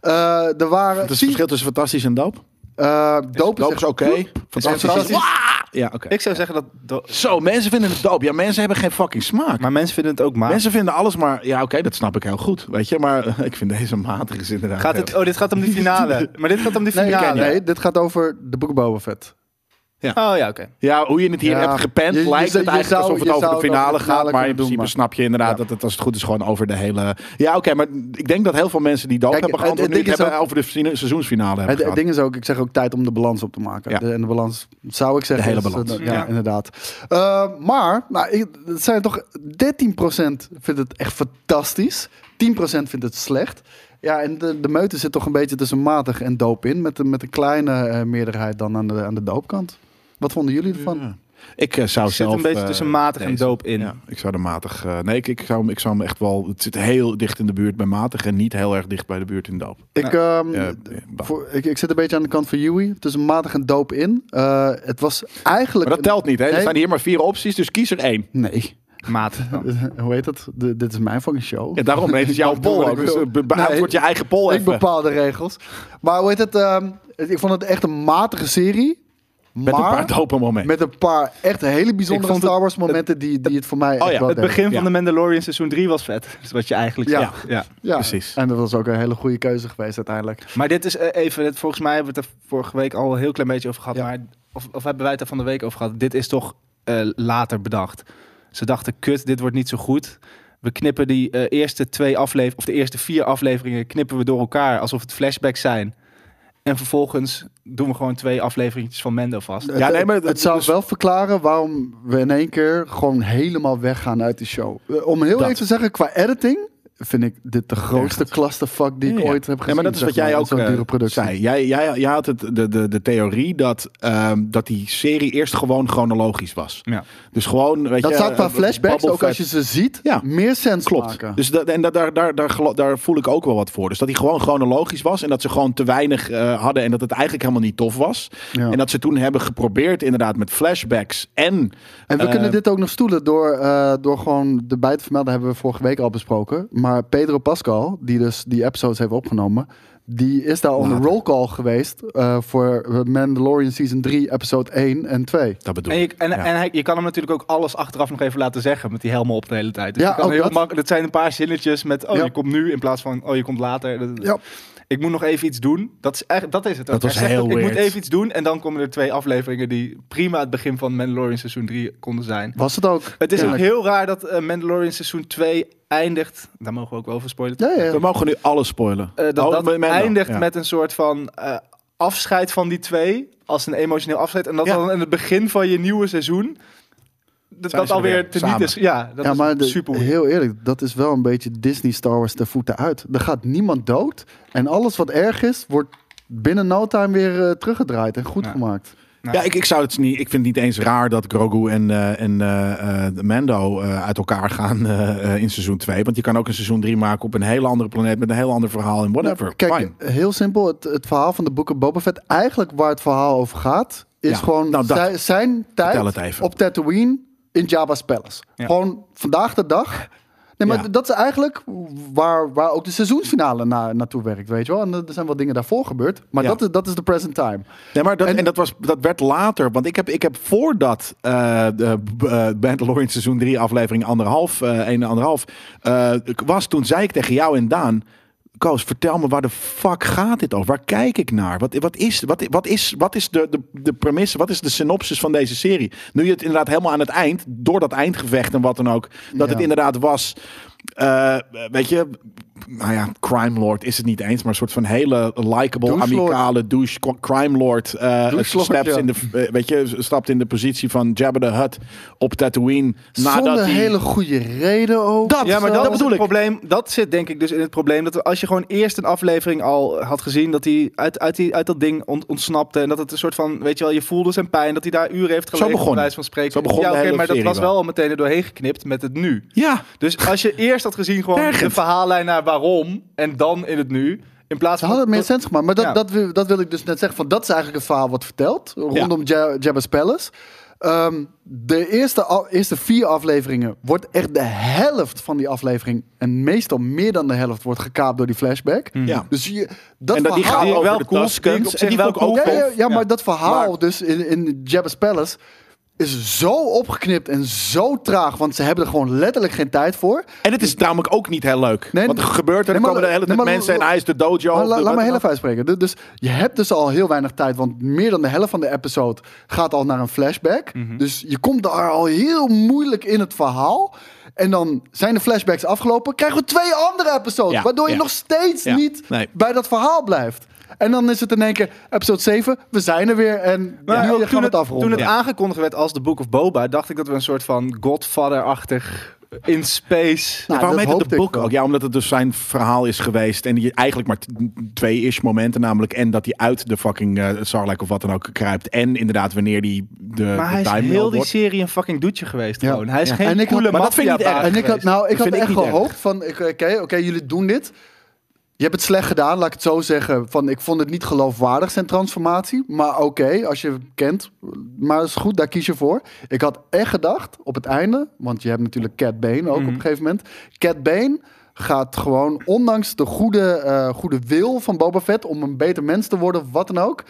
Speaker 4: Eh, er waren...
Speaker 2: Wat is het
Speaker 4: tien-
Speaker 2: verschil tussen fantastisch en doop?
Speaker 4: eh, doop is
Speaker 2: Doop
Speaker 4: echt-
Speaker 2: is oké. Fantastisch.
Speaker 4: fantastisch.
Speaker 2: Wah! Ja, oké.
Speaker 3: Ik zou zeggen dat. dat-
Speaker 2: Zo, mensen vinden het doop. Ja, mensen hebben geen fucking smaak.
Speaker 3: maar mensen vinden het ook maar.
Speaker 2: Mensen vinden alles maar... Ja, oké, dat snap ik heel goed. Weet je, maar *laughs* eh, ik vind deze matig is inderdaad...
Speaker 3: Gaat
Speaker 2: heel-
Speaker 3: het, oh, dit gaat om die
Speaker 2: *laughs*
Speaker 3: finale. maar dit gaat om die
Speaker 4: Nee,
Speaker 3: finale.
Speaker 4: nee, nee, dit gaat over de Book of Boba Fett.
Speaker 3: Oh ja, oké.
Speaker 2: Ja, hoe je het hier
Speaker 4: Ja,
Speaker 2: hebt gepend,
Speaker 4: je- je
Speaker 2: lijkt het
Speaker 4: zou- je
Speaker 2: eigenlijk
Speaker 4: zou-
Speaker 2: alsof het
Speaker 4: je
Speaker 2: over de
Speaker 4: zou het
Speaker 2: finale
Speaker 4: over de
Speaker 2: gaat.
Speaker 4: finale
Speaker 2: Maar in
Speaker 4: kunnen doen,
Speaker 2: principe
Speaker 4: maar-
Speaker 2: snap je inderdaad
Speaker 4: Ja.
Speaker 2: dat het als het goed is gewoon over de hele... Ja, oké, maar ik denk dat heel veel mensen die doop
Speaker 4: Kijk,
Speaker 2: hebben
Speaker 4: het- het
Speaker 2: geantwoord nu
Speaker 4: ding
Speaker 2: het
Speaker 4: is
Speaker 2: hebben over de seizoen- seizoensfinale hebben
Speaker 4: Het, het
Speaker 2: gehad.
Speaker 4: ding is ook, ik zeg ook tijd om de balans op te maken.
Speaker 2: Ja.
Speaker 4: De, en de balans, zou ik zeggen.
Speaker 2: De hele
Speaker 4: is, eh,
Speaker 2: balans.
Speaker 4: ja,
Speaker 3: Ja.
Speaker 4: inderdaad. Eh, maar, nou, ik, het zijn toch 13% vindt het echt fantastisch. 10% vindt het slecht. Ja, en de, de meute zit toch een beetje tussen matig en doop in. Met, een- met een kleine eh, meerderheid dan aan de, aan de doopkant. Wat vonden jullie ervan?
Speaker 2: Ik eh, zou
Speaker 3: Ik zit
Speaker 2: zelf...
Speaker 3: een beetje
Speaker 2: eh,
Speaker 3: tussen matig en
Speaker 2: deze-
Speaker 3: doop in.
Speaker 2: Ja, ik zou de matig... eh, nee, ik, ik, zou, hem- ik zou hem echt wel... Het zit heel dicht in de buurt bij matig en niet heel erg dicht bij de buurt in doop.
Speaker 4: Ik, ehm,
Speaker 2: Ja, bah.
Speaker 4: voor, ik, ik zit een beetje aan de kant van Yui. Tussen matig en doop in. Eh, het was eigenlijk...
Speaker 2: Maar dat telt niet, hè? Er
Speaker 4: Nee.
Speaker 2: zijn hier maar vier opties, dus kies er één.
Speaker 4: Nee. *laughs*
Speaker 3: Matig. dan.
Speaker 4: Hoe heet dat? De- dit is mijn fucking show.
Speaker 2: Ja, daarom nee, het is
Speaker 4: *laughs*
Speaker 2: jouw
Speaker 4: wat
Speaker 2: pol ook.
Speaker 4: ik
Speaker 2: Dus
Speaker 4: wil.
Speaker 2: eh, be- beantwoord
Speaker 4: Nee,
Speaker 2: je eigen pol
Speaker 4: Ik
Speaker 2: even.
Speaker 4: bepaal de regels. Maar hoe heet het? ehm, het- ik vond het echt een matige serie.
Speaker 2: Met een
Speaker 4: maar
Speaker 2: paar dopen momenten.
Speaker 4: met een paar echt hele bijzondere
Speaker 3: Ik vond het-
Speaker 4: Star Wars momenten die, die het voor mij echt
Speaker 2: Oh ja,
Speaker 4: wel
Speaker 3: Het
Speaker 4: deden.
Speaker 3: begin van
Speaker 2: Ja.
Speaker 3: de Mandalorian seizoen 3 was vet. *laughs* Dat is wat je eigenlijk
Speaker 4: Ja.
Speaker 3: zegt. Ja.
Speaker 4: Ja,
Speaker 2: Precies.
Speaker 4: En dat was ook een hele goede keuze geweest uiteindelijk.
Speaker 3: Maar dit is eh, even, dit- volgens mij hebben we het er vorige week al een heel klein beetje over gehad.
Speaker 4: Ja.
Speaker 3: Maar, of, of hebben wij het er van de week over gehad? Dit is toch eh, later bedacht. Ze dachten, kut, dit wordt niet zo goed. We knippen die eh, eerste twee afleveringen, of de eerste vier afleveringen, knippen we door elkaar alsof het flashbacks zijn. En vervolgens doen we gewoon twee afleveringetjes van Mendo vast.
Speaker 2: Ja, nee, maar
Speaker 4: het,
Speaker 2: dat-
Speaker 4: zou
Speaker 2: dus-
Speaker 4: wel verklaren waarom we in één keer gewoon helemaal weggaan uit die show. Eh, Om heel
Speaker 2: Dat.
Speaker 4: even te zeggen, qua editing vind ik dit de grootste clusterfuck die ik
Speaker 2: Ja, ja.
Speaker 4: ooit heb gezien.
Speaker 2: Ja, maar dat is
Speaker 4: zeg
Speaker 2: wat jij
Speaker 4: maar,
Speaker 2: ook
Speaker 4: Zo'n
Speaker 2: eh,
Speaker 4: dure productie.
Speaker 2: zei. Jij, jij, jij had het, de, de, de theorie dat, ehm, dat die serie eerst gewoon chronologisch was.
Speaker 3: Ja.
Speaker 2: Dus gewoon, weet
Speaker 4: Dat
Speaker 2: je...
Speaker 4: zou qua
Speaker 2: eh,
Speaker 4: flashbacks,
Speaker 2: Bubble
Speaker 4: ook als je
Speaker 2: Fett-
Speaker 4: ze ziet,
Speaker 2: Ja.
Speaker 4: meer sens maken.
Speaker 2: Klopt. Dus dat, en dat, daar, daar, daar, gelo- daar voel ik ook wel wat voor. Dus dat hij gewoon chronologisch was en dat ze gewoon te weinig eh, hadden en dat het eigenlijk helemaal niet tof was.
Speaker 4: Ja.
Speaker 2: En dat ze toen hebben geprobeerd inderdaad met flashbacks en...
Speaker 4: En we
Speaker 2: eh,
Speaker 3: Ehm,
Speaker 4: kunnen dit ook nog stoelen door, eh, door gewoon erbij te vermelden, hebben we vorige week al besproken. Maar Pedro Pascal, die dus die episodes heeft opgenomen, die is daar on de
Speaker 2: Later.
Speaker 4: roll call geweest eh, voor Mandalorian Season 3, episode 1 en 2.
Speaker 2: Dat bedoel
Speaker 3: En, je,
Speaker 2: ik.
Speaker 3: en,
Speaker 2: Ja.
Speaker 3: en hij, je kan hem natuurlijk ook alles achteraf nog even laten zeggen met die helm op de hele tijd. Dus
Speaker 4: Ja,
Speaker 3: je kan
Speaker 4: ook
Speaker 3: heel
Speaker 4: dat.
Speaker 3: mak- dat zijn een paar zinnetjes met oh
Speaker 4: Ja.
Speaker 3: je komt nu in plaats van oh je komt later. Dat-
Speaker 4: Ja.
Speaker 3: Ik moet nog even iets doen. Dat is, echt, dat is het. ook.
Speaker 2: Dat was
Speaker 3: Hij zegt
Speaker 2: heel
Speaker 3: ook, Ik moet
Speaker 2: weird.
Speaker 3: even iets doen en dan komen er twee afleveringen die prima het begin van Mandalorian seizoen 3 konden zijn.
Speaker 4: Was het ook?
Speaker 3: Het is ook
Speaker 4: Kennelijk.
Speaker 3: heel raar dat eh, Mandalorian seizoen 2 eindigt. Daar mogen we ook wel over spoilen.
Speaker 4: Ja, ja, ja.
Speaker 2: We mogen nu alles spoilen.
Speaker 3: Eh, dat
Speaker 2: Oh,
Speaker 3: dat
Speaker 2: met- met-
Speaker 3: eindigt
Speaker 2: ja.
Speaker 3: met een soort van eh, afscheid van die twee. Als een emotioneel afscheid. En dat
Speaker 2: Ja.
Speaker 3: dan in het begin van je nieuwe seizoen. Dat,
Speaker 2: Zijn
Speaker 3: dat
Speaker 2: ze er
Speaker 3: alweer
Speaker 2: weer,
Speaker 3: teniet
Speaker 2: samen.
Speaker 3: is. Ja, dat
Speaker 4: ja, maar de-
Speaker 3: is super weird.
Speaker 4: heel eerlijk, dat is wel een beetje Disney Star Wars de voeten uit. Er gaat niemand dood en alles wat erg is, wordt binnen no time weer eh, teruggedraaid en goed
Speaker 3: Ja.
Speaker 4: gemaakt.
Speaker 2: Ja, ik, ik zou het niet. Ik vind het niet eens raar dat Grogu en, eh, en eh, eh, Mando eh, uit elkaar gaan eh, eh, in seizoen 2. Want je kan ook een seizoen 3 maken op een hele andere planeet met een heel ander verhaal en whatever.
Speaker 4: Nou, Kijk,
Speaker 2: Fine.
Speaker 4: heel simpel. Het, het verhaal van de boeken Boba Fett, eigenlijk waar het verhaal over gaat, is
Speaker 2: Ja,
Speaker 4: gewoon
Speaker 2: nou, dat-
Speaker 4: zij- zijn
Speaker 2: vertel
Speaker 4: tijd
Speaker 2: het even.
Speaker 4: op Tatooine in Jabba's Palace.
Speaker 3: Ja.
Speaker 4: Gewoon vandaag de dag. Nee, maar
Speaker 2: Ja.
Speaker 4: dat is eigenlijk waar, waar ook de seizoensfinale na, naartoe werkt, weet je wel. En er er zijn wel dingen daarvoor gebeurd, maar
Speaker 2: Ja.
Speaker 4: dat, is, dat is de present time.
Speaker 2: Nee, maar dat,
Speaker 4: En-
Speaker 2: en, dat, was, dat werd later. Want ik heb, ik heb voordat eh de B- eh, Mandalorian seizoen 3 aflevering anderhalf, eh 1 anderhalf, eh, was, toen zei ik tegen jou en Daan... Koos, vertel me waar de fuck gaat dit over? Waar kijk ik naar? Wat, wat is, wat, wat is, wat is de, de, de premisse? Wat is de synopsis van deze serie? Nu je het inderdaad helemaal aan het eind, door dat eindgevecht en wat dan ook, dat
Speaker 4: Ja.
Speaker 2: het inderdaad was, eh, weet je, nou ja, crime lord is het niet eens, maar een soort van hele likable,
Speaker 4: Douche lord.
Speaker 2: amicale douche, crime lord. eh,
Speaker 4: Doe
Speaker 2: eh,
Speaker 4: slot,
Speaker 2: snaps
Speaker 4: ja.
Speaker 2: in de, eh, weet je, stapt in de positie van Jabba the Hutt op Tatooine.
Speaker 4: Zonder
Speaker 2: nadat hij,
Speaker 4: hele goede reden ook.
Speaker 2: Dat,
Speaker 3: Ja, maar dat,
Speaker 2: dat
Speaker 3: is
Speaker 2: bedoel
Speaker 3: het
Speaker 2: ik.
Speaker 3: probleem. Dat zit denk ik dus in het probleem. Dat als je gewoon eerst een aflevering al had gezien. dat hij uit, uit, die, uit dat ding ont- ontsnapte. en dat het een soort van. weet je wel, je voelde zijn pijn. dat hij daar uren heeft gelegen.
Speaker 2: begon.
Speaker 3: wijze van spreken.
Speaker 2: Zo begon
Speaker 3: ja,
Speaker 2: de
Speaker 3: oké,
Speaker 2: hele
Speaker 3: maar dat
Speaker 2: serie
Speaker 3: was wel
Speaker 2: wel.
Speaker 3: al meteen er doorheen geknipt met het nu.
Speaker 2: Ja,
Speaker 3: Dus als je eerst had gezien gewoon
Speaker 2: Ergens.
Speaker 3: de verhaallijn naar waarom en dan in het nu, in plaats
Speaker 4: Ze
Speaker 3: van...
Speaker 4: hadden het meer
Speaker 3: dat-
Speaker 4: sens gemaakt. Maar dat,
Speaker 3: Ja.
Speaker 4: dat, wil, dat wil ik dus net zeggen. Van, dat is eigenlijk het verhaal wat vertelt. Rondom Ja- Jabba's Palace. Ehm, de eerste, a- eerste vier afleveringen wordt echt de helft van die aflevering. En meestal meer dan de helft wordt gekaapt door die flashback.
Speaker 2: ja.
Speaker 4: Dus je,
Speaker 2: Hmm.
Speaker 4: dat
Speaker 2: en dat, die
Speaker 4: verhaal...
Speaker 2: gaat
Speaker 3: Die ik
Speaker 2: over
Speaker 3: wel
Speaker 2: de
Speaker 3: cool-
Speaker 2: Tuskens.
Speaker 3: die ik op
Speaker 2: en
Speaker 3: zich
Speaker 2: die
Speaker 3: wel
Speaker 2: vond ik ook
Speaker 3: cool
Speaker 4: ja, ja,
Speaker 2: tof.
Speaker 4: ja, ja, maar
Speaker 3: Ja.
Speaker 4: dat verhaal
Speaker 2: Maar-
Speaker 4: dus in, in Jabba's Palace is zo opgeknipt en zo traag. Want ze hebben er gewoon letterlijk geen tijd voor.
Speaker 2: En het is namelijk ook niet heel leuk.
Speaker 4: Nee,
Speaker 2: Want er gebeurt er,
Speaker 4: nee,
Speaker 2: er
Speaker 4: maar-
Speaker 2: komen de hele
Speaker 4: nee,
Speaker 2: tijd
Speaker 4: maar-
Speaker 2: mensen en hij is de dojo.
Speaker 4: Maar
Speaker 2: of
Speaker 4: la-
Speaker 2: de-
Speaker 4: laat me
Speaker 2: wat
Speaker 4: heel
Speaker 2: dan
Speaker 4: even uitspreken. Du- Dus je hebt dus al heel weinig tijd, want meer dan de helft van de episode gaat al naar een flashback. Dus je komt daar al heel moeilijk in het verhaal. En dan zijn de flashbacks afgelopen, krijgen we twee andere episodes,
Speaker 2: Ja,
Speaker 4: waardoor je
Speaker 2: ja.
Speaker 4: nog steeds
Speaker 2: Ja,
Speaker 4: niet
Speaker 2: nee.
Speaker 4: bij dat verhaal blijft. En dan is het in één keer episode 7, we zijn er weer en
Speaker 3: Maar
Speaker 4: nu
Speaker 3: ook
Speaker 4: gaan we
Speaker 3: toen
Speaker 4: het
Speaker 3: het,
Speaker 4: afronden.
Speaker 3: toen het
Speaker 2: Ja.
Speaker 3: aangekondigd werd als The Book of Boba, dacht ik dat we een soort van Godfather-achtig eh, in space...
Speaker 4: Nou,
Speaker 2: Ja, waarom
Speaker 4: dat
Speaker 2: heet het
Speaker 4: hoopte
Speaker 2: de
Speaker 4: ik
Speaker 2: boek
Speaker 4: wel.
Speaker 2: ook? Ja, omdat het dus zijn verhaal is geweest. En je eigenlijk maar t- twee-ish momenten namelijk. En dat hij uit de fucking eh Sarlacc of wat dan ook kruipt. En inderdaad wanneer die de,
Speaker 3: maar
Speaker 2: de
Speaker 3: hij is
Speaker 2: time
Speaker 3: heel
Speaker 2: lord
Speaker 3: die
Speaker 2: wordt.
Speaker 3: serie een fucking doetje geweest
Speaker 4: Ja.
Speaker 3: gewoon. Hij is
Speaker 4: Ja.
Speaker 3: geen
Speaker 4: En ik had-
Speaker 3: coole
Speaker 4: maar
Speaker 2: dat vind ik niet
Speaker 3: maffiabaas
Speaker 2: erg.
Speaker 4: En ik had,
Speaker 3: geweest.
Speaker 4: nou,
Speaker 2: Dat
Speaker 4: ik had
Speaker 2: vind ik
Speaker 4: echt
Speaker 2: niet erg.
Speaker 4: gehoopt van, ik- oké, oké, jullie doen dit. Je hebt het slecht gedaan, laat ik het zo zeggen. Van, ik vond het niet geloofwaardig, zijn transformatie. Maar oké, als je het kent. Maar is goed, daar kies je voor. Ik had echt gedacht, op het einde... Want je hebt natuurlijk Cat Bane
Speaker 3: Mhm.
Speaker 4: ook op een gegeven moment. Cat Bane gaat gewoon, ondanks de goede, eh, goede wil van Boba Fett... om een beter mens te worden, wat dan ook...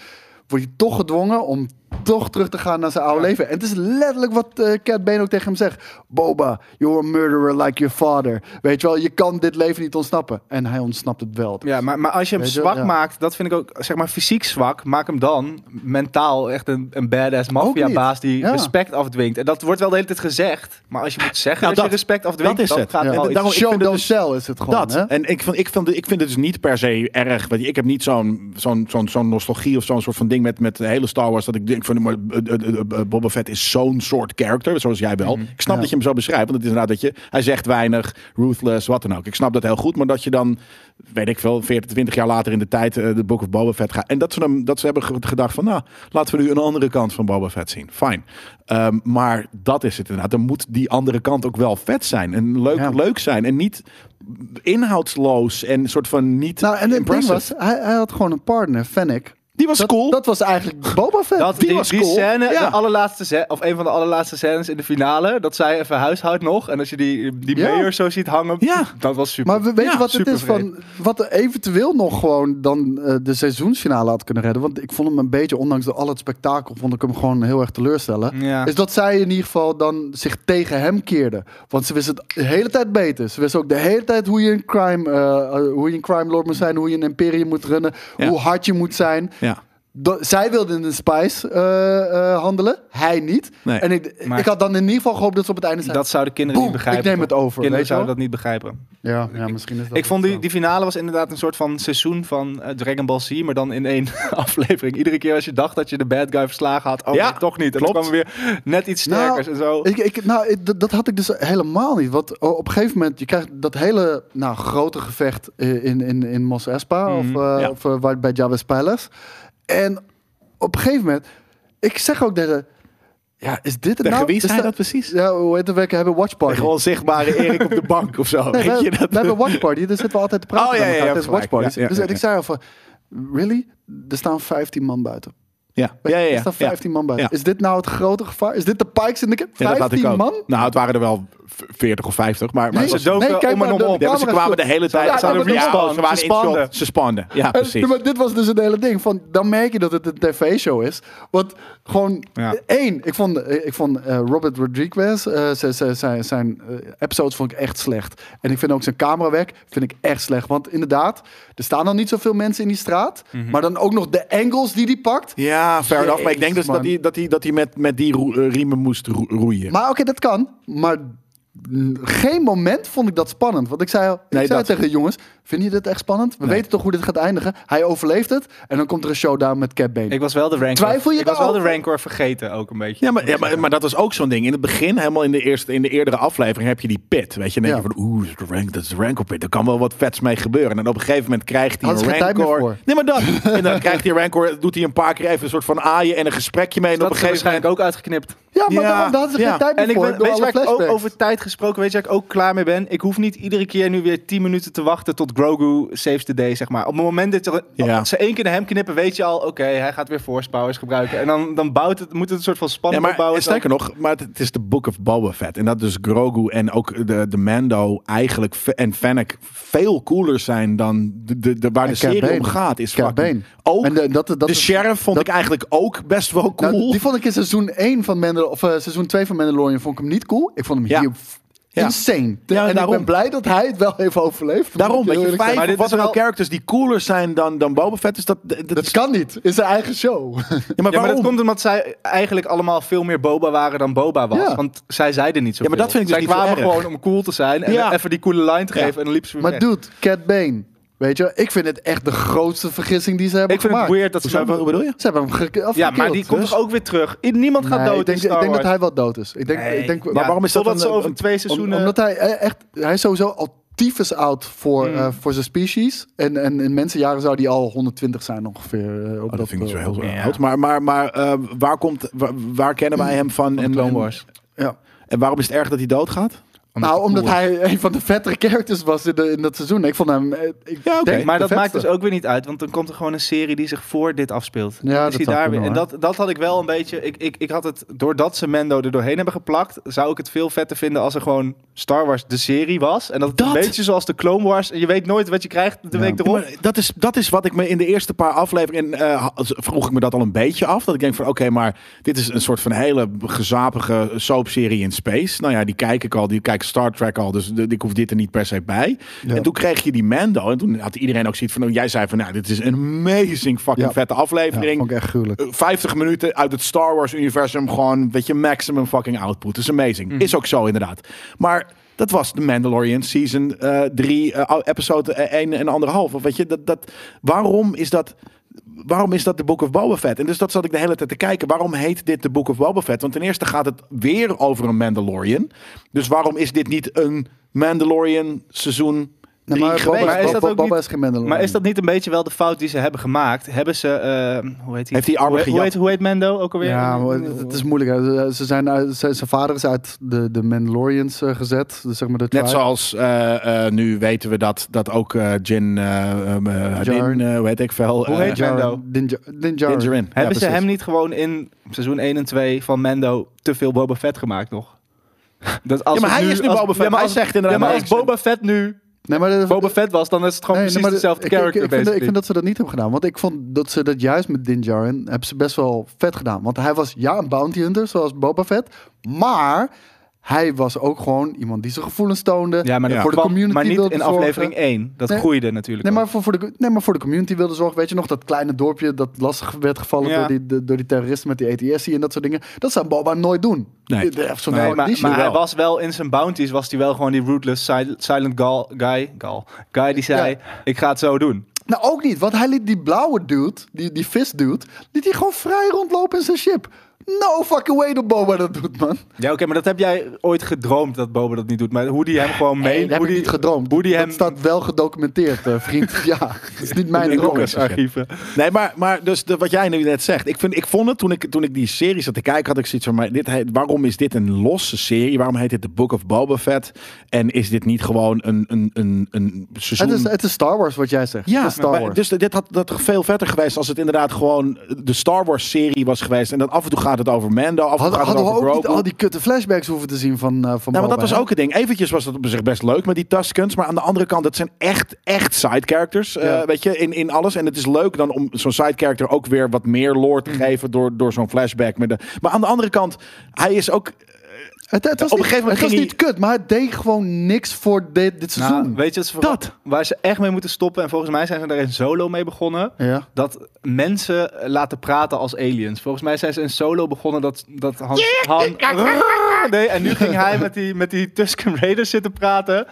Speaker 4: wordt hij toch gedwongen om toch terug te gaan naar zijn oude leven. En het is letterlijk wat eh, Cat Bane ook tegen hem zegt. Boba, you're a murderer like your father. Weet je wel, je kan dit leven niet ontsnappen. En hij ontsnapt het wel.
Speaker 3: Ja, maar, maar als je hem
Speaker 4: Weet je wel,
Speaker 3: zwak
Speaker 4: ja.
Speaker 3: maakt, dat vind ik ook, zeg maar fysiek zwak, maak hem dan mentaal echt een, een badass maffiabaas die
Speaker 4: Ja.
Speaker 3: respect afdwingt. En dat wordt wel de hele tijd gezegd, maar als je moet zeggen
Speaker 2: Nou,
Speaker 3: dat, je
Speaker 2: dat-
Speaker 3: respect afdwingt,
Speaker 2: dat is
Speaker 3: dan
Speaker 2: het.
Speaker 3: gaat
Speaker 4: Ja.
Speaker 3: wel
Speaker 2: En
Speaker 3: iets
Speaker 2: daarom- ik
Speaker 4: Show
Speaker 2: vind
Speaker 4: don't
Speaker 2: het dus-
Speaker 4: sell is het gewoon.
Speaker 2: dat.
Speaker 4: Hè?
Speaker 2: En ik, vond, ik, vond, ik vind het dus niet per se erg. Want ik heb niet zo'n zo'n zo'n zo'n nostalgie of zo'n soort van ding met, met de hele Star Wars. Dat ik denk, ik vind, maar, eh, eh, eh, eh, Boba Fett is zo'n soort character, zoals jij wel. Ik snap
Speaker 4: Mhm. Ja.
Speaker 2: dat je hem zo beschrijft, want het is inderdaad dat je, hij zegt weinig, ruthless, wat dan ook. Ik snap dat heel goed, maar dat je dan, weet ik veel, 40, 20 jaar later in de tijd eh, de Book of Boba Fett gaat. En dat ze, hem, dat ze hebben ge- gedacht van, nou, laten we nu een andere kant van Boba Fett zien. Fijn. Ehm, maar dat is het inderdaad. Dan moet die andere kant ook wel vet zijn en leuk,
Speaker 4: Ja.
Speaker 2: leuk zijn en niet inhoudsloos en soort van niet
Speaker 4: Nou, en het ding
Speaker 2: impressive.
Speaker 4: was, hij, hij had gewoon een partner, Fennec.
Speaker 2: Die was
Speaker 4: Dat,
Speaker 2: cool.
Speaker 4: dat was eigenlijk Boba Fett.
Speaker 3: Dat,
Speaker 2: Die
Speaker 3: die
Speaker 2: was
Speaker 3: die
Speaker 2: cool.
Speaker 3: scène,
Speaker 2: Ja.
Speaker 3: de allerlaatste scè- of een van de allerlaatste scènes in de finale, dat zij even huishoudt nog. En als je die, die
Speaker 4: Ja.
Speaker 3: mayor zo ziet hangen,
Speaker 2: Ja.
Speaker 3: dat was super.
Speaker 4: Maar we- weet
Speaker 2: Ja,
Speaker 4: je wat het
Speaker 3: super
Speaker 4: is? Van, wat er eventueel nog gewoon dan eh, de seizoensfinale had kunnen redden. Want ik vond hem een beetje, ondanks al het spektakel, vond ik hem gewoon heel erg teleurstellen.
Speaker 3: Ja.
Speaker 4: Is dat zij in ieder geval dan zich tegen hem keerde. Want ze wist het de hele tijd beter. Ze wist ook de hele tijd hoe je een crime, eh, eh, hoe je een crime lord moet zijn. Hoe je een imperium moet runnen.
Speaker 2: Ja.
Speaker 4: Hoe hard je moet zijn.
Speaker 2: Ja.
Speaker 4: Dat- zij wilde in de spice eh, eh, handelen. Hij niet.
Speaker 2: Nee.
Speaker 4: En ik,
Speaker 3: Maar-
Speaker 4: ik had dan in ieder geval gehoopt dat ze op het einde zijn.
Speaker 3: dat zouden kinderen
Speaker 4: Boem,
Speaker 3: niet begrijpen.
Speaker 4: ik neem het
Speaker 3: toch?
Speaker 4: over, weet
Speaker 3: Kinderen
Speaker 4: je
Speaker 3: zouden
Speaker 4: wel?
Speaker 3: dat niet begrijpen.
Speaker 4: ja, ja, misschien is dat
Speaker 3: ik vond
Speaker 4: het
Speaker 3: die,
Speaker 4: zo.
Speaker 3: die finale was inderdaad een soort van seizoen van eh, Dragon Ball Z, maar dan in één *laughs* aflevering. Iedere keer als je dacht dat je de bad guy verslagen had, oh
Speaker 2: Ja,
Speaker 3: nee, toch niet. En
Speaker 2: klopt.
Speaker 3: dan kwam er weer net iets sterkers en zo.
Speaker 4: Nou, Ik, ik, nou, ik- dat, dat had ik dus helemaal niet. Want o- op een gegeven moment, je krijgt dat hele nou, grote gevecht eh, in, in, in Mos Espa of, eh,
Speaker 2: Mhm, ja.
Speaker 4: of eh, waar- bij Java's Palace. En op een gegeven moment, ik zeg ook tegen, ja, is dit het
Speaker 2: Tegen
Speaker 4: nou?
Speaker 2: wie
Speaker 4: Is
Speaker 2: zei dat precies?
Speaker 4: Ja, hoe heet het? We hebben watch party.
Speaker 2: Gewoon zichtbare
Speaker 4: *laughs*
Speaker 2: Erik op de bank of zo.
Speaker 4: Nee,
Speaker 2: Weet
Speaker 4: we,
Speaker 2: je dat?
Speaker 4: we hebben watch party, dus zitten we altijd te praten.
Speaker 2: Oh, ja,
Speaker 4: met
Speaker 2: ja,
Speaker 4: elkaar
Speaker 2: ja,
Speaker 4: tijdens
Speaker 2: gelijk.
Speaker 4: watch parties.
Speaker 2: Ja, ja,
Speaker 4: dus
Speaker 2: ja,
Speaker 4: ik zei al van, really? Er staan 15 man buiten.
Speaker 2: Ja, ja,
Speaker 4: Weet
Speaker 2: ja.
Speaker 4: je,
Speaker 2: ja,
Speaker 4: er staan
Speaker 2: ja.
Speaker 4: 15 man buiten.
Speaker 2: Ja.
Speaker 4: Is dit nou het grote gevaar? Is dit de Pikes in de...
Speaker 2: Ja, dat had
Speaker 4: 15
Speaker 2: ik ook.
Speaker 4: man?
Speaker 2: Nou, het waren er wel v- 40 of 50, maar, maar
Speaker 4: Nee,
Speaker 2: het was-
Speaker 3: ze doken
Speaker 4: kijk
Speaker 3: om en
Speaker 4: maar,
Speaker 3: om
Speaker 4: de
Speaker 3: op.
Speaker 2: Ja, maar ze
Speaker 4: camera's-
Speaker 2: kwamen de hele tijd.
Speaker 4: Ja,
Speaker 2: ze hadden
Speaker 4: maar dat
Speaker 2: ja,
Speaker 3: was-
Speaker 2: ze waren
Speaker 3: ze
Speaker 2: in shot.
Speaker 3: spanden.
Speaker 2: Ze spanden. Ja,
Speaker 4: En-
Speaker 2: precies.
Speaker 4: maar dit was dus het hele ding. Van, dan merk je dat het een tv-show is. Want gewoon,
Speaker 3: Ja.
Speaker 4: één, ik vond, eh, ik vond eh, Robert Rodriguez, eh, zijn, zijn- zijn, zijn eh, episodes vond ik echt slecht. En ik vind ook zijn camerawerk vind ik echt slecht. Want inderdaad, er staan dan niet zoveel mensen in die straat. Maar dan ook nog de angles die die pakt.
Speaker 2: Ja, fair enough. Maar ik denk dus dat
Speaker 4: Jezus, man.
Speaker 2: hij, dat hij, dat hij met, met die roe- eh, riemen moest roe- roeien.
Speaker 4: Maar oké, dat kan. Maar mm, geen moment vond ik dat spannend. Want ik zei, al- ik
Speaker 2: Nee,
Speaker 4: zei
Speaker 2: dat-
Speaker 4: tegen de jongens, vinden jullie dit echt spannend? We weten toch hoe dit gaat eindigen? Hij overleeft het. En dan komt er een showdown met Cat Bane.
Speaker 3: Ik was wel de Rancor,
Speaker 4: Twijfel je
Speaker 3: ik was wel
Speaker 4: daarover?
Speaker 3: de Rancor vergeten ook een beetje.
Speaker 2: Ja, maar, ja maar, maar dat was ook zo'n ding. In het begin, helemaal in de, eerste, in de eerdere aflevering, heb je die pit. Weet je, dan denk je
Speaker 4: Ja.
Speaker 2: van, oeh, dat is de rank- dat is de rancor pit. Er kan wel wat vets mee gebeuren. En op een gegeven moment krijgt hij
Speaker 4: Hadden
Speaker 2: een
Speaker 4: ze geen tijd meer
Speaker 2: rancor. Nee, maar dat. *laughs* en dan krijgt hij een rancor, doet hij een paar keer even een soort van aaien en een gesprekje mee. En
Speaker 3: dat
Speaker 2: op een
Speaker 3: is
Speaker 2: gegeven moment...
Speaker 3: waarschijnlijk ook uitgeknipt.
Speaker 4: Ja, maar
Speaker 2: Ja,
Speaker 4: daarom daar hadden ze
Speaker 2: ja.
Speaker 4: geen tijd meer
Speaker 3: En ik
Speaker 4: voor.
Speaker 3: ben,
Speaker 4: door
Speaker 3: weet je
Speaker 4: alle
Speaker 3: waar ik ook
Speaker 4: flashbacks.
Speaker 3: over tijd gesproken, weet je waar ik ook klaar mee ben? Ik hoef niet iedere keer nu weer 10 minuten te wachten tot Grogu saves the day, zeg maar. Op het moment dat er-
Speaker 2: Ja.
Speaker 3: als ze één keer naar hem knippen, weet je al, oké, hij gaat weer force powers gebruiken. En dan, dan bouwt het, moet het een soort van
Speaker 2: Ja,
Speaker 3: spanning
Speaker 2: maar eh,
Speaker 3: opbouwen.
Speaker 2: sterker nog, maar het, het is de Book of Boba Fett. En dat dus Grogu en ook de, de Mando eigenlijk fe- en Fennec veel cooler zijn dan de, de, de- waar de
Speaker 4: Cat
Speaker 2: serie om
Speaker 4: Bane.
Speaker 2: gaat. Is
Speaker 4: Cat
Speaker 2: fucking-
Speaker 4: Bane.
Speaker 2: Ook
Speaker 4: En de- dat- dat
Speaker 2: de
Speaker 4: is-
Speaker 2: sheriff vond
Speaker 4: dat-
Speaker 2: ik eigenlijk ook best wel cool.
Speaker 4: Nou, die vond ik in seizoen 1 van Mandalorian, of eh, seizoen 2 van Mandalorian vond ik hem niet cool. Ik vond hem
Speaker 2: Ja.
Speaker 4: hier f-
Speaker 2: Ja.
Speaker 4: insane.
Speaker 2: Ja,
Speaker 4: en
Speaker 2: daarom.
Speaker 4: ik ben blij dat hij het wel heeft overleefd.
Speaker 2: Daarom,
Speaker 4: Moet ik
Speaker 2: dat
Speaker 4: heel
Speaker 2: je
Speaker 4: eerlijk
Speaker 2: vijf
Speaker 4: zeggen.
Speaker 3: Maar
Speaker 2: of
Speaker 3: dit
Speaker 2: wat
Speaker 3: is
Speaker 2: dan ook
Speaker 3: wel-
Speaker 2: characters die cooler zijn dan, dan Boba Fett. Is dat, dat,
Speaker 4: Dat kan niet. In zijn eigen show. *laughs*
Speaker 2: ja, maar
Speaker 3: Ja, maar
Speaker 2: waarom?
Speaker 3: dat komt omdat zij eigenlijk allemaal veel meer boba waren dan boba was.
Speaker 4: Ja.
Speaker 3: Want zij zeiden niet zo.
Speaker 2: Ja, maar dat vind ik dus
Speaker 3: zij
Speaker 2: niet zo
Speaker 3: kwamen
Speaker 2: erg.
Speaker 3: gewoon om cool te zijn en
Speaker 2: Ja.
Speaker 3: even die coole line te
Speaker 2: Ja.
Speaker 3: geven en dan liep ze weer
Speaker 4: maar
Speaker 3: weg.
Speaker 4: dude, Cat Bane. Weet je, ik vind het echt de grootste vergissing die ze hebben
Speaker 3: ik vind
Speaker 4: gemaakt.
Speaker 3: het weird dat ze...
Speaker 2: Hoezo, wat bedoel je?
Speaker 4: Ze hebben hem ge-
Speaker 3: Ja,
Speaker 4: afgekild,
Speaker 3: maar die komt
Speaker 4: dus-
Speaker 3: toch ook weer terug? I- Niemand gaat
Speaker 4: Nee,
Speaker 3: dood
Speaker 4: ik denk,
Speaker 3: in Star
Speaker 4: ik denk dat
Speaker 3: Wars.
Speaker 4: hij wel dood is. Ik denk, ik denk,
Speaker 2: Maar waarom is dat
Speaker 3: Totdat
Speaker 2: een-
Speaker 3: ze over
Speaker 2: een-
Speaker 3: twee
Speaker 4: Om-
Speaker 3: seizoenen...
Speaker 4: omdat hij eh, echt, hij is sowieso al tyfus oud voor,
Speaker 3: Mm.
Speaker 4: eh, voor zijn species. En, en in mensenjaren zou die al 120 zijn ongeveer. eh, op
Speaker 2: Oh, dat vind ik niet zo
Speaker 4: eh,
Speaker 2: heel
Speaker 3: Ja.
Speaker 2: oud. Maar, maar, maar eh, waar, komt, waar, waar kennen wij hem van? en,
Speaker 3: Clone
Speaker 2: en-
Speaker 3: Wars.
Speaker 4: Ja.
Speaker 2: en waarom is het erg dat hij doodgaat?
Speaker 4: nou, omdat hij *laughs* een van de vettere characters was in, de, in dat seizoen. Ik vond hem. eh, Ik
Speaker 2: Ja, oké.
Speaker 4: denk
Speaker 3: Maar dat
Speaker 4: de
Speaker 3: maakt dus
Speaker 4: vetste.
Speaker 3: ook weer niet uit, want dan komt er gewoon een serie die zich voor dit afspeelt.
Speaker 4: Ja,
Speaker 3: Is
Speaker 4: dat
Speaker 3: die
Speaker 4: zou
Speaker 3: daar
Speaker 4: kunnen,
Speaker 3: weer. En
Speaker 4: hoor.
Speaker 3: dat, dat had ik wel een beetje. Ik, ik, ik had het, doordat ze Mendo er doorheen hebben geplakt, zou ik het veel vetter vinden als er gewoon Star Wars de serie was. En dat het een
Speaker 2: Dat!
Speaker 3: beetje zoals de Clone Wars. Je weet nooit wat je krijgt de week
Speaker 2: Ja,
Speaker 3: erop.
Speaker 2: maar dat, is, dat is wat ik me in de eerste paar afleveringen. eh, ha- vroeg ik me dat al een beetje af. Dat ik denk van oké, maar dit is een soort van hele gezapige soapserie in space. Nou ja, die kijk ik al. Die kijk Star Trek al. Dus de- ik hoef dit er niet per se bij.
Speaker 4: Ja.
Speaker 2: En toen kreeg je die Mando. En toen had iedereen ook zoiets van. oh, jij zei van nou, dit is een amazing fucking
Speaker 4: Ja.
Speaker 2: vette
Speaker 4: Ja,
Speaker 2: aflevering.
Speaker 4: vond ik echt gruwelijk.
Speaker 2: Eh, 50 minuten uit het Star Wars universum gewoon, weet je, maximum fucking output. is amazing. Is ook zo inderdaad. Maar Dat was The Mandalorian Season eh, 3, episode 1 en anderhalf. Of weet je, dat, dat, waarom is dat... Waarom is dat de Book of Boba Fett? En dus dat zat ik de hele tijd te kijken. Waarom heet dit de Book of Boba Fett? Want ten eerste gaat het weer over een Mandalorian. Dus waarom is dit niet een Mandalorian seizoen
Speaker 4: Nee,
Speaker 2: 3
Speaker 4: maar Boba,
Speaker 2: geweest?
Speaker 3: Maar is dat ook
Speaker 4: Boba
Speaker 3: niet-
Speaker 4: is geen Mandalorian.
Speaker 3: Maar is dat niet een beetje wel de fout die ze hebben gemaakt? Hebben ze, eh, hoe heet hij?
Speaker 2: Heeft die arme
Speaker 3: hoe, hoe
Speaker 2: gejat?
Speaker 3: heet, hoe heet Mendo ook alweer?
Speaker 4: Ja, maar het, het is moeilijk. hè. Ze zijn uit, zijn, zijn vader is uit de, de Mandalorians eh, gezet. Dus zeg maar de
Speaker 2: Net
Speaker 4: tribe.
Speaker 2: zoals eh, eh, nu weten we dat, dat ook eh Jin, eh ehm, eh,
Speaker 4: Jaren.
Speaker 2: Din, eh, hoe heet ik veel?
Speaker 3: Hoe
Speaker 2: eh,
Speaker 3: heet
Speaker 4: Jaren-
Speaker 3: Mendo.
Speaker 4: Din, Ja- Din Djarin.
Speaker 2: Din Djarin. Ja,
Speaker 3: Hebben ze
Speaker 2: precies.
Speaker 3: hem niet gewoon in seizoen 1 en 2 van Mendo te veel Boba Fett gemaakt *laughs* nog? Dat als
Speaker 2: Ja, maar
Speaker 3: het
Speaker 2: hij is nu
Speaker 3: als-
Speaker 2: Boba Fett.
Speaker 3: Ja, maar
Speaker 2: Hij
Speaker 3: als,
Speaker 2: zegt inderdaad...
Speaker 3: ja, maar
Speaker 2: nee,
Speaker 3: als
Speaker 2: ik-
Speaker 3: Boba Fett nu
Speaker 4: Nee, maar dat,
Speaker 3: Boba Fett was, dan is het gewoon
Speaker 4: nee,
Speaker 3: precies
Speaker 4: maar dat-
Speaker 3: dezelfde
Speaker 4: ik- ik-
Speaker 3: character.
Speaker 4: Ik, vind, dat- ik
Speaker 3: basically.
Speaker 4: vind dat ze dat niet hebben gedaan. Want ik vond dat ze dat juist met Din Djarin... hebben ze best wel vet gedaan. Want hij was ja een bounty hunter, zoals Boba Fett. Maar hij was ook gewoon iemand die zijn gevoelens toonde.
Speaker 3: Ja, maar, dat
Speaker 4: voor de
Speaker 3: kwam-
Speaker 4: community
Speaker 3: maar niet
Speaker 4: wilde
Speaker 3: in
Speaker 4: zorgen.
Speaker 3: aflevering 1. Dat
Speaker 4: Nee.
Speaker 3: groeide natuurlijk.
Speaker 4: Nee maar,
Speaker 3: ook.
Speaker 4: voor, voor de, nee, maar voor de community wilde zorgen. Weet je nog, dat kleine dorpje dat lastig werd gevallen
Speaker 3: Ja.
Speaker 4: door, die, de- door die terroristen met die E ATS en dat soort dingen. Dat zou Boba nooit doen.
Speaker 2: Nee.
Speaker 4: Dit- echt zo'n
Speaker 3: Nee,
Speaker 4: oude
Speaker 3: maar,
Speaker 4: niche.
Speaker 3: maar hij
Speaker 2: wel.
Speaker 3: was wel in zijn bounties, was hij wel gewoon die rootless sil- silent gal, guy, gal, guy die zei,
Speaker 4: Ja.
Speaker 3: ik ga het zo doen.
Speaker 4: Nou, ook niet. Want hij liet die blauwe dude, die, die vis dude, liet hij gewoon vrij rondlopen in zijn ship. No fucking way dat Boba dat doet, man.
Speaker 3: Ja, oké, maar dat heb jij ooit gedroomd dat Boba dat niet doet. Maar hoe die hem gewoon mee...
Speaker 4: Nee, dat heb
Speaker 3: hoe
Speaker 4: ik
Speaker 3: die,
Speaker 4: niet gedroomd.
Speaker 3: Hoe die hem...
Speaker 4: Dat staat wel gedocumenteerd, eh,
Speaker 2: *laughs*
Speaker 4: vriend. ja, dat is niet mijn
Speaker 2: In
Speaker 4: droom.
Speaker 2: Rockets
Speaker 3: *laughs* archieven.
Speaker 2: Nee, maar, maar dus de- wat jij nu net zegt. Ik, vind, ik vond het, toen ik, toen ik die serie zat te kijken, had ik zoiets van... Maar dit heet, waarom is dit een losse serie? Waarom heet dit The Book of Boba Fett? En is dit niet gewoon een, een, een, een seizoen...
Speaker 4: Het is, het is Star Wars wat jij zegt.
Speaker 2: ja,
Speaker 4: het is Star
Speaker 2: maar-
Speaker 4: Wars.
Speaker 2: dus dit had dat veel vetter geweest als het inderdaad gewoon de Star Wars serie was geweest. En dan af en toe gaat het over Mando, af en toe
Speaker 4: Hadden,
Speaker 2: gaat het
Speaker 4: hadden we
Speaker 2: over
Speaker 4: ook
Speaker 2: Grogu.
Speaker 4: niet al die kutte flashbacks hoeven te zien van, eh, van
Speaker 2: Nou,
Speaker 4: Boba,
Speaker 2: want dat was
Speaker 4: hè?
Speaker 2: ook het ding. Eventjes was dat op zich best leuk met die Tuskens. Maar aan de andere kant, dat zijn echt, echt side characters. eh,
Speaker 4: Ja.
Speaker 2: weet je, in, in alles. En het is leuk dan om zo'n side character ook weer wat meer lore te geven door, door zo'n flashback. Met de... Maar aan de andere kant, hij is ook.
Speaker 4: Het, het was
Speaker 2: Op een
Speaker 4: niet,
Speaker 2: gegeven moment
Speaker 4: het was
Speaker 2: ging
Speaker 4: niet kut, maar het deed gewoon niks voor dit, dit seizoen.
Speaker 3: Nou, weet je wat ze voor-
Speaker 4: Dat.
Speaker 3: waar ze echt mee moeten stoppen? En volgens mij zijn ze daar in solo mee begonnen.
Speaker 4: ja.
Speaker 3: Dat mensen eh, laten praten als aliens. Volgens mij zijn ze in solo begonnen dat, dat Hans... Han, *laughs* nee, en nu ging hij met die, met die Tusken Raiders zitten praten.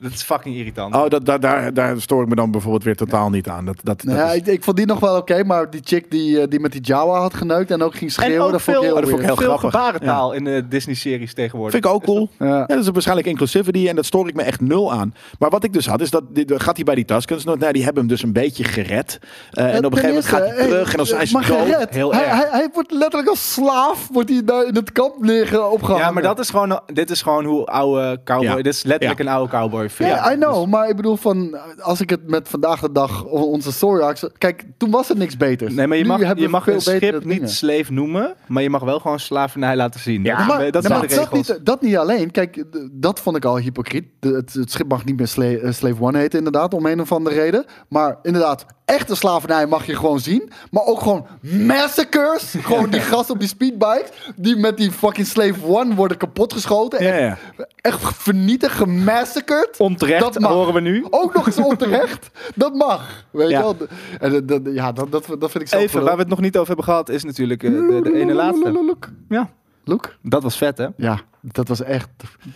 Speaker 3: Dat is fucking irritant.
Speaker 2: Oh, dat, daar, daar, daar stoor ik me dan bijvoorbeeld weer totaal niet aan. Dat, dat, dat
Speaker 4: Nou ja,
Speaker 2: is-
Speaker 4: ik, ik vond die nog wel oké, maar die chick die, eh, die met die Jawa had geneukt en ook ging schreeuwen,
Speaker 3: en ook
Speaker 4: dat vond ik
Speaker 3: veel, Oh,
Speaker 4: heel
Speaker 2: dat vond ik
Speaker 4: weird.
Speaker 2: heel
Speaker 3: veel
Speaker 2: grappig.
Speaker 3: gebarentaal in de Disney-series tegenwoordig.
Speaker 2: Vind ik ook cool.
Speaker 4: Ja.
Speaker 2: Ja, dat is waarschijnlijk inclusivity en dat stoor ik me echt nul aan. Maar wat ik dus had, is dat dit, gaat hij bij die Tuskens. Nou, die hebben hem dus een beetje gered. Eh, en op een gegeven moment gaat hij terug en dan zijn ze
Speaker 4: eh, maar
Speaker 2: dood.
Speaker 4: gered.
Speaker 3: Heel
Speaker 4: hij,
Speaker 3: erg.
Speaker 4: hij, hij wordt letterlijk als slaaf wordt hij daar in het kamp neer opgehangen.
Speaker 3: Ja, maar dat is gewoon, dit is gewoon hoe oude cowboy.
Speaker 2: Ja.
Speaker 3: Dit is letterlijk
Speaker 2: Ja.
Speaker 3: een oude cowboy.
Speaker 4: Ja,
Speaker 3: film.
Speaker 4: I know, maar ik bedoel van, als ik het met vandaag de dag o- onze story arcs... Kijk, toen was er niks beters.
Speaker 3: Nee, maar je
Speaker 4: Nu
Speaker 3: mag,
Speaker 4: hebben
Speaker 3: je
Speaker 4: we
Speaker 3: mag
Speaker 4: veel
Speaker 3: een
Speaker 4: betere
Speaker 3: schip niet
Speaker 4: dingen.
Speaker 3: slave noemen, maar je mag wel gewoon slavernij laten zien.
Speaker 2: Ja,
Speaker 3: dat,
Speaker 4: maar,
Speaker 3: dat
Speaker 4: nee,
Speaker 3: zijn
Speaker 4: maar
Speaker 3: de
Speaker 4: dat,
Speaker 3: regels.
Speaker 4: niet, dat niet alleen. Kijk, d- dat vond ik al hypocriet. De- het, het schip mag niet meer Sla- eh, Slave One heten, inderdaad, om een of andere reden. Maar inderdaad, echte slavernij mag je gewoon zien. Maar ook gewoon massacres.
Speaker 3: *laughs*
Speaker 4: gewoon die gasten op die speedbikes, die met die fucking Slave One worden kapotgeschoten.
Speaker 2: Ja,
Speaker 4: en Echt vernietigd, gemassacred.
Speaker 3: Onterecht, horen we nu.
Speaker 4: Ook nog eens
Speaker 3: *laughs*
Speaker 4: onterecht. dat mag. Weet
Speaker 2: Ja.
Speaker 4: je wel? En dat- dat- ja, dat, dat, dat vind ik zo
Speaker 3: Even, waar we het nog niet over hebben gehad, is natuurlijk eh, de, de ene laatste.
Speaker 4: Look,
Speaker 3: Ja,
Speaker 4: look.
Speaker 3: dat was vet, hè?
Speaker 4: Ja, dat was echt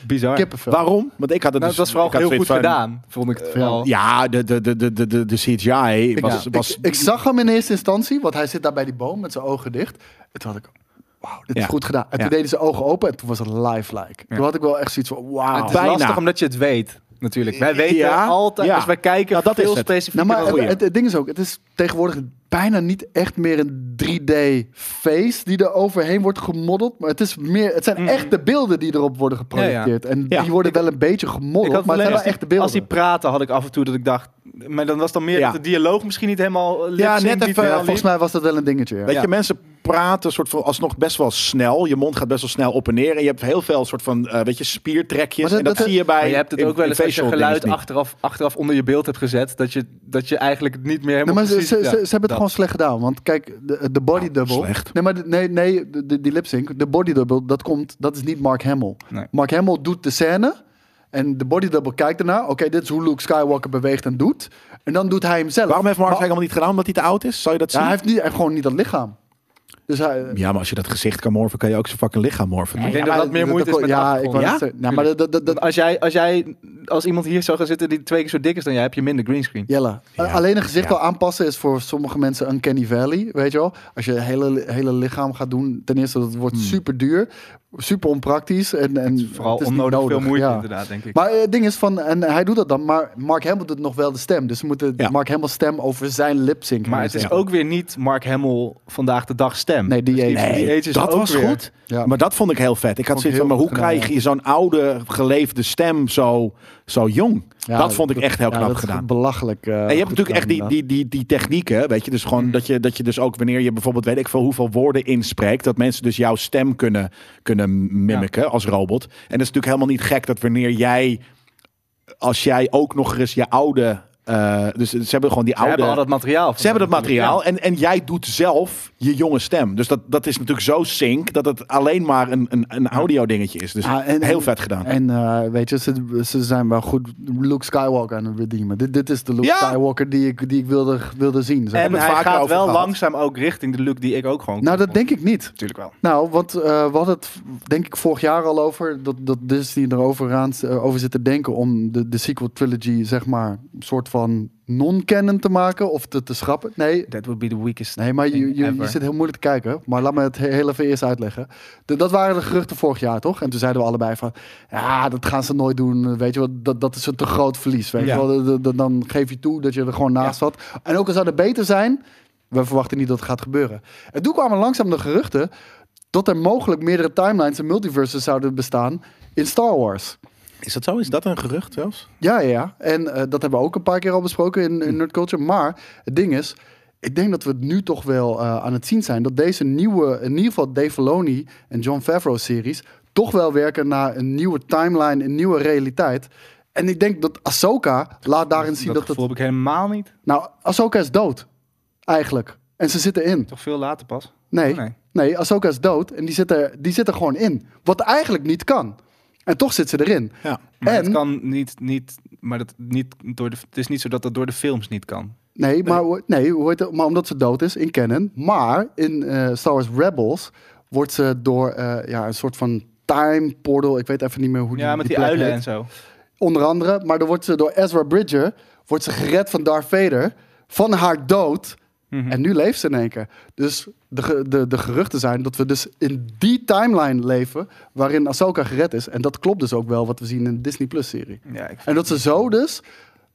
Speaker 3: Bizar.
Speaker 4: kippenvel.
Speaker 2: Waarom? Want ik had het
Speaker 3: Nou,
Speaker 2: dus...
Speaker 3: het was vooral
Speaker 2: ik had
Speaker 3: heel goed
Speaker 2: zoiets van- Eh, oh.
Speaker 3: gedaan, vond ik het vooral.
Speaker 2: Ja, de, de, de, de, de- de, de CGI was...
Speaker 4: Ja,
Speaker 2: was
Speaker 4: ik, ik zag hem in eerste instantie, want hij zit daar bij die boom met zijn ogen dicht. En toen had ik, wauw, dit
Speaker 2: Ja.
Speaker 4: is goed gedaan.
Speaker 2: Ja.
Speaker 4: En toen deden zijn ogen open en toen was het lifelike. Toen had ik wel echt zoiets van,
Speaker 3: Het
Speaker 4: wauw.
Speaker 3: is
Speaker 2: Bijna.
Speaker 3: lastig omdat je het weet, natuurlijk. Wij weten
Speaker 2: Ja,
Speaker 3: altijd,
Speaker 2: ja.
Speaker 3: dus wij kijken
Speaker 2: Nou, dat is
Speaker 3: veel
Speaker 2: het.
Speaker 3: specifieker
Speaker 4: Nou, maar
Speaker 3: dan-
Speaker 4: het,
Speaker 2: goeie.
Speaker 4: het, het ding is ook, het is tegenwoordig bijna niet echt meer een 3D-face die er overheen wordt gemodeld. Maar het, is meer, het zijn echt de beelden die erop worden geprojecteerd. En
Speaker 2: Ja.
Speaker 4: die worden wel een beetje
Speaker 3: Ik had
Speaker 4: gemodeld, maar het
Speaker 3: alleen
Speaker 4: zijn wel
Speaker 3: als,
Speaker 4: echt de
Speaker 3: die,
Speaker 4: beelden.
Speaker 3: als die praten had ik af en toe dat ik dacht... Maar dan was dan meer
Speaker 2: Ja.
Speaker 3: dat de dialoog misschien niet helemaal... eh,
Speaker 2: Ja,
Speaker 3: lip-sync
Speaker 2: net
Speaker 3: niet
Speaker 2: even,
Speaker 4: ja,
Speaker 3: helemaal
Speaker 4: volgens mij was dat wel een dingetje. ja.
Speaker 2: Weet
Speaker 3: Ja.
Speaker 2: je, mensen praten soort van alsnog best wel snel. Je mond gaat best wel snel op en neer. En je hebt heel veel soort van, eh, weet je, spiertrekjes.
Speaker 4: Maar dat-
Speaker 2: en dat,
Speaker 4: dat-
Speaker 2: zie je bij...
Speaker 3: Maar je hebt het
Speaker 2: in-
Speaker 3: ook wel
Speaker 2: in
Speaker 3: eens als je
Speaker 2: facial
Speaker 3: geluid
Speaker 2: dinges niet.
Speaker 3: achteraf, achteraf onder je beeld hebt gezet, dat je, dat je eigenlijk het niet meer helemaal
Speaker 4: Nee, maar ze,
Speaker 3: precies...
Speaker 4: ze, ze,
Speaker 3: ja,
Speaker 4: ze hebben het
Speaker 3: dat.
Speaker 4: gewoon slecht gedaan. Want kijk, de, de body
Speaker 2: Nou,
Speaker 4: double.
Speaker 2: slecht.
Speaker 4: Nee, maar de- nee, nee de, de- die lip sync, de body double, dat komt, dat is niet Mark Hamill.
Speaker 3: Nee.
Speaker 4: Mark Hamill doet de scène. En de body double kijkt ernaar. Oké, dit is hoe Luke Skywalker beweegt en doet. En dan doet hij hem zelf.
Speaker 2: Waarom heeft Mark
Speaker 4: Maar-
Speaker 2: helemaal niet gedaan? Omdat hij te oud is? Zou je dat
Speaker 4: ja,
Speaker 2: zien?
Speaker 4: hij heeft, niet, hij heeft gewoon niet dat lichaam. Dus hij,
Speaker 2: Ja, maar als je dat gezicht kan morven, kan je ook zijn fucking lichaam morven.
Speaker 3: Ik denk
Speaker 4: maar
Speaker 3: dat dat meer moeite is met de
Speaker 4: Ja, ik
Speaker 3: achtergrond.
Speaker 4: wou
Speaker 2: Ja?
Speaker 4: net zeggen. Nou, maar dat, dat, dat,
Speaker 3: Dat
Speaker 4: dat-
Speaker 3: als, jij, als jij, als iemand hier zou gaan zitten die twee keer zo dik is dan jij, heb je minder greenscreen.
Speaker 4: Jelle,
Speaker 2: Ja.
Speaker 4: eh, alleen een gezicht
Speaker 2: Ja.
Speaker 4: al aanpassen is voor sommige mensen uncanny valley, weet je wel. Als je het hele, hele lichaam gaat doen, ten eerste dat
Speaker 2: Hmm.
Speaker 4: wordt super duur, super onpraktisch. En, en het
Speaker 3: Vooral
Speaker 4: is niet
Speaker 3: onnodig veel moeite
Speaker 4: ja.
Speaker 3: inderdaad, denk ik.
Speaker 4: Maar eh, het ding is van, en hij doet dat dan, maar Mark Hamill doet nog wel de stem. Dus ze moeten
Speaker 2: Ja.
Speaker 4: Mark Hamill's stem over zijn lip sync
Speaker 3: Maar het
Speaker 4: hebben.
Speaker 3: is
Speaker 2: Ja.
Speaker 3: ook weer niet Mark Hamill vandaag de dag stem. Dus
Speaker 4: Nee, die
Speaker 3: die,
Speaker 4: heeft-
Speaker 2: Nee,
Speaker 3: die age is
Speaker 2: dat
Speaker 3: ook
Speaker 2: was
Speaker 3: weer-
Speaker 2: goed.
Speaker 4: Ja.
Speaker 2: Maar dat vond ik heel vet. Ik had
Speaker 4: Vond ik
Speaker 2: zoiets van, maar
Speaker 4: heel
Speaker 2: hoe
Speaker 4: goed gedaan,
Speaker 2: krijg je zo'n oude, geleefde stem zo, zo jong?
Speaker 4: Ja,
Speaker 2: dat vond ik echt heel
Speaker 4: ja,
Speaker 2: knap
Speaker 4: dat is
Speaker 2: gedaan.
Speaker 4: Belachelijk. eh,
Speaker 2: En je hebt
Speaker 4: goed
Speaker 2: natuurlijk echt die,
Speaker 4: gedaan,
Speaker 2: die, die, die technieken, weet je. Dus gewoon dat je, dat je dus ook wanneer je bijvoorbeeld, weet ik veel, hoeveel woorden inspreekt, dat mensen dus jouw stem kunnen, kunnen mimiken als robot. En dat is natuurlijk helemaal niet gek dat wanneer jij, als jij ook nog eens je oude, eh, dus ze hebben gewoon die
Speaker 3: Ze hebben al
Speaker 2: oude...
Speaker 3: dat materiaal.
Speaker 2: Ze hebben dat materiaal en, en jij doet zelf je jonge stem. Dus dat, dat is natuurlijk zo sync dat het alleen maar een, een, een audio dingetje is. Dus
Speaker 4: Ah, en-
Speaker 2: heel
Speaker 4: en-
Speaker 2: vet gedaan.
Speaker 4: En eh, weet je, ze, ze zijn wel goed Luke Skywalker aan het redeemen. Dit, dit is de Luke
Speaker 2: Ja.
Speaker 4: Skywalker die ik, die ik wilde, wilde zien. zeg
Speaker 3: En
Speaker 2: hebben het
Speaker 3: hij
Speaker 2: vaker
Speaker 3: gaat
Speaker 2: over
Speaker 3: wel
Speaker 2: gehad.
Speaker 3: langzaam ook richting de look die ik ook gewoon
Speaker 4: Nou, dat denk ik niet.
Speaker 3: natuurlijk wel.
Speaker 4: Nou, want eh, we hadden het denk ik vorig jaar al over dat, dat Disney erover aan, eh, over zit te denken om de, de sequel trilogy, zeg maar, een soort van non-canon te maken of te, te schrappen. Nee,
Speaker 3: That would be the weakest.
Speaker 4: nee maar je, je, je
Speaker 3: Ever.
Speaker 4: zit heel moeilijk te kijken. Maar laat me het he- heel even eerst uitleggen. De- dat waren de geruchten vorig jaar, toch? En toen zeiden we allebei van, ja, dat gaan ze nooit doen. Weet je wat, dat, dat is een te groot verlies. Weet
Speaker 2: Ja.
Speaker 4: je wel, Dat- dat- dat- dan geef je toe dat je er gewoon naast zat. En ook al zou het beter zijn, we verwachten niet dat het gaat gebeuren. En toen kwamen langzaam de geruchten dat er mogelijk meerdere timelines en multiverses zouden bestaan in Star Wars.
Speaker 2: Is dat zo? Is dat een gerucht zelfs?
Speaker 4: Ja, ja, ja. En eh, dat hebben we ook een paar keer al besproken in,
Speaker 3: Hm.
Speaker 4: in Nerd Culture. Maar het ding is, ik denk dat we het nu toch wel eh, aan het zien zijn... dat deze nieuwe, in ieder geval Dave Filoni en John Favreau-series... toch wel werken naar een nieuwe timeline, een nieuwe realiteit... En ik denk dat Ahsoka laat daarin zien
Speaker 3: dat,
Speaker 4: dat,
Speaker 3: gevoel
Speaker 4: het...
Speaker 3: heb ik helemaal niet.
Speaker 4: Nou, Ahsoka is dood. Eigenlijk. En ze zitten in.
Speaker 3: Toch veel later pas.
Speaker 4: Nee,
Speaker 3: Oh, nee.
Speaker 4: nee. Ahsoka is dood en die zit, er, die zit er gewoon in. Wat eigenlijk niet kan. En toch zit ze erin.
Speaker 2: Ja.
Speaker 3: Maar
Speaker 4: en,
Speaker 3: het kan niet, niet, maar dat niet door de, het is niet zo dat dat door de films niet kan.
Speaker 4: nee, maar, hoe- nee hoe heet het? maar omdat ze dood is in canon. Maar in eh, Star Wars Rebels wordt ze door eh, ja, een soort van time portal. Ik weet even niet meer hoe die
Speaker 3: Ja, met die, eh,
Speaker 4: plek
Speaker 3: uilen
Speaker 4: heet.
Speaker 3: en zo.
Speaker 4: Onder andere. Maar dan wordt ze door Ezra Bridger wordt ze gered van Darth Vader. Van haar dood.
Speaker 3: Mhm.
Speaker 4: En nu leeft ze in één keer. Dus de, ge- de, de geruchten zijn dat we dus in die timeline leven... waarin Ahsoka gered is. En dat klopt dus ook wel wat we zien in de Disney Plus-serie.
Speaker 3: Ja, ik
Speaker 4: En dat ze zo dus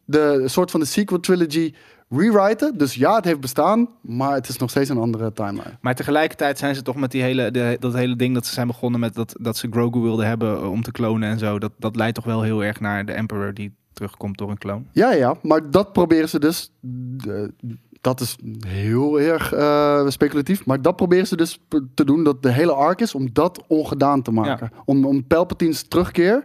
Speaker 4: de soort van de sequel trilogy rewriten. Dus ja, het heeft bestaan, maar het is nog steeds een andere timeline.
Speaker 3: Maar tegelijkertijd zijn ze toch met die hele, de, dat hele ding dat ze zijn begonnen met dat, dat ze Grogu wilden hebben eh, om te klonen en zo. Dat, dat leidt toch wel heel erg naar de Emperor die terugkomt door een kloon.
Speaker 4: Ja, ja, maar dat proberen ze dus... eh, dat is heel erg eh, speculatief. Maar dat proberen ze dus p- te doen. Dat de hele arc is om dat ongedaan te maken. Om, om Palpatine's terugkeer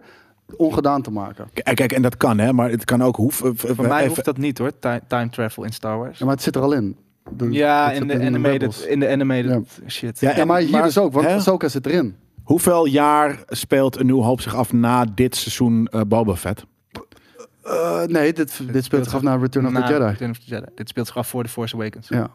Speaker 4: ongedaan te maken.
Speaker 2: Kijk, kijk, en dat kan hè, maar het kan ook eh, hoeven.
Speaker 3: Voor mij hoeft dat niet hoor, ti- time travel in Star Wars.
Speaker 4: Ja, maar het zit er al in. De-
Speaker 3: Ja,
Speaker 4: dat
Speaker 3: in
Speaker 4: zit
Speaker 3: de animated,
Speaker 4: Rebels.
Speaker 3: in de animated shit.
Speaker 2: Ja,
Speaker 4: Ja, maar hier
Speaker 2: maar-
Speaker 4: dus ook, want
Speaker 2: hè?
Speaker 4: Ahsoka zit erin.
Speaker 2: Hoeveel jaar speelt A New Hope zich af na dit seizoen eh, Boba Fett?
Speaker 4: Eh, nee, dit, dit speelt zich af naar Return of
Speaker 3: Na
Speaker 4: the Jedi.
Speaker 3: Nou, Return of the Jedi. Dit speelt zich af voor The Force Awakens.
Speaker 4: Ja.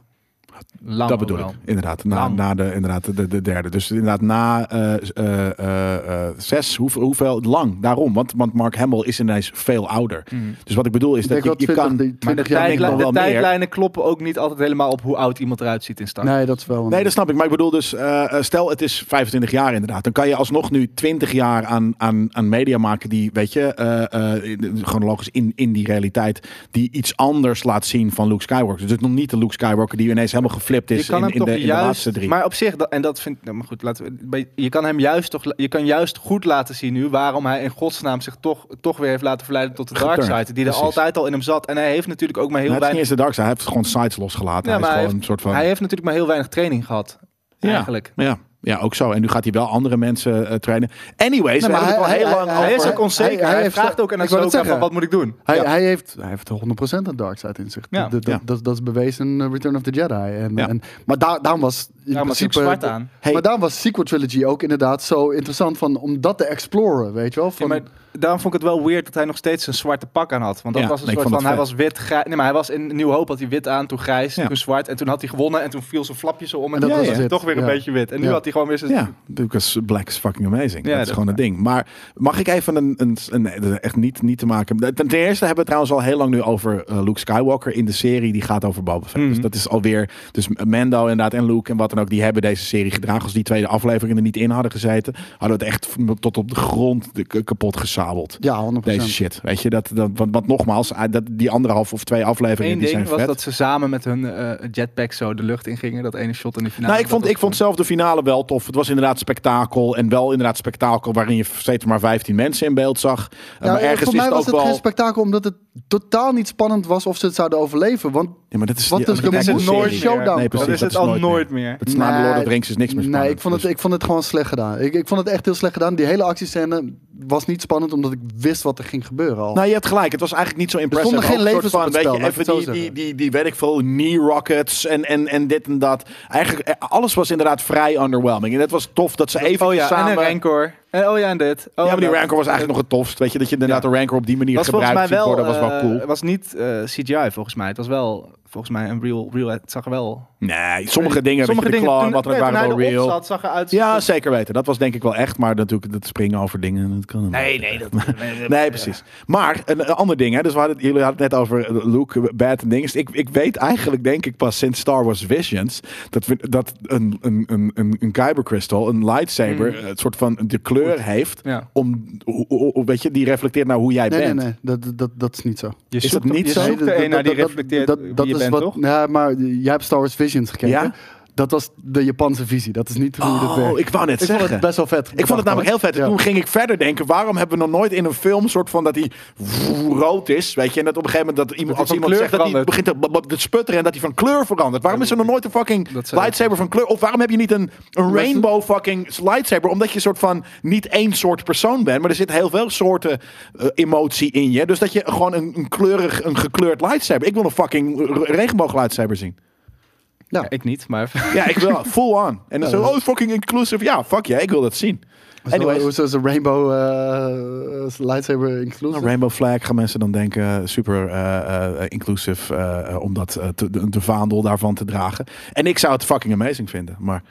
Speaker 3: Lang
Speaker 2: dat bedoel
Speaker 3: wel.
Speaker 2: ik, inderdaad. Na,
Speaker 3: Lang.
Speaker 2: na de, inderdaad, de, de derde. Dus inderdaad na eh, eh, eh, eh, zes, hoeveel, hoeveel lang? Daarom, want, want Mark Hamill is ineens veel ouder.
Speaker 3: Mm.
Speaker 2: Dus wat ik bedoel is
Speaker 4: Ik
Speaker 2: dat
Speaker 4: denk
Speaker 2: je,
Speaker 4: wel
Speaker 2: je
Speaker 4: 20,
Speaker 2: kan...
Speaker 4: die- 20
Speaker 2: Ja,
Speaker 4: jaar.
Speaker 2: denk ik
Speaker 3: Tijdlijn-
Speaker 2: wel
Speaker 3: de
Speaker 2: meer.
Speaker 3: tijdlijnen kloppen ook niet altijd helemaal op hoe oud iemand eruit ziet in Star Wars.
Speaker 4: Nee, dat is wel een...
Speaker 2: Nee, dat snap ik. Maar ik bedoel dus, eh, eh, stel het is 25 jaar inderdaad. Dan kan je alsnog nu 20 jaar aan, aan, aan media maken die, weet je, eh, eh, in- gewoon logisch in, in die realiteit, die iets anders laat zien van Luke Skywalker. Dus nog niet de Luke Skywalker die ineens helemaal geflipt
Speaker 3: Je
Speaker 2: is
Speaker 3: kan
Speaker 2: in,
Speaker 3: hem
Speaker 2: in
Speaker 3: toch
Speaker 2: de, in de
Speaker 3: juist,
Speaker 2: laatste drie.
Speaker 3: Maar op zich, dat- en dat vind ik, nou, maar goed, laten we, bij- je kan hem juist toch, je kan juist goed laten zien nu waarom hij in godsnaam zich toch, toch weer heeft laten verleiden tot de dark
Speaker 2: Geturnd,
Speaker 3: side, die er
Speaker 2: precies.
Speaker 3: altijd al in hem zat. En hij heeft natuurlijk ook maar heel
Speaker 2: Nee, het is niet eens
Speaker 3: weinig,
Speaker 2: de dark side. Hij heeft gewoon sites losgelaten. hij
Speaker 3: Ja,
Speaker 2: is
Speaker 3: maar
Speaker 2: gewoon
Speaker 3: hij
Speaker 2: een soort van...
Speaker 3: hij heeft natuurlijk maar heel weinig training gehad.
Speaker 2: Ja.
Speaker 3: Eigenlijk.
Speaker 2: ja. Ja, ook zo. En nu gaat hij wel andere mensen eh, trainen. Anyways, we hebben het al heel lang
Speaker 3: Hij is
Speaker 2: over-
Speaker 3: ook onzeker.
Speaker 4: hij-
Speaker 3: Hij,
Speaker 4: hij heeft-
Speaker 3: vraagt ook aan
Speaker 4: ik wou net
Speaker 3: Ahsoka van
Speaker 4: zeggen.
Speaker 3: wat moet ik doen?
Speaker 4: Hij,
Speaker 2: Ja.
Speaker 4: hij, heeft, hij heeft 100% een dark side in zich.
Speaker 3: Ja.
Speaker 4: Dat, dat,
Speaker 2: Ja.
Speaker 4: dat, dat is bewezen in eh, Return of the Jedi. En,
Speaker 2: Ja.
Speaker 4: en, maar daar, daarom was in
Speaker 3: Ja, maar
Speaker 4: principe...
Speaker 3: zwart aan.
Speaker 2: Hey.
Speaker 4: Maar daarom was sequel trilogy ook inderdaad zo interessant van, om dat te exploren, weet je wel?
Speaker 3: Ja,
Speaker 4: Van,
Speaker 3: maar daarom vond ik het wel weird dat hij nog steeds een zwarte pak aan had. Want
Speaker 2: Hmm.
Speaker 3: dat
Speaker 2: Ja,
Speaker 3: was een
Speaker 2: nee, ik
Speaker 3: soort
Speaker 2: vond
Speaker 3: van,
Speaker 2: het
Speaker 3: hij
Speaker 2: vet.
Speaker 3: was wit, grij- Nee, maar hij was in Nieuw Hoop, had hij wit aan, toen grijs,
Speaker 2: Ja.
Speaker 3: toen zwart. En toen had hij gewonnen en toen viel zijn flapje zo om. En
Speaker 4: En dat
Speaker 3: toen
Speaker 2: was
Speaker 3: was
Speaker 2: het.
Speaker 3: het toch weer een
Speaker 4: Ja.
Speaker 3: beetje wit. En nu
Speaker 4: Ja.
Speaker 3: had hij gewoon weer zijn...
Speaker 2: Ja, Lucas Black is fucking amazing.
Speaker 3: Ja,
Speaker 2: dat
Speaker 3: dat
Speaker 2: is gewoon
Speaker 3: is
Speaker 2: het ding. Maar mag ik even een... een, een nee, dat is echt niet, niet te maken... Ten ten eerste hebben we het trouwens al heel lang nu over eh, Luke Skywalker in de serie. Die gaat over Boba Fett.
Speaker 3: Mhm.
Speaker 2: Dus dat is alweer... Dus Mando inderdaad en Luke en wat dan ook. Die hebben deze serie gedragen. Als die tweede aflevering er niet in hadden gezeten... hadden we het echt tot op de grond de- k- kapot gesabeld.
Speaker 4: ja, 100%.
Speaker 2: Deze shit. Weet je, dat, dat, want, want nogmaals, ah, dat, die anderhalf of twee afleveringen
Speaker 3: Eén
Speaker 2: die
Speaker 3: ding
Speaker 2: zijn
Speaker 3: was
Speaker 2: vet.
Speaker 3: dat ze samen met hun eh, jetpack zo de lucht ingingen. Dat ene shot in de finale.
Speaker 2: Nou, ik
Speaker 3: Dat
Speaker 2: vond,
Speaker 3: dat
Speaker 2: ik vond zelf de finale wel tof. Het was inderdaad spektakel. En wel inderdaad spektakel waarin je steeds maar 15 mensen in beeld zag. Eh,
Speaker 4: Ja,
Speaker 2: maar ergens
Speaker 4: Nou, voor
Speaker 2: is
Speaker 4: mij
Speaker 2: het
Speaker 4: was
Speaker 2: ook
Speaker 4: het geen
Speaker 2: wel...
Speaker 4: spektakel omdat het totaal niet spannend was of ze het zouden overleven. Want
Speaker 2: Ja, maar dat is,
Speaker 4: Wat
Speaker 2: ja,
Speaker 4: is
Speaker 2: maar
Speaker 4: de
Speaker 2: dat
Speaker 3: Dit is het
Speaker 4: Moe-
Speaker 3: nooit
Speaker 2: serie.
Speaker 3: meer.
Speaker 4: showdown.
Speaker 2: Nee, precies,
Speaker 3: dat is het al nooit meer.
Speaker 2: Het is na de
Speaker 4: Nee,
Speaker 2: Lord of the Rings is niks meer spannend.
Speaker 4: Nee, ik vond, het,
Speaker 2: Dus-
Speaker 4: ik vond het gewoon slecht gedaan. Ik, ik vond het echt heel slecht gedaan. Die hele actiescène was niet spannend omdat ik wist wat er ging gebeuren al.
Speaker 2: Nou, je hebt gelijk. Het was eigenlijk niet zo impressive.
Speaker 4: stonden geen
Speaker 2: Ook een soort
Speaker 4: levens op het
Speaker 2: van,
Speaker 4: spel,
Speaker 2: Weet je,
Speaker 4: laat ik
Speaker 2: even
Speaker 4: het
Speaker 2: die,
Speaker 4: zo
Speaker 2: die,
Speaker 4: zeggen.
Speaker 2: die, die, weet ik veel, knee rockets en, en, en dit en dat. Eigenlijk, eh, alles was inderdaad vrij underwhelming. En het was tof dat ze even
Speaker 3: oh ja,
Speaker 2: samen...
Speaker 3: en een rancor. En, oh ja, en dit. Oh,
Speaker 2: ja, maar die
Speaker 3: dat.
Speaker 2: Rancor was eigenlijk nog het tofst. Weet je, dat je inderdaad
Speaker 3: Ja.
Speaker 2: de Rancor op die manier
Speaker 3: was volgens
Speaker 2: gebruikt
Speaker 3: mij
Speaker 2: ziet
Speaker 3: wel,
Speaker 2: worden, was wel
Speaker 3: eh,
Speaker 2: cool.
Speaker 3: was niet eh, CGI volgens mij. Het was wel volgens mij een real, real het zag er wel.
Speaker 2: Nee, sommige dingen,
Speaker 3: sommige
Speaker 2: weet je,
Speaker 3: dingen
Speaker 2: de claw en
Speaker 3: toen-
Speaker 2: wat dan ook,
Speaker 3: nee, toen
Speaker 2: waren wel
Speaker 3: hij erop
Speaker 2: real.
Speaker 3: Zat, zag eruit.
Speaker 2: Ja, zeker weten. Dat was denk ik wel echt. Maar natuurlijk, dat springen over dingen, dat kan hem
Speaker 3: Nee,
Speaker 2: niet. *laughs*
Speaker 3: nee, dat.
Speaker 2: Nee, precies. Maar een, een ander ding, hè. Dus we hadden, het- jullie hadden het net over eh, Luke, Bad en dingen. Ik, ik weet eigenlijk, denk ik, pas sinds Star Wars Visions... dat, we, dat een, een, een, een, een Kyber Crystal, een lightsaber... eh, het soort van de kleur heeft...
Speaker 3: Ja.
Speaker 2: om, hoe- hoe- hoe- weet je, die reflecteert naar hoe jij
Speaker 4: nee, nee,
Speaker 2: bent.
Speaker 4: nee. Dat, dat, dat is niet zo.
Speaker 3: Je
Speaker 2: Is dat niet
Speaker 3: je
Speaker 2: zo?
Speaker 3: zoekt
Speaker 4: Nee,
Speaker 3: er
Speaker 4: dat-
Speaker 3: een naar die
Speaker 4: dat- dat-
Speaker 3: reflecteert
Speaker 4: dat-
Speaker 3: wie
Speaker 4: dat
Speaker 3: je
Speaker 4: is
Speaker 3: bent,
Speaker 4: wat-
Speaker 3: toch?
Speaker 4: Ja, maar jij hebt Star Wars Visions gekeken.
Speaker 2: Ja?
Speaker 4: Dat was de Japanse visie. Dat is niet hoe dat
Speaker 2: Oh,
Speaker 4: werkt.
Speaker 2: ik wou net
Speaker 4: Ik
Speaker 2: zeggen.
Speaker 4: vond het best wel vet.
Speaker 2: Ik vond het namelijk heel vet. En
Speaker 4: Ja.
Speaker 2: Toen ging ik verder denken: waarom hebben we nog nooit in een film soort van dat hij rood is? Weet je, en dat op een gegeven moment dat iemand,
Speaker 3: hij
Speaker 2: als
Speaker 3: van
Speaker 2: iemand
Speaker 3: kleur
Speaker 2: zegt dat hij
Speaker 3: verandert.
Speaker 2: begint te, bab- bab- te sputteren en dat hij van kleur verandert. Waarom is er nog nooit een fucking
Speaker 3: Dat zou-
Speaker 2: lightsaber van kleur? Of waarom heb je niet een, een rainbow fucking lightsaber? Omdat je soort van niet één soort persoon bent, maar er zit heel veel soorten eh, emotie in je. Dus dat je gewoon een, een kleurig, een gekleurd lightsaber. Ik wil een fucking re- regenboog lightsaber zien.
Speaker 4: Ja.
Speaker 3: Ik niet, maar.
Speaker 2: Ja, ik wil *laughs* full on. En dan zo, oh fucking inclusive. Ja, fuck ja, ik wil dat zien. Anyways.
Speaker 4: Zo, zo is een rainbow eh, eh, lightsaber inclusive.
Speaker 2: Nou, Rainbow flag gaan mensen dan denken eh, super eh, eh, inclusief eh, eh, om dat, eh, te- de, de vaandel daarvan te dragen. En ik zou het fucking amazing vinden, maar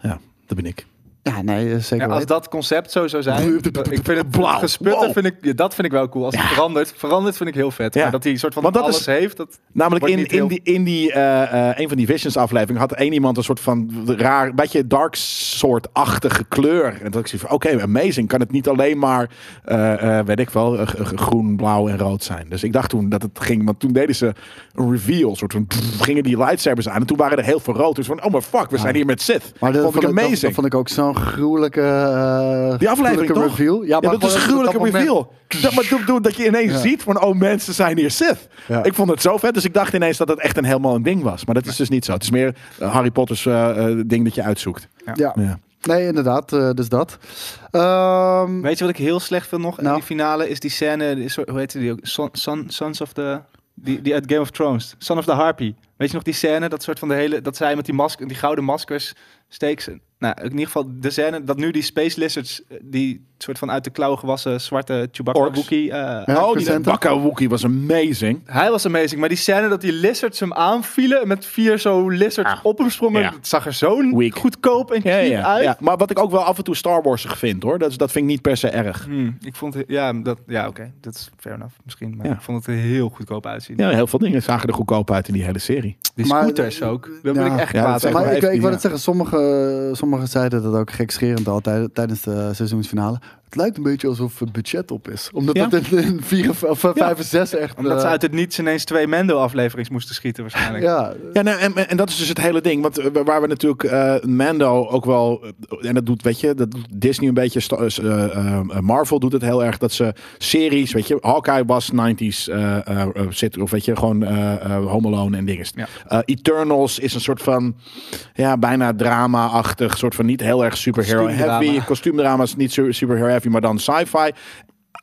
Speaker 2: ja, dat ben ik.
Speaker 4: ja, nee, eh, zeker
Speaker 3: Ja, als
Speaker 4: weten.
Speaker 3: dat concept zo zou zijn, eh, ik vind
Speaker 2: Blauw.
Speaker 3: het *laughs* blauw. Gesputten
Speaker 2: Wow.
Speaker 3: vind ik, ja, dat vind ik wel cool. Als het verandert, verandert vind ik heel vet.
Speaker 2: Ja.
Speaker 3: Maar dat hij een soort van
Speaker 2: Want dat
Speaker 3: alles
Speaker 2: is-
Speaker 3: heeft, dat
Speaker 2: Namelijk
Speaker 3: Wordt
Speaker 2: in,
Speaker 3: niet heel-
Speaker 2: in die, in die eh, eh, een van die Visions aflevering had één iemand een soort van raar, beetje dark soort-achtige kleur. En dat ik zie van, oké, amazing. Kan het niet alleen maar, eh, eh, weet ik wel, eh, g- g- groen, blauw en rood zijn. Dus ik dacht toen dat het ging, want toen deden ze een reveal, soort van, pff, gingen die lightsabers aan. En toen waren er heel veel rood. Dus van, oh maar fuck, we zijn hier met Sith.
Speaker 4: Maar dat
Speaker 2: vond ik
Speaker 4: dat-
Speaker 2: amazing.
Speaker 4: Dat, vond ik ook zo'n gruwelijke, eh,
Speaker 2: die aflevering
Speaker 4: gruwelijke
Speaker 2: toch?
Speaker 4: reveal.
Speaker 2: Ja, dat is een
Speaker 4: gewoon op
Speaker 2: gruwelijke
Speaker 4: dat moment-
Speaker 2: reveal. Dat, maar doe, doe, dat je ineens
Speaker 4: Ja.
Speaker 2: ziet van, oh mensen zijn hier Sith.
Speaker 4: Ja.
Speaker 2: Ik vond het zo vet, dus ik dacht ineens dat het echt een helemaal een ding was. Maar dat is dus niet zo. Het is meer eh, Harry Potter's eh, eh, ding dat je uitzoekt.
Speaker 4: Ja.
Speaker 2: Ja.
Speaker 4: Nee, inderdaad. eh, dus dat. Ehm,
Speaker 3: Weet je wat ik heel slecht vind nog? In
Speaker 4: Nou.
Speaker 3: die finale is die scène, die soort- hoe heet die ook? Son, Son- Sons of the... Die, die uit Game of Thrones. Son of the Harpy. Weet je nog die scène? Dat soort van de hele... Dat zij met die, masker, die gouden maskers steeks... Nou, in ieder geval de scène dat nu die Space Lizards... eh, Die soort van uit de klauwen gewassen zwarte Chewbacca
Speaker 2: Orks.
Speaker 3: Wookie... eh,
Speaker 4: Ja,
Speaker 2: oh, die
Speaker 4: presenten.
Speaker 2: Bakka Wookie was amazing.
Speaker 3: Hij was amazing. Maar die scène dat die lizards hem aanvielen... en Met vier zo lizards
Speaker 2: Ah.
Speaker 3: op hem sprongen.
Speaker 2: Ja.
Speaker 3: Het zag er zo
Speaker 2: Weak.
Speaker 3: goedkoop en
Speaker 2: Ja,
Speaker 3: cheap
Speaker 2: ja,
Speaker 3: uit.
Speaker 2: ja. Maar wat ik ook wel af en toe Star Warsig vind hoor. Dat, is- dat vind ik niet per se erg.
Speaker 3: Hmm, ik vond het... Ja, dat, ja oké. Dat is fair enough misschien. Maar
Speaker 2: Ja.
Speaker 3: ik vond het er heel goedkoop uitzien.
Speaker 2: Ja, heel veel dingen zagen er goedkoop uit in die hele serie.
Speaker 3: Die
Speaker 4: Maar-
Speaker 3: scooters ook. Daar ben
Speaker 4: Ja.
Speaker 3: ik echt
Speaker 2: eh, Ja, dat
Speaker 3: kwaad
Speaker 2: zijn wel
Speaker 3: over.
Speaker 4: maar ik,
Speaker 2: even
Speaker 4: ik
Speaker 2: die,
Speaker 4: wil
Speaker 2: ja.
Speaker 4: het zeggen, sommigen sommige zeiden dat ook gekscherend al tij- tijdens de seizoensfinale. Het lijkt een beetje alsof het budget op is. Omdat
Speaker 2: Ja.
Speaker 4: dat in, in vier of, of eh, vijf en zes echt...
Speaker 3: Omdat ze
Speaker 4: eh,
Speaker 3: uit het niets ineens twee Mendo-afleverings moesten schieten waarschijnlijk.
Speaker 4: Ja,
Speaker 2: Ja, nou, en, en dat is dus het hele ding. Want eh, waar we natuurlijk eh, Mando ook wel. eh, En dat doet, weet je, dat doet Disney een beetje. sta- is, eh, eh, Marvel doet het heel erg. Dat ze series, weet je, Hawkeye was 90s eh, eh, eh, zit. Of weet je, gewoon eh eh, Home Alone en dingen.
Speaker 3: Ja.
Speaker 2: Eh, Eternals is een soort van. Ja, bijna drama-achtig. Soort van niet heel erg superhero
Speaker 3: Kostuumdrama.
Speaker 2: heavy. Kostuumdrama is niet su- superhero heavy, maar dan sci-fi.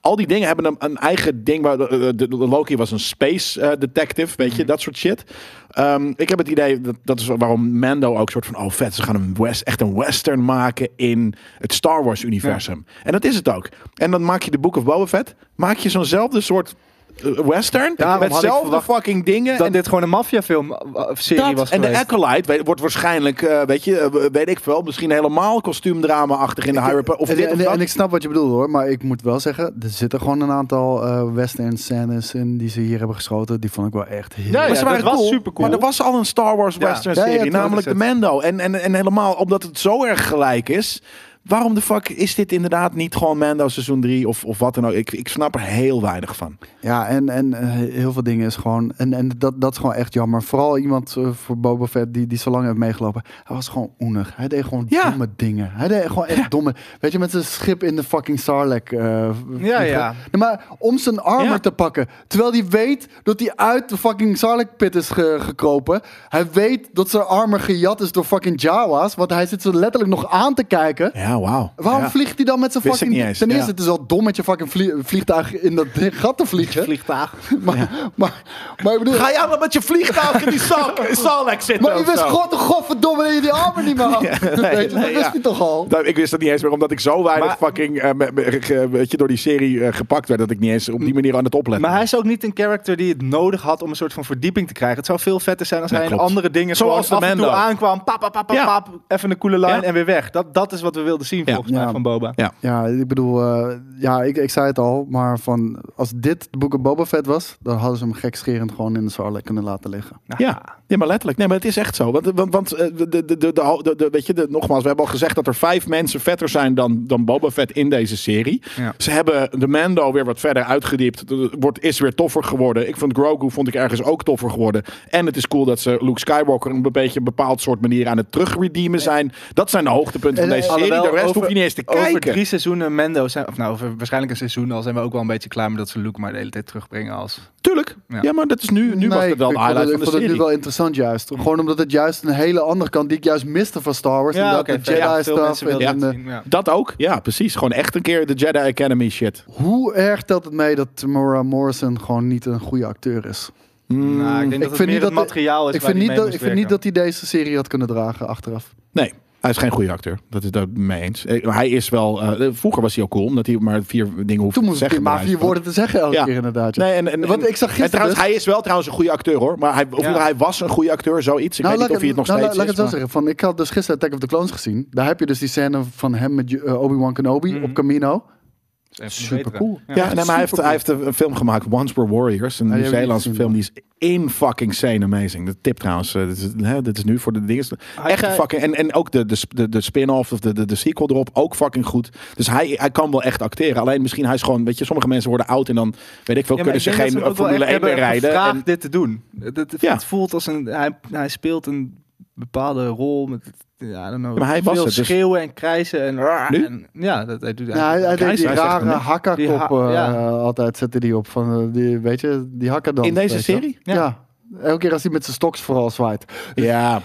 Speaker 2: Al die dingen hebben een, een eigen ding. Waar, de, de- de Loki was een space eh, detective, weet
Speaker 3: Mhm.
Speaker 2: je, dat soort shit. Ehm, ik heb het idee, dat, dat is waarom Mando ook soort van, oh vet, ze gaan een west, echt een western maken in het Star Wars universum. En dat is het ook. En dan maak je de Book of Boba Fett, maak je zo'nzelfde soort eh, western,
Speaker 3: Daarom
Speaker 2: met
Speaker 3: had ik
Speaker 2: dezelfde
Speaker 3: verwacht
Speaker 2: fucking dingen.
Speaker 3: Dat
Speaker 2: en
Speaker 3: dit gewoon een maffiafilm eh, of serie was
Speaker 2: en
Speaker 3: geweest.
Speaker 2: de Acolyte weet- wordt waarschijnlijk, eh, weet je, eh, weet ik veel, misschien helemaal kostuumdrama-achtig in de High Republic. Of
Speaker 4: en,
Speaker 2: dit of
Speaker 4: en-
Speaker 2: dat.
Speaker 4: en ik snap wat je bedoelt hoor, maar ik moet wel zeggen, er zitten gewoon een aantal eh western scènes in die ze hier hebben geschoten. Die vond ik wel echt heel...
Speaker 3: Ja,
Speaker 2: Maar
Speaker 3: ja.
Speaker 2: ze waren
Speaker 3: dat was
Speaker 2: cool.
Speaker 3: supercool.
Speaker 2: Maar er was al een Star Wars
Speaker 3: Ja.
Speaker 2: western
Speaker 4: Ja, ja,
Speaker 2: serie,
Speaker 4: tuurlijk
Speaker 2: namelijk de
Speaker 3: is
Speaker 2: Mando. En, en, en helemaal omdat het zo erg gelijk is. Waarom de fuck is dit inderdaad niet gewoon Mando seizoen 3 of, of wat dan ook? Ik, ik snap er heel weinig van.
Speaker 4: Ja, en, en eh, heel veel dingen is gewoon. En, en dat, dat is gewoon echt jammer. Vooral iemand eh, voor Boba Fett die, die zo lang heeft meegelopen. Hij was gewoon oenig. Hij deed gewoon
Speaker 2: Ja.
Speaker 4: domme dingen. Hij deed gewoon echt domme. Weet je, met zijn schip in de fucking Sarlacc. eh, vliegen.
Speaker 3: ja.
Speaker 4: Nee, maar om zijn armor
Speaker 2: Ja.
Speaker 4: te pakken. Terwijl hij weet dat hij uit de fucking Sarlacc pit is ge- gekropen. Hij weet dat zijn armor gejat is door fucking Jawas. Want hij zit ze letterlijk nog aan te kijken.
Speaker 2: Ja, wauw.
Speaker 4: Waarom
Speaker 2: ja.
Speaker 4: vliegt hij dan met zijn
Speaker 2: Wist ik
Speaker 4: fucking...
Speaker 2: niet eens,
Speaker 4: Ten eerste,
Speaker 2: ja.
Speaker 4: het is al dom met je fucking vlie- vliegtuig in dat *laughs* gat te vliegen.
Speaker 3: Vliegtuig.
Speaker 4: *laughs* Maar, maar, maar ik bedoel...
Speaker 2: Ga jij maar met je vliegtuig in die
Speaker 4: *laughs*
Speaker 2: zak, in Salek zitten
Speaker 4: maar je
Speaker 2: of
Speaker 4: wist
Speaker 2: zo?
Speaker 4: gewoon toch godverdomme dat je die armen niet meer had.
Speaker 2: nee,
Speaker 4: Weet je, dat
Speaker 2: nee, *laughs*
Speaker 4: wist
Speaker 2: ja.
Speaker 4: hij toch al?
Speaker 2: Dat- ik wist dat niet eens meer, omdat ik zo weinig
Speaker 3: Maar-
Speaker 2: fucking eh, me- me- ge- weet je, door die serie eh, gepakt werd. Dat ik niet eens op die manier aan het opletten
Speaker 3: Maar hij
Speaker 2: was.
Speaker 3: is ook niet een character die het nodig had om een soort van verdieping te krijgen. Het zou veel vetter zijn als
Speaker 2: Ja,
Speaker 3: hij in
Speaker 2: klopt.
Speaker 3: andere dingen
Speaker 2: Zoals
Speaker 3: gewoon
Speaker 2: de
Speaker 3: af en toe
Speaker 2: Mando.
Speaker 3: aankwam. Pap, pap, pap, pap,
Speaker 2: Ja.
Speaker 3: pap, even een coole line
Speaker 2: Ja.
Speaker 3: en weer weg. Dat, dat is wat we wilden zien
Speaker 2: Ja.
Speaker 3: volgens mij
Speaker 4: Ja.
Speaker 3: van Boba.
Speaker 2: Ja.
Speaker 4: Ja, ik bedoel... eh, ja, ik, ik zei het al. Maar van, als dit de boeken Boba Fett was... dan hadden ze hem gekscherend gewoon in de Sarlacc kunnen laten liggen.
Speaker 2: Ja, ja, maar letterlijk. Nee, maar het is echt zo. Want, want, want eh, de, de, de, de, de- de- weet je, de, nogmaals, we hebben al gezegd dat er vijf mensen vetter zijn dan, dan Boba Fett in deze serie.
Speaker 3: Ja.
Speaker 2: Ze hebben de Mando weer wat verder uitgediept. De- Wordt, is weer toffer geworden. Ik vond Grogu vond ik ergens ook toffer geworden. En het is cool dat ze Luke Skywalker een beetje een bepaald soort manier aan het terugredeemen zijn. Dat zijn de hoogtepunten van
Speaker 4: En,
Speaker 2: deze
Speaker 4: eh,
Speaker 2: serie. De
Speaker 3: Alhoewel,
Speaker 2: rest hoef je niet eens te
Speaker 3: Over
Speaker 2: kijken.
Speaker 3: drie seizoenen Mendo zijn, of nou, over waarschijnlijk een seizoen al zijn we ook wel een beetje klaar met dat ze Luke maar de hele tijd terugbrengen als...
Speaker 2: Tuurlijk. Ja.
Speaker 3: Ja.
Speaker 2: maar dat is nu, nu was
Speaker 4: Nee,
Speaker 2: het wel
Speaker 4: ik
Speaker 2: de
Speaker 4: vond
Speaker 2: highlight van
Speaker 4: het- Ik
Speaker 2: de
Speaker 4: vond het
Speaker 2: serie.
Speaker 4: nu wel interessant juist. Gewoon omdat het juist een hele andere kant... die ik juist miste van Star Wars.
Speaker 3: Ja,
Speaker 4: inderdaad,
Speaker 3: oké,
Speaker 4: de
Speaker 3: fair. Ja, veel
Speaker 4: Jedi-stuff.
Speaker 3: mensen wilden
Speaker 4: en, eh,
Speaker 3: dat
Speaker 4: en,
Speaker 3: zien, ja.
Speaker 2: Dat ook. Ja, precies. Gewoon echt een keer de Jedi Academy shit.
Speaker 4: eh, Hoe erg telt het mee dat Tamara Morrison... gewoon niet een goede acteur is?
Speaker 3: Nou, ik denk dat
Speaker 4: vind
Speaker 3: het meer
Speaker 4: niet
Speaker 3: het
Speaker 4: dat-
Speaker 3: materiaal is
Speaker 4: Ik
Speaker 3: waar
Speaker 4: vind,
Speaker 3: die
Speaker 4: niet
Speaker 3: mee
Speaker 4: dat,
Speaker 3: moest
Speaker 4: ik vind niet
Speaker 3: werken.
Speaker 4: dat hij deze serie had kunnen dragen achteraf.
Speaker 2: Nee, hij is geen goede acteur. Dat is daar mee eens. Eh, Hij is wel. eh, vroeger was hij ook cool, omdat hij maar vier dingen hoefde
Speaker 4: Toen
Speaker 2: te
Speaker 4: moest ik
Speaker 2: zeggen.
Speaker 4: maar
Speaker 2: bij
Speaker 4: vier
Speaker 2: wijze van.
Speaker 4: woorden te zeggen elke
Speaker 2: Ja.
Speaker 4: keer inderdaad. Nou, ja.
Speaker 2: Nee, en, en,
Speaker 4: Want
Speaker 2: en-
Speaker 4: ik zag
Speaker 2: en
Speaker 4: gisteren
Speaker 2: trouwens,
Speaker 4: dus-
Speaker 2: hij is wel trouwens een goede acteur hoor. Maar hij, of
Speaker 3: Ja.
Speaker 2: hoe hij was een goede acteur, zoiets. Ik
Speaker 4: Nou,
Speaker 2: weet niet of hij het nog
Speaker 4: nou,
Speaker 2: steeds
Speaker 4: laat ik
Speaker 2: is.
Speaker 4: het zo
Speaker 2: maar-
Speaker 4: zeggen. Van, ik had dus gisteren Attack of the Clones gezien. Daar heb je dus die scène van hem met eh, Obi-Wan Kenobi op Camino.
Speaker 3: Dat is een van de
Speaker 4: Super
Speaker 3: betere.
Speaker 4: cool.
Speaker 2: Ja, nee, maar hij heeft, hij heeft een film gemaakt, Once Were Warriors.
Speaker 3: Ah,
Speaker 2: Een
Speaker 4: die heb ik niet
Speaker 2: Nieuw-Zeelandse
Speaker 4: gezien,
Speaker 2: film. Die is in fucking sane amazing. De tip trouwens. eh, Dit is, hè, dit is nu voor de dingen.
Speaker 3: Hij
Speaker 2: Echt
Speaker 3: zei-
Speaker 2: fucking. En, en ook de, de, sp- de, de spin-off of de, de, de sequel erop. Ook fucking goed. Dus hij, hij kan wel echt acteren. Alleen misschien hij is gewoon. Weet je, sommige mensen worden oud en dan. Weet ik veel.
Speaker 3: Ja, maar
Speaker 2: kunnen
Speaker 3: ik
Speaker 2: ze
Speaker 3: denk dat
Speaker 2: geen
Speaker 3: ze hem
Speaker 2: eh,
Speaker 3: ook wel
Speaker 2: Formule
Speaker 3: echt
Speaker 2: 1 meer
Speaker 3: hebben
Speaker 2: rijden.
Speaker 3: gevraagd
Speaker 2: En,
Speaker 3: dit te doen. Het, het-
Speaker 2: Ja.
Speaker 3: het voelt als een... Hij, hij speelt een bepaalde rol met... I don't know,
Speaker 2: maar hij was
Speaker 3: veel
Speaker 2: het, dus-
Speaker 3: schreeuwen en krijsen en... raar
Speaker 2: Nu?
Speaker 3: en- ja, dat, hij doet
Speaker 4: Ja, hij, hij
Speaker 2: Keizer,
Speaker 4: deed die
Speaker 2: hij zegt
Speaker 4: rare
Speaker 2: hem, hè?
Speaker 4: hakka-kop
Speaker 3: Die ha-
Speaker 4: eh,
Speaker 3: ja.
Speaker 4: altijd zette die op. Van, eh, die, weet je, die hakka dan.
Speaker 2: in deze
Speaker 4: weet je wel.
Speaker 2: serie?
Speaker 4: Ja. Elke keer als hij met zijn stoks vooral zwaait.
Speaker 2: Ja.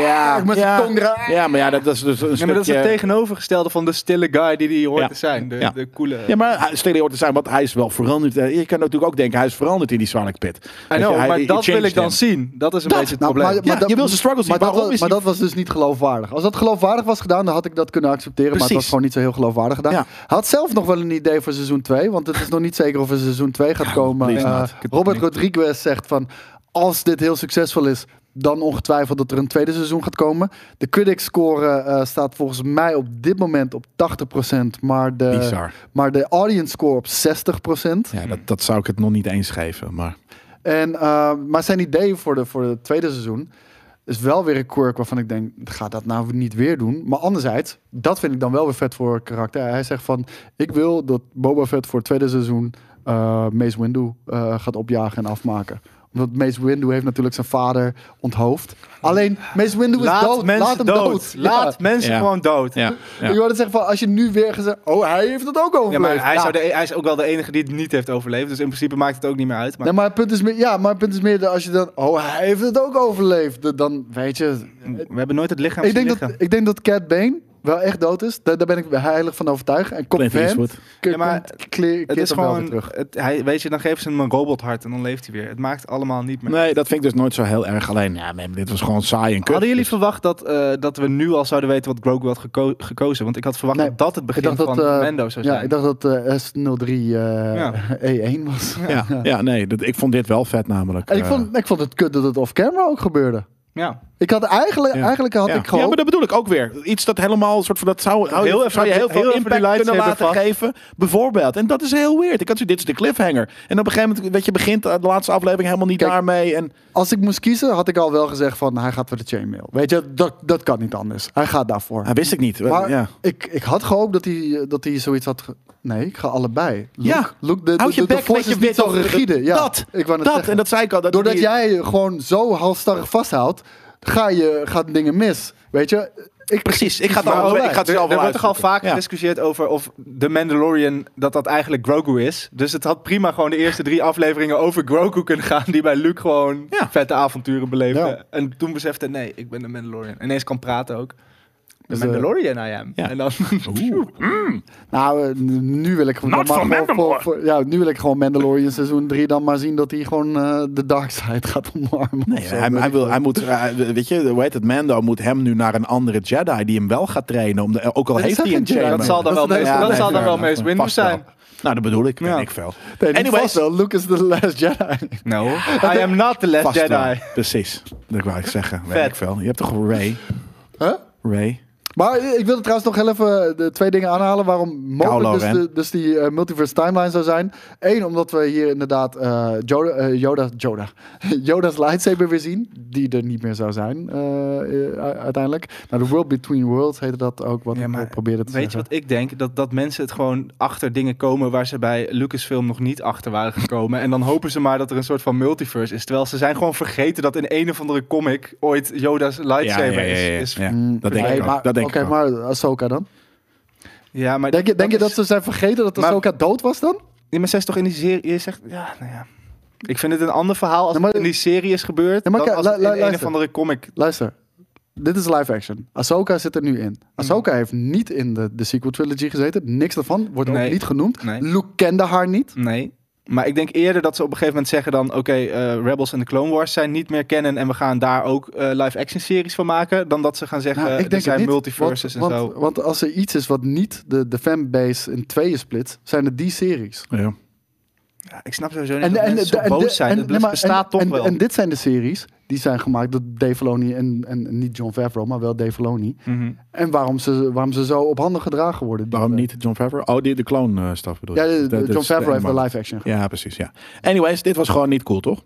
Speaker 2: Ja.
Speaker 4: Met zijn
Speaker 2: ja.
Speaker 4: tong eraan.
Speaker 2: Ja, maar ja, dat, dat is dus een
Speaker 3: Nee, maar dat is het
Speaker 2: stukje-
Speaker 3: tegenovergestelde van de stille guy die die hoort
Speaker 2: Ja.
Speaker 3: te zijn. De,
Speaker 2: Ja.
Speaker 3: de coole...
Speaker 2: Ja, maar hij- stel je hoort te zijn, want hij is wel veranderd. Eh, Je kan natuurlijk ook denken, hij is veranderd in die Sonic Pit.
Speaker 3: I
Speaker 2: Weet
Speaker 3: know,
Speaker 2: je, hij-
Speaker 3: maar
Speaker 2: he
Speaker 3: dat wil
Speaker 2: changed
Speaker 3: ik dan
Speaker 2: him.
Speaker 3: zien. Dat is een beetje het
Speaker 4: Nou,
Speaker 3: probleem.
Speaker 4: maar-
Speaker 2: Ja,
Speaker 4: maar dat-
Speaker 2: je wil zijn struggles zien.
Speaker 4: Maar, dat
Speaker 2: Waarom
Speaker 4: was,
Speaker 2: is
Speaker 4: maar
Speaker 2: die-
Speaker 4: dat was dus niet geloofwaardig. Als dat geloofwaardig was gedaan, dan had ik dat kunnen accepteren. Maar het was
Speaker 2: Precies.
Speaker 4: gewoon niet zo heel geloofwaardig gedaan.
Speaker 2: Ja.
Speaker 4: Hij had zelf nog wel een idee voor seizoen 2. Want het is nog niet zeker of er seizoen 2 gaat komen.
Speaker 2: please
Speaker 4: Eh,
Speaker 2: not.
Speaker 4: Robert Rodriguez zegt van... Als dit heel succesvol is, dan ongetwijfeld dat er een tweede seizoen gaat komen. De critic score eh, staat volgens mij op dit moment op 80%. Maar de,
Speaker 2: Bizar.
Speaker 4: maar de audience score op 60%.
Speaker 2: Ja, dat, dat zou ik het nog niet eens geven, maar...
Speaker 4: En, eh, maar zijn idee voor, de, voor het tweede seizoen Is wel weer een quirk waarvan ik denk, ga dat nou niet weer doen. Maar anderzijds, dat vind ik dan wel weer vet voor karakter. Hij zegt van, ik wil dat Boba Fett voor het tweede seizoen eh Mace Windu eh, gaat opjagen en afmaken. Omdat Mace Windu heeft natuurlijk zijn vader onthoofd. Alleen, Mace Windu is
Speaker 3: Laat
Speaker 4: dood.
Speaker 3: mensen
Speaker 4: Laat hem
Speaker 3: dood.
Speaker 4: dood.
Speaker 3: Laat
Speaker 4: Ja.
Speaker 3: mensen
Speaker 2: Ja.
Speaker 3: gewoon dood.
Speaker 2: Ja,
Speaker 4: Ik
Speaker 2: ja.
Speaker 4: wou net zeggen van, als je nu weer gezegd... Oh, hij heeft het ook overleefd.
Speaker 3: Ja, maar hij,
Speaker 4: Ja.
Speaker 3: zou de, e- hij is ook wel de enige die het niet heeft overleefd. Dus in principe maakt het ook niet meer uit. Maar
Speaker 4: Nee, maar het punt is meer, ja, maar het punt is meer dat als je dan... Oh, hij heeft het ook overleefd. dat- Dan, weet je...
Speaker 3: we hebben nooit het lichaam
Speaker 4: Ik denk,
Speaker 3: lichaam.
Speaker 4: dat, ik denk dat Cat Bane wel echt dood is. Daar, daar ben ik heilig van overtuigd. En komt
Speaker 2: Clint
Speaker 4: Van,
Speaker 2: Eastwood.
Speaker 4: k-
Speaker 3: Ja, maar
Speaker 4: komt Cle-
Speaker 3: het
Speaker 4: Kit
Speaker 3: is
Speaker 4: dan wel weer
Speaker 3: gewoon,
Speaker 4: terug.
Speaker 3: het, hij, weet je, dan geven ze hem een robothart en dan leeft hij weer. Het maakt allemaal niet meer.
Speaker 2: Nee, dat vind ik dus nooit zo heel erg. Alleen, ja, man, dit was gewoon saai en kut.
Speaker 3: Hadden jullie
Speaker 2: Dus-
Speaker 3: verwacht dat, eh, dat we nu al zouden weten wat Grogu had geko- gekozen? Want ik had verwacht
Speaker 4: Nee,
Speaker 3: dat dat het begin
Speaker 4: dacht
Speaker 3: van
Speaker 4: dat, eh,
Speaker 3: Mando zou zijn.
Speaker 4: Ja, ik dacht dat eh, S03 eh,
Speaker 3: Ja.
Speaker 4: E1 was.
Speaker 2: ja, ja, nee, dat, ik vond dit wel vet namelijk.
Speaker 4: En ik
Speaker 2: Eh,
Speaker 4: vond, ik vond het kut dat het off-camera ook gebeurde.
Speaker 3: Ja.
Speaker 4: Ik had eigenlijk,
Speaker 2: Ja.
Speaker 4: eigenlijk had
Speaker 2: ja.
Speaker 4: ik gewoon...
Speaker 2: Ja, maar dat bedoel ik ook weer. Iets dat helemaal soort van dat zou, hou je-
Speaker 3: Heel even-
Speaker 2: zou je heel
Speaker 3: heel
Speaker 2: veel
Speaker 3: even die
Speaker 2: impact kunnen
Speaker 3: lightsaber
Speaker 2: laten
Speaker 3: vast.
Speaker 2: geven, bijvoorbeeld. En dat is heel weird. Ik had zo, dit is de cliffhanger. En op een gegeven moment, weet je, begint eh, de laatste aflevering helemaal niet
Speaker 4: Kijk,
Speaker 2: daarmee. En
Speaker 4: Als ik moest kiezen, had ik al wel gezegd van hij gaat voor de chainmail. Weet je, dat, dat kan niet anders. Hij gaat daarvoor.
Speaker 2: ah, wist ik niet.
Speaker 4: maar
Speaker 2: ja.
Speaker 4: ik, ik had gehoopt dat hij, dat hij zoiets had. ge- Nee, ik ga allebei. Luke,
Speaker 2: Ja.
Speaker 4: Luke, de,
Speaker 2: Houd
Speaker 4: de,
Speaker 2: je
Speaker 4: de
Speaker 2: bek
Speaker 4: force
Speaker 2: met je
Speaker 4: is niet
Speaker 2: wit
Speaker 4: zo
Speaker 2: op-
Speaker 4: rigide. Ja,
Speaker 2: dat,
Speaker 4: ik wou net
Speaker 2: dat,
Speaker 4: zeggen.
Speaker 2: en dat zei ik al. Dat
Speaker 4: Doordat
Speaker 2: die-
Speaker 4: jij gewoon zo halstarrig vasthoudt, ga je, gaat dingen mis. Weet je, ik,
Speaker 2: Precies, ik ga het,
Speaker 4: Maar
Speaker 2: allemaal-
Speaker 4: allebei.
Speaker 2: ik ga het
Speaker 3: Er,
Speaker 2: zelf
Speaker 3: er
Speaker 2: wel
Speaker 3: wordt toch al vaak
Speaker 2: uitzoeken.
Speaker 3: gediscussieerd over of de Mandalorian dat dat eigenlijk Grogu is. Dus het had prima gewoon de eerste drie afleveringen over Grogu kunnen gaan die bij Luke gewoon
Speaker 2: Ja.
Speaker 3: vette avonturen beleefde.
Speaker 4: Ja.
Speaker 3: En toen besefte nee, ik ben de Mandalorian. En ineens kan praten ook. De
Speaker 4: Dus, eh,
Speaker 3: Mandalorian I am.
Speaker 2: ja.
Speaker 3: En dan *laughs*
Speaker 4: nou, eh, nu- nu wil ik gewoon. dan maar gewoon voor, voor- ja, nu wil ik gewoon Mandalorian seizoen 3 dan maar zien dat hij gewoon eh, de dark side *laughs* gaat omarmen.
Speaker 2: Nee,
Speaker 4: of zo.
Speaker 2: hij,
Speaker 4: Weet
Speaker 2: hij
Speaker 4: ik
Speaker 2: wil,
Speaker 4: veel.
Speaker 2: hij moet, eh, weet je, hoe heet het, Mando moet hem nu naar een andere Jedi die hem wel gaat trainen. Om de, eh, ook al
Speaker 4: Dat
Speaker 2: heeft
Speaker 4: is
Speaker 2: hij
Speaker 4: ook
Speaker 2: een
Speaker 4: een Jedi.
Speaker 2: Jedi.
Speaker 3: dat zal dan wel
Speaker 4: Dat is-
Speaker 3: Mace,
Speaker 4: ja,
Speaker 3: dat
Speaker 4: nee,
Speaker 3: zal dan wel
Speaker 4: inderdaad.
Speaker 3: Mace Windu
Speaker 2: Vast wel.
Speaker 3: zijn.
Speaker 2: Nou, dat bedoel ik, weet
Speaker 3: Ja.
Speaker 2: ik veel.
Speaker 4: Nee, niet
Speaker 2: Anyways.
Speaker 4: vast wel. Luke is the last Jedi.
Speaker 3: No, I am not the
Speaker 2: Nou,
Speaker 3: last
Speaker 2: Vast
Speaker 3: Jedi.
Speaker 2: wel. Precies, dat wou ik zeggen. Weet
Speaker 3: Vet.
Speaker 2: ik veel. Je hebt toch Ray?
Speaker 4: Huh?
Speaker 2: Ray?
Speaker 4: Maar ik wilde trouwens nog heel even eh, de twee dingen aanhalen waarom
Speaker 2: Kylo
Speaker 4: mogelijk dus,
Speaker 2: Ren.
Speaker 4: de- dus die eh, multiverse timeline zou zijn. Eén, omdat we hier inderdaad eh, Yoda, eh, Yoda, Yoda, *laughs* Yoda's lightsaber weer zien, die er niet meer zou zijn eh, eh, u- uiteindelijk. Nou, de World Between Worlds heette dat ook, wat
Speaker 3: Ja,
Speaker 4: ik
Speaker 3: maar
Speaker 4: eh, probeerde te
Speaker 3: Weet je
Speaker 4: zeggen.
Speaker 3: wat ik denk? Dat, dat mensen het gewoon achter dingen komen waar ze bij Lucasfilm nog niet achter waren gekomen. En dan hopen ze maar dat er een soort van multiverse is. Terwijl ze zijn gewoon vergeten dat in een of andere comic ooit Yoda's lightsaber is. is.
Speaker 2: ja.
Speaker 4: Mm,
Speaker 2: Dat denk ik
Speaker 4: nee,
Speaker 2: ook.
Speaker 4: maar-
Speaker 2: Dat denk
Speaker 4: Oké,
Speaker 2: ik ook.
Speaker 4: maar Ahsoka dan?
Speaker 3: Ja, maar
Speaker 4: Denk je dat, denk je dat
Speaker 3: is-
Speaker 4: ze zijn vergeten dat
Speaker 3: Maar-
Speaker 4: Ahsoka dood was dan?
Speaker 3: Ja, maar zij is toch in die serie... Je zegt... Ja, nou ja. Ik vind het een ander verhaal als
Speaker 4: Ja, maar-
Speaker 3: het in die serie is gebeurd
Speaker 4: Ja, maar
Speaker 3: dan
Speaker 4: kijk,
Speaker 3: als het
Speaker 4: lu- lu-
Speaker 3: in een of
Speaker 4: luister.
Speaker 3: andere comic...
Speaker 4: Luister, dit is live action. Ahsoka zit er nu in.
Speaker 3: Mm.
Speaker 4: Ahsoka heeft niet in de, de sequel trilogy gezeten. Niks daarvan wordt
Speaker 3: Nee.
Speaker 4: ook niet genoemd.
Speaker 3: Nee.
Speaker 4: Luke kende haar niet.
Speaker 3: Nee. Maar ik denk eerder dat ze op een gegeven moment zeggen dan... Oké, eh, Rebels en de Clone Wars zijn niet meer kennen... en we gaan daar ook eh, live-action series van maken... dan dat ze gaan zeggen...
Speaker 4: Nou,
Speaker 3: eh,
Speaker 4: ik denk
Speaker 3: er zijn
Speaker 4: het niet,
Speaker 3: multiverses
Speaker 4: want,
Speaker 3: en zo.
Speaker 4: want, Want als er iets is wat niet de, de fanbase in tweeën split, zijn het die series.
Speaker 2: Ja.
Speaker 3: Ja, ik snap sowieso niet dat mensen zo
Speaker 4: en-
Speaker 3: boos
Speaker 4: en-
Speaker 3: zijn.
Speaker 4: en-
Speaker 3: Het
Speaker 4: nee, maar-
Speaker 3: bestaat
Speaker 4: en-
Speaker 3: toch
Speaker 4: en-
Speaker 3: wel.
Speaker 4: En dit zijn de series die zijn gemaakt door Dave Filoni en, en, en niet John Favreau, maar wel Dave Filoni.
Speaker 3: Mhm.
Speaker 4: En waarom ze, waarom ze zo op handen gedragen worden. Die-
Speaker 2: Waarom niet John Favreau? Oh, die, de clone eh stuff bedoel je?
Speaker 4: Ja, de- de-
Speaker 2: Dat- dat
Speaker 4: John
Speaker 2: is
Speaker 4: Favreau heeft de
Speaker 2: eenmaal.
Speaker 4: live action. ge-
Speaker 2: Ja, precies, ja. Anyways, dit was gewoon niet cool, toch?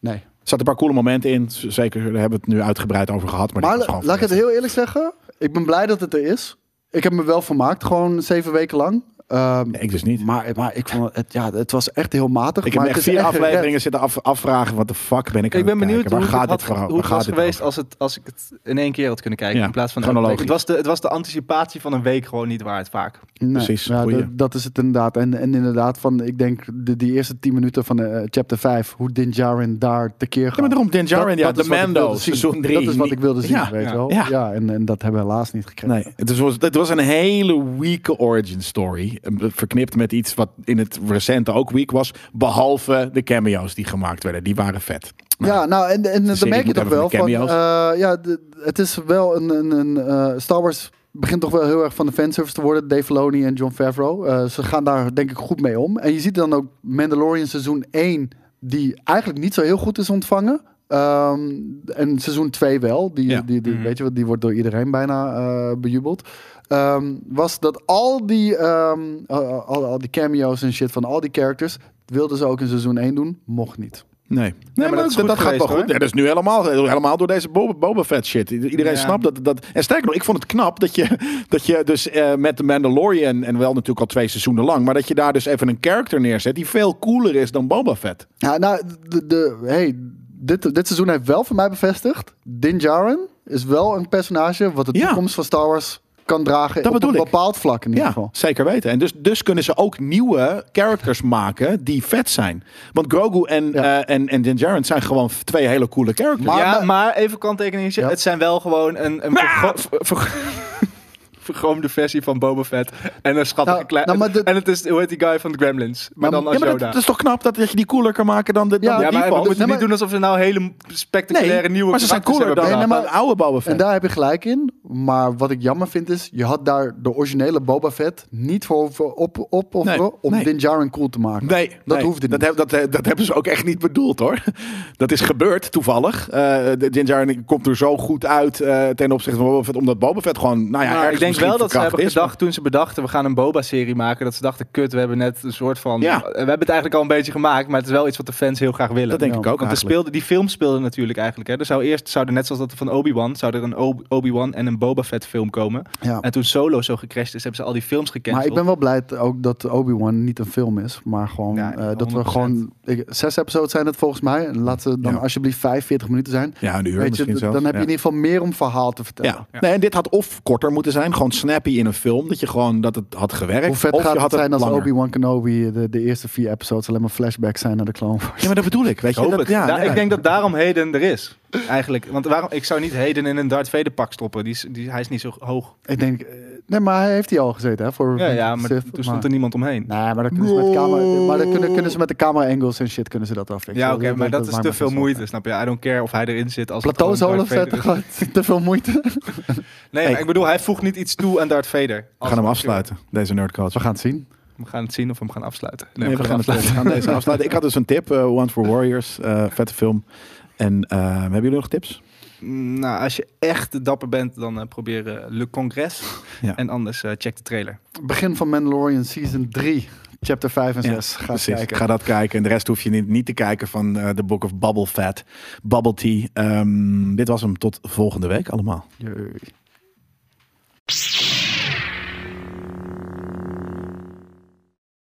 Speaker 4: Nee.
Speaker 2: Er zaten een paar coole momenten in. Z- Zeker, daar hebben we het nu uitgebreid over gehad. Maar,
Speaker 4: Maar
Speaker 2: dit was
Speaker 4: la-
Speaker 2: gewoon
Speaker 4: laat ik het
Speaker 2: vet.
Speaker 4: heel eerlijk zeggen. Ik ben blij dat het er is. Ik heb me wel vermaakt, gewoon zeven weken lang. Ehm,
Speaker 2: Nee, ik dus niet.
Speaker 4: maar, maar ik vond het, ja, het was echt heel matig.
Speaker 2: Ik heb
Speaker 4: maar
Speaker 2: echt
Speaker 4: het is
Speaker 2: vier
Speaker 4: gered.
Speaker 2: afleveringen zitten af, afvragen. Wat de fuck ben ik aan
Speaker 3: Ik ben
Speaker 2: het
Speaker 3: benieuwd
Speaker 2: kijken?
Speaker 3: hoe
Speaker 2: Waar
Speaker 3: het,
Speaker 2: gaat
Speaker 3: had,
Speaker 2: dit vooral?
Speaker 3: hoe het
Speaker 2: Waar
Speaker 3: was
Speaker 2: gaat dit
Speaker 3: geweest
Speaker 2: over?
Speaker 3: als, het, als ik het in één keer had kunnen kijken.
Speaker 2: Ja,
Speaker 3: in plaats van elke
Speaker 2: chronologisch.
Speaker 3: week. Het was, de, het was de anticipatie van een week gewoon niet waard vaak.
Speaker 4: Nee,
Speaker 2: Precies,
Speaker 4: ja,
Speaker 2: goeie.
Speaker 4: dat, dat is het inderdaad. En, en inderdaad, van, ik denk de, die eerste tien minuten van eh, chapter 5, hoe Din Djarin daar tekeer gaat.
Speaker 2: Ja, maar daarom Din Djarin,
Speaker 4: Dat-
Speaker 2: ja,
Speaker 4: dat
Speaker 2: de
Speaker 4: is wat ik
Speaker 2: Mando,
Speaker 4: wilde zien.
Speaker 2: seizoen 3.
Speaker 4: Dat is wat ik wilde zien,
Speaker 2: Ja,
Speaker 4: weet je
Speaker 3: ja,
Speaker 4: wel.
Speaker 2: ja.
Speaker 4: Ja, en, en dat hebben we helaas niet gekregen.
Speaker 2: Nee, het was, het was een hele weak origin story. eh, Verknipt met iets wat in het recente ook weak was. Behalve de cameo's die gemaakt werden. Die waren vet.
Speaker 4: Ja, nou, en, en dan
Speaker 2: serie
Speaker 4: merk je
Speaker 2: moet
Speaker 4: toch
Speaker 2: hebben
Speaker 4: wel
Speaker 2: van
Speaker 4: van...
Speaker 2: de
Speaker 4: eh, ja, de- het is wel een... een, een eh, Star Wars begint toch wel heel erg van de fanservice te worden. Dave Filoni en John Favreau. Eh, ze gaan daar denk ik goed mee om. En je ziet dan ook Mandalorian seizoen 1... die eigenlijk niet zo heel goed is ontvangen. Ehm, en seizoen 2 wel. Die,
Speaker 2: Ja.
Speaker 4: die, die, weet je, wat, die wordt door iedereen bijna eh, bejubeld. Ehm, was dat al die, ehm, al, al- al die cameo's en shit van al die characters... wilden ze ook in seizoen 1 doen, mocht niet.
Speaker 2: Nee, maar
Speaker 3: maar dat
Speaker 2: dat,
Speaker 3: is goed
Speaker 2: dat gaat
Speaker 3: geweest,
Speaker 2: wel goed.
Speaker 3: hoor.
Speaker 2: Ja, dat is nu helemaal, helemaal door deze Boba, Boba Fett shit. I- Iedereen
Speaker 3: Ja.
Speaker 2: snapt dat, dat. En sterker nog, ik vond het knap dat je, *laughs* dat je dus eh, met de Mandalorian... en wel natuurlijk al twee seizoenen lang... maar dat je daar dus even een character neerzet... die veel cooler is dan Boba Fett.
Speaker 4: Ja, nou, de, de, hey, dit, dit seizoen heeft wel voor mij bevestigd. Din Djarin is wel een personage wat de
Speaker 2: Ja.
Speaker 4: toekomst van Star Wars kan dragen.
Speaker 2: Dat
Speaker 4: op een
Speaker 2: bedoel ik.
Speaker 4: bepaald vlak in ieder
Speaker 2: Ja,
Speaker 4: geval.
Speaker 2: zeker weten. En dus, dus kunnen ze ook nieuwe characters *laughs* maken die vet zijn. Want Grogu en,
Speaker 4: Ja.
Speaker 2: eh, en, en Din Djarin zijn gewoon twee hele coole characters.
Speaker 4: Maar-
Speaker 3: Maar, ja,
Speaker 4: maar-
Speaker 3: maar even kanttekening.
Speaker 4: Ja.
Speaker 3: Het zijn wel gewoon een, een vergro- ver- ver- vergroomde versie van Boba Fett. En een schattige
Speaker 4: Nou,
Speaker 3: klein...
Speaker 4: nou, maar dit-
Speaker 3: en het is, hoe heet die guy van de Gremlins? Maar,
Speaker 4: Maar-
Speaker 3: dan als
Speaker 2: ja, maar dat,
Speaker 3: Yoda.
Speaker 2: dat is toch knap dat, dat je die cooler kan maken dan de, dan
Speaker 4: Ja,
Speaker 2: de
Speaker 3: ja, maar we
Speaker 2: default?
Speaker 3: moeten
Speaker 4: Nee, maar-
Speaker 3: niet doen alsof ze nou hele spectaculaire
Speaker 2: Nee,
Speaker 3: nieuwe
Speaker 2: maar ze zijn
Speaker 3: karakters
Speaker 2: cooler dan,
Speaker 3: hebben
Speaker 4: Nee,
Speaker 2: dan
Speaker 4: maar-
Speaker 2: de oude Boba
Speaker 4: En
Speaker 2: Fett.
Speaker 4: daar heb je gelijk in. Maar wat ik jammer vind is, je had daar de originele Boba Fett niet voor hoeven op, op,
Speaker 2: Nee,
Speaker 4: om
Speaker 2: nee.
Speaker 4: Din Djarin cool te maken.
Speaker 2: Nee,
Speaker 4: Dat
Speaker 2: nee.
Speaker 4: hoefde niet.
Speaker 2: Dat, heb- dat, eh, dat hebben ze ook echt niet bedoeld hoor. *laughs* Dat is gebeurd toevallig. Eh de- Din Djarin komt er zo goed uit eh, ten opzichte van Boba Fett. Omdat Boba Fett gewoon, nou ja,
Speaker 3: Maar
Speaker 2: ergens
Speaker 3: ik denk
Speaker 2: misschien
Speaker 3: wel dat ze
Speaker 2: verkracht
Speaker 3: hebben
Speaker 2: is, maar-
Speaker 3: gedacht toen ze bedachten we gaan een Boba-serie maken. Dat ze dachten kut, we hebben net een soort van...
Speaker 2: Ja.
Speaker 3: We hebben het eigenlijk al een beetje gemaakt, maar het is wel iets wat de fans heel graag willen.
Speaker 2: Dat denk
Speaker 4: Ja,
Speaker 2: ik ook
Speaker 3: Want er
Speaker 2: eigenlijk.
Speaker 3: speelde, die film speelde natuurlijk eigenlijk. Hè. Er zou eerst, zouden net zoals dat van Obi-Wan, zou er een Ob- Obi-Wan en een Boba Fett film komen.
Speaker 4: Ja.
Speaker 3: En toen Solo zo gecrashed is, hebben ze al die films gecanceld.
Speaker 4: Maar ik ben wel blij dat ook dat Obi-Wan niet een film is. Maar gewoon
Speaker 3: Ja,
Speaker 4: eh, dat we gewoon... ik- zes episodes zijn het volgens mij. En laat ze dan
Speaker 2: Ja.
Speaker 4: alsjeblieft 45 minuten zijn.
Speaker 2: Ja, een uur
Speaker 4: Weet je,
Speaker 2: misschien
Speaker 4: d-
Speaker 2: zelfs.
Speaker 4: dan heb je eh,
Speaker 2: Ja.
Speaker 4: in ieder geval meer om verhaal te vertellen.
Speaker 2: Ja. Nee, en dit had of korter moeten zijn, gewoon snappy in een film, dat je gewoon dat het had gewerkt.
Speaker 4: Hoe vet
Speaker 2: of
Speaker 4: gaat
Speaker 2: je
Speaker 4: het
Speaker 2: had
Speaker 4: zijn als
Speaker 2: langer.
Speaker 4: Obi-Wan Kenobi eh, de, de eerste vier episodes alleen maar flashbacks zijn naar de Clone Wars?
Speaker 2: Ja, maar dat bedoel ik, weet
Speaker 3: Ik
Speaker 2: je.
Speaker 3: hoop
Speaker 2: dat-
Speaker 3: het.
Speaker 2: ja,
Speaker 3: Daar-
Speaker 2: ja.
Speaker 3: Nou, Ik denk dat daarom Heden er is. Eigenlijk. Want waarom, ik zou niet Heden in een Darth Vader pak stoppen. Die, is- die, hij is niet zo hoog.
Speaker 4: *laughs* Ik denk, eh, nee, maar hij heeft hij al gezeten hè, voor
Speaker 3: Ja,
Speaker 4: Revenge
Speaker 3: ja
Speaker 4: of the
Speaker 3: maar
Speaker 4: Sith,
Speaker 3: toen stond er niemand omheen.
Speaker 4: Nee, maar, dan kunnen, ze met camera, maar dan kunnen, kunnen ze met de camera angles en shit kunnen ze dat afwikkelen.
Speaker 3: Ja, oké, maar dat is
Speaker 4: maakt
Speaker 3: te
Speaker 4: me
Speaker 3: veel
Speaker 4: geen zorgen.
Speaker 3: moeite, snap je? I don't care of hij erin zit als het
Speaker 4: Plateaus
Speaker 3: gewoon
Speaker 4: holen
Speaker 3: Darth
Speaker 4: vet
Speaker 3: Vader is.
Speaker 4: *laughs* te veel moeite.
Speaker 2: Dus
Speaker 3: Nee,
Speaker 2: Hey.
Speaker 3: maar ik bedoel, hij voegt niet iets toe aan Darth Vader.
Speaker 2: We gaan hem afsluiten, deze nerdcoach.
Speaker 4: We gaan het zien.
Speaker 3: We gaan het zien of we hem gaan afsluiten.
Speaker 2: Nee, we gaan, het- we gaan deze afsluiten. Ik had dus een tip, eh, One for Warriors, eh, vette film. En eh, hebben jullie nog tips?
Speaker 3: Mm, Nou, als je echt dapper bent, dan eh, probeer eh, Le Congres.
Speaker 2: Ja.
Speaker 3: En anders eh, check de trailer.
Speaker 4: Begin van Mandalorian Season 3, Chapter 5 en
Speaker 2: Ja,
Speaker 4: 6. Ga
Speaker 2: precies.
Speaker 4: kijken.
Speaker 2: Ga dat kijken. En de rest hoef je niet, niet te kijken van eh The Book of Bubble Fat, Bubble Tea. Ehm, dit was hem. Tot volgende week allemaal.
Speaker 4: Jee.